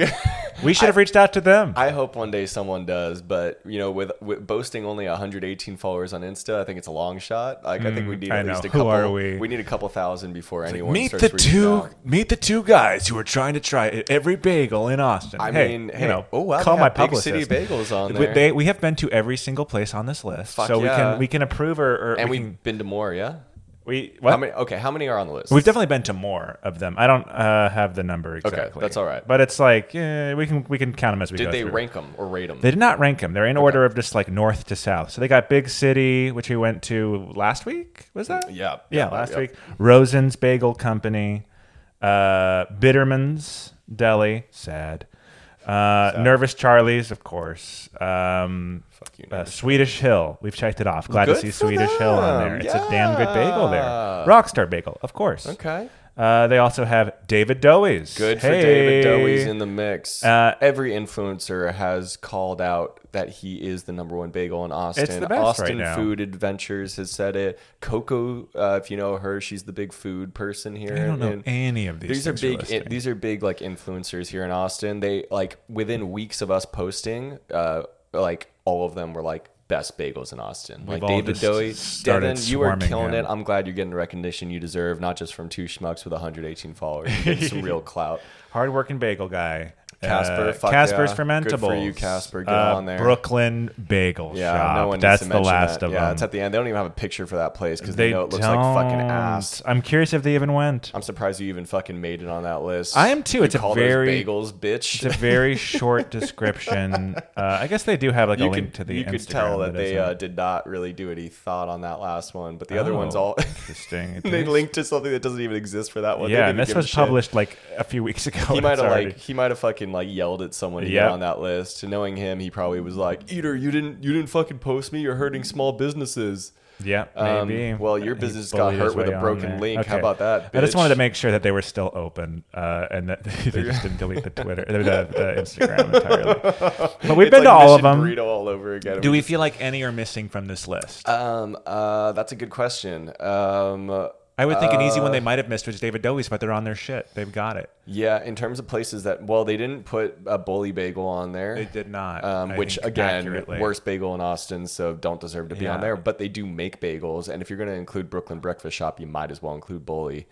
Speaker 2: we should have reached out to them.
Speaker 1: I hope one day someone does, but you know, with, with boasting only 118 followers on Insta, I think it's a long shot. Like, I think we need
Speaker 2: Mm, I
Speaker 1: at
Speaker 2: know.
Speaker 1: least a
Speaker 2: Who
Speaker 1: couple.
Speaker 2: are we?
Speaker 1: need a couple thousand before anyone
Speaker 2: meet
Speaker 1: starts
Speaker 2: the
Speaker 1: reaching
Speaker 2: two
Speaker 1: out.
Speaker 2: meet the two guys who are trying to try e-, every bagel in Austin.
Speaker 1: I
Speaker 2: hey,
Speaker 1: mean, hey,
Speaker 2: you know,
Speaker 1: oh, wow,
Speaker 2: call
Speaker 1: they
Speaker 2: my
Speaker 1: have Big
Speaker 2: publicist.
Speaker 1: City Bagels on
Speaker 2: We,
Speaker 1: there.
Speaker 2: they, we have been to every single place on this list,
Speaker 1: Fuck
Speaker 2: so we
Speaker 1: yeah.
Speaker 2: can we can approve or, or
Speaker 1: And
Speaker 2: we
Speaker 1: we've
Speaker 2: can,
Speaker 1: been to more, yeah.
Speaker 2: we
Speaker 1: How
Speaker 2: what?
Speaker 1: many? Okay, how many are on the list?
Speaker 2: We've definitely been to more of them. I don't uh, have the number exactly.
Speaker 1: that's all right.
Speaker 2: But it's like yeah, we can we can count them as we go
Speaker 1: Did they
Speaker 2: through.
Speaker 1: rank them or rate them?
Speaker 2: They did not rank them. They're in order of just like north to south. So they got Big City, which we went to last week. Was that?
Speaker 1: Yeah,
Speaker 2: Yeah,
Speaker 1: yeah,
Speaker 2: last
Speaker 1: yeah.
Speaker 2: week. Rosen's Bagel Company, uh, Bitterman's Deli. Sad. Uh, Nervous Charlie's, of course. Um,
Speaker 1: Fuck you,
Speaker 2: uh,
Speaker 1: Nervous
Speaker 2: Swedish Hill. We've checked it off. Glad
Speaker 1: Good
Speaker 2: to see
Speaker 1: for
Speaker 2: Swedish Hill on there.
Speaker 1: them.
Speaker 2: It's a damn good bagel there.
Speaker 1: Yeah.
Speaker 2: Rockstar Bagel, of course.
Speaker 1: okay.
Speaker 2: Uh, they also have David Dowey's.
Speaker 1: Good for
Speaker 2: Hey.
Speaker 1: David Dowey's in the mix.
Speaker 2: Uh,
Speaker 1: Every influencer has called out that he is the number one bagel in Austin.
Speaker 2: the best right
Speaker 1: Austin
Speaker 2: now.
Speaker 1: Food Adventures has said it. Coco, uh, if you know her, she's the big food person here.
Speaker 2: I don't know
Speaker 1: in-
Speaker 2: any of these.
Speaker 1: these are
Speaker 2: things you're
Speaker 1: big.
Speaker 2: listing.
Speaker 1: these are big like influencers here in Austin. They like within weeks of us posting, uh, like all of them were like best bagels in Austin. like
Speaker 2: all
Speaker 1: David
Speaker 2: just
Speaker 1: Doey,
Speaker 2: started
Speaker 1: Devin, you are
Speaker 2: swarming
Speaker 1: killing
Speaker 2: him.
Speaker 1: it. I'm glad you're getting the recognition you deserve, not just from two schmucks with 118 followers. You're getting some real clout.
Speaker 2: Hardworking bagel guy. Uh,
Speaker 1: Casper, fuck
Speaker 2: Casper's
Speaker 1: yeah.
Speaker 2: fermentable. Uh,
Speaker 1: Good for you, Casper. Get on there.
Speaker 2: Brooklyn Bagel
Speaker 1: Yeah,
Speaker 2: Shop.
Speaker 1: no one.
Speaker 2: That's
Speaker 1: needs to
Speaker 2: the
Speaker 1: mention
Speaker 2: last
Speaker 1: that.
Speaker 2: of
Speaker 1: yeah,
Speaker 2: them.
Speaker 1: it's at the end. They don't even have a picture for that place because
Speaker 2: they
Speaker 1: they know it looks
Speaker 2: don't.
Speaker 1: like fucking ass.
Speaker 2: I'm curious if they even went.
Speaker 1: I'm surprised you even fucking made it on that list.
Speaker 2: I am too.
Speaker 1: You
Speaker 2: It's a
Speaker 1: call
Speaker 2: very-
Speaker 1: those bagels, bitch.
Speaker 2: It's a very short description. Uh, I guess they do have like a
Speaker 1: you
Speaker 2: link
Speaker 1: could,
Speaker 2: to the.
Speaker 1: you
Speaker 2: Instagram
Speaker 1: could tell that
Speaker 2: is
Speaker 1: they
Speaker 2: a-
Speaker 1: uh, did not really do any thought on that last one, but the other
Speaker 2: Oh,
Speaker 1: one's all
Speaker 2: interesting.
Speaker 1: they linked to something that doesn't even exist for that one. They
Speaker 2: Yeah,
Speaker 1: didn't
Speaker 2: and this
Speaker 1: even give a
Speaker 2: was
Speaker 1: shit.
Speaker 2: published like a few weeks ago.
Speaker 1: He
Speaker 2: and
Speaker 1: might
Speaker 2: it's
Speaker 1: have
Speaker 2: already-
Speaker 1: like he might have fucking like yelled at someone to
Speaker 2: Yep.
Speaker 1: get on that list. And knowing him, he probably was like, "Eater, you didn't you didn't fucking post me. You're hurting small businesses."
Speaker 2: Yeah,
Speaker 1: Um,
Speaker 2: maybe.
Speaker 1: well, your
Speaker 2: He
Speaker 1: business got
Speaker 2: bullied
Speaker 1: hurt
Speaker 2: his
Speaker 1: with a
Speaker 2: way on
Speaker 1: broken
Speaker 2: there.
Speaker 1: link. How about that,
Speaker 2: I just wanted to
Speaker 1: bitch?
Speaker 2: make sure that they were still open uh, and that they just didn't delete the Twitter, the, the, the Instagram entirely. But we've
Speaker 1: It's
Speaker 2: been to
Speaker 1: like
Speaker 2: all of
Speaker 1: Mission
Speaker 2: them.
Speaker 1: Burrito all over again.
Speaker 2: Do we feel like any are missing from this list?
Speaker 1: Um. Uh. That's a good question. Um.
Speaker 2: I would think an easy one they might have missed was David Dowie's, but they're on their shit. They've got it.
Speaker 1: Yeah. In terms of places that, well, they didn't put a bully bagel on there.
Speaker 2: They did not.
Speaker 1: um,
Speaker 2: I
Speaker 1: which
Speaker 2: think,
Speaker 1: again,
Speaker 2: accurately.
Speaker 1: worst bagel in Austin, so don't deserve to be on
Speaker 2: Yeah.
Speaker 1: there. But they do make bagels, and if you're going to include Brooklyn Breakfast Shop, you might as well include Bully.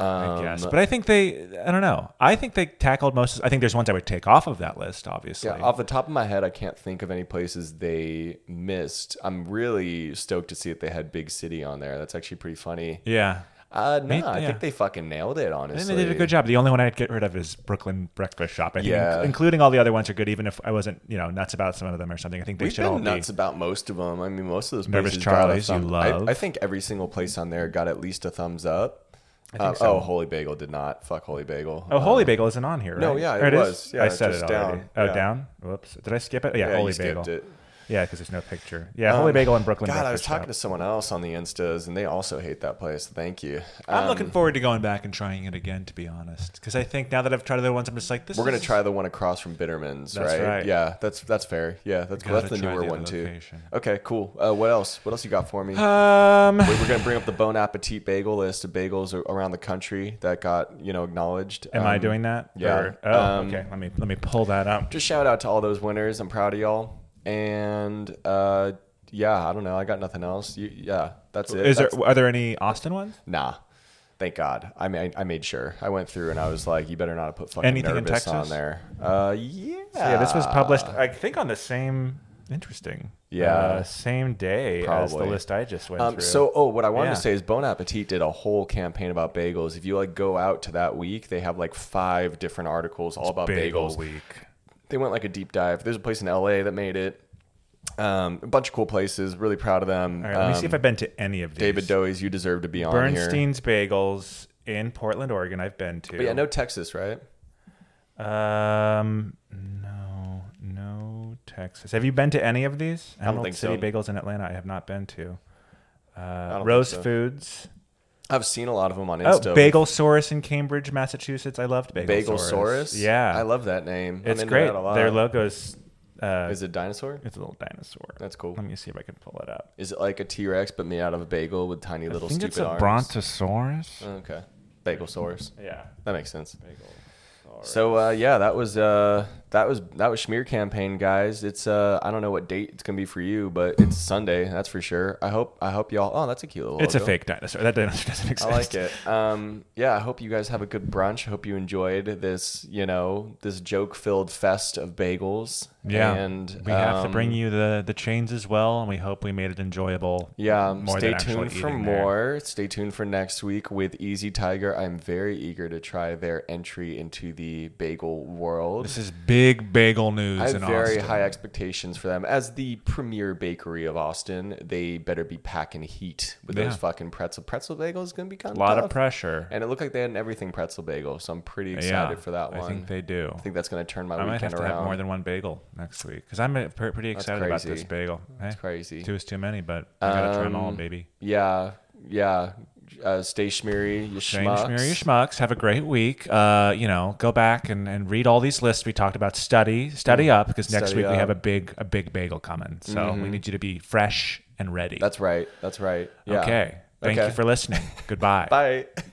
Speaker 1: um,
Speaker 2: I guess. But I think they. I don't know. I think they tackled most. I think there's ones I would take off of that list. Obviously.
Speaker 1: Yeah, off the top of my head, I can't think of any places they missed. I'm really stoked to see that they had Big City on there. That's actually pretty funny.
Speaker 2: yeah.
Speaker 1: Uh, no,
Speaker 2: Me-
Speaker 1: I
Speaker 2: yeah.
Speaker 1: think they fucking nailed
Speaker 2: I
Speaker 1: it.
Speaker 2: think
Speaker 1: Honestly,
Speaker 2: they did a good job. The only one I'd get rid of is Brooklyn Breakfast Shop. I think,
Speaker 1: Yeah.
Speaker 2: including all the other ones are good, even if I wasn't, you know, nuts about some of them or something. I think they
Speaker 1: We've
Speaker 2: should all
Speaker 1: been
Speaker 2: be.
Speaker 1: nuts about most of them. I mean, most of those
Speaker 2: Nervous
Speaker 1: places got a
Speaker 2: Charlie's, you
Speaker 1: thumb-
Speaker 2: love.
Speaker 1: I, I think every single place on there got at least a thumbs up. Uh,
Speaker 2: so.
Speaker 1: Oh, Holy Bagel did not. Fuck Holy Bagel. Uh,
Speaker 2: Oh, Holy Bagel isn't on here, right?
Speaker 1: no, yeah,
Speaker 2: Or
Speaker 1: it
Speaker 2: is?
Speaker 1: was. Yeah,
Speaker 2: I said
Speaker 1: just
Speaker 2: it already.
Speaker 1: down.
Speaker 2: Oh,
Speaker 1: Yeah.
Speaker 2: down. Whoops. Did I skip it? Yeah,
Speaker 1: Yeah, you
Speaker 2: Holy
Speaker 1: skipped
Speaker 2: Bagel.
Speaker 1: it. Um,
Speaker 2: Yeah, because there's no picture. Yeah, Holy Bagel and Brooklyn
Speaker 1: God, I was
Speaker 2: Breakfast
Speaker 1: talking
Speaker 2: Shop.
Speaker 1: to someone else on the Instas, and they also hate that place. Thank you.
Speaker 2: I'm
Speaker 1: Um,
Speaker 2: looking forward to going back and trying it again, to be honest. Because I think now that I've tried other ones, I'm just like, this
Speaker 1: We're gonna
Speaker 2: is-
Speaker 1: try the one across from Bitterman's,
Speaker 2: That's
Speaker 1: right?
Speaker 2: right.
Speaker 1: Yeah, that's that's fair. Yeah, that's cool.
Speaker 2: Gotta
Speaker 1: That's the
Speaker 2: try
Speaker 1: newer
Speaker 2: the
Speaker 1: one
Speaker 2: other
Speaker 1: too.
Speaker 2: location.
Speaker 1: Okay, cool. Uh, what else? What else you got for me?
Speaker 2: Um,
Speaker 1: We- We're gonna bring up the Bon Appetit bagel list of bagels a- around the country that got you know acknowledged.
Speaker 2: am I
Speaker 1: Um,
Speaker 2: doing that?
Speaker 1: yeah.
Speaker 2: Or- oh,
Speaker 1: Um,
Speaker 2: okay. Let me let me pull that up.
Speaker 1: Just shout out to all those winners. I'm proud of y'all. And uh, yeah, I don't know. I got nothing else. You, yeah, that's it.
Speaker 2: Is there
Speaker 1: That's-
Speaker 2: are there any Austin ones?
Speaker 1: Nah. Thank God. I mean, I, I made sure. I went through and I was like, you better not have put fucking
Speaker 2: Anything in
Speaker 1: nervous on
Speaker 2: Texas?
Speaker 1: there. Uh, yeah. Um,
Speaker 2: yeah, this was published, I think, on the same. Interesting.
Speaker 1: Uh, Yeah.
Speaker 2: Uh, same day as the
Speaker 1: Probably.
Speaker 2: list I just went
Speaker 1: Um,
Speaker 2: through.
Speaker 1: so, oh, what I wanted
Speaker 2: Yeah.
Speaker 1: to say is Bon Appetit did a whole campaign about bagels. If you like go out to that week, they have like five different articles all about
Speaker 2: bagel
Speaker 1: uh, bagels.
Speaker 2: week.
Speaker 1: They went like a deep dive. There's a place in LA that made it. Um, a bunch of cool places. Really proud of them.
Speaker 2: All right, let me see
Speaker 1: Um,
Speaker 2: if I've been to any of these.
Speaker 1: David Doe's, you deserve to be on here.
Speaker 2: Bernstein's Bagels in Portland, Oregon. I've been to.
Speaker 1: But yeah, no Texas, right?
Speaker 2: Um, no, no Texas. Have you been to any of these? I
Speaker 1: think
Speaker 2: City
Speaker 1: so.
Speaker 2: Bagels in Atlanta. I have not been to. Uh,
Speaker 1: think
Speaker 2: Rose
Speaker 1: so.
Speaker 2: Foods.
Speaker 1: I've seen a lot of them on
Speaker 2: Oh,
Speaker 1: Insta.
Speaker 2: Bagel Source in Cambridge, Massachusetts. I loved Bagel
Speaker 1: Bagelsaurus.
Speaker 2: Yeah,
Speaker 1: I love that name. I'm
Speaker 2: It's
Speaker 1: into
Speaker 2: great.
Speaker 1: That a lot.
Speaker 2: Their logo's uh,
Speaker 1: Is it dinosaur?
Speaker 2: it's a little dinosaur.
Speaker 1: That's cool.
Speaker 2: Let me see if I can pull it up.
Speaker 1: Is it like a T Rex but made out of a bagel with tiny little
Speaker 2: I think
Speaker 1: stupid
Speaker 2: it's a
Speaker 1: arms? Uh,
Speaker 2: brontosaurus.
Speaker 1: Okay, bagelsaurus.
Speaker 2: yeah.
Speaker 1: That makes sense.
Speaker 2: Bagel.
Speaker 1: So uh, yeah, that was uh, that was that was schmear campaign, guys. It's uh, I don't know what date it's gonna be for you, but it's Sunday, that's for sure. I hope I hope y'all. Oh, that's a cute little.
Speaker 2: It's a
Speaker 1: logo.
Speaker 2: fake dinosaur. That dinosaur doesn't exist.
Speaker 1: I like it. Um, yeah, I hope you guys have a good brunch. I hope you enjoyed this, you know, this joke-filled fest of bagels.
Speaker 2: Yeah,
Speaker 1: and
Speaker 2: we have to bring
Speaker 1: um,
Speaker 2: you the the chains as well, and we hope we made it enjoyable.
Speaker 1: Yeah, um,
Speaker 2: more
Speaker 1: stay
Speaker 2: than actually
Speaker 1: tuned for
Speaker 2: eating there.
Speaker 1: more. Stay tuned for next week with Easy Tiger. I'm very eager to try their entry into the bagel world.
Speaker 2: This is big bagel news
Speaker 1: I have
Speaker 2: in
Speaker 1: very
Speaker 2: Austin.
Speaker 1: high expectations for them. As the premier bakery of Austin, they better be packing heat with
Speaker 2: Yeah.
Speaker 1: those fucking pretzel pretzel bagels. Is gonna be kind
Speaker 2: a lot
Speaker 1: tough.
Speaker 2: of pressure.
Speaker 1: And it looked like they had an everything pretzel bagel, so I'm pretty
Speaker 2: yeah,
Speaker 1: excited for that one.
Speaker 2: I think they do.
Speaker 1: I think that's going to turn my
Speaker 2: I might
Speaker 1: weekend
Speaker 2: have to
Speaker 1: around.
Speaker 2: have more than one bagel next week because I'm uh, pre- pretty excited about
Speaker 1: crazy.
Speaker 2: this bagel. That's
Speaker 1: crazy.
Speaker 2: Two is too many, but I gotta try them all,
Speaker 1: Um,
Speaker 2: baby.
Speaker 1: yeah, yeah. Uh, stay schmeary, you
Speaker 2: Shane
Speaker 1: schmucks.
Speaker 2: Schmear, your schmucks. Have a great week. Uh, you know, go back and, and read all these lists we talked about. Study, study up because next
Speaker 1: Mm. Study
Speaker 2: week we
Speaker 1: up. Mm-hmm.
Speaker 2: have a big a big bagel coming. So we need you to be fresh and ready.
Speaker 1: That's right. That's right. Yeah.
Speaker 2: okay. Thank
Speaker 1: Okay.
Speaker 2: you for listening. Goodbye.
Speaker 1: Bye.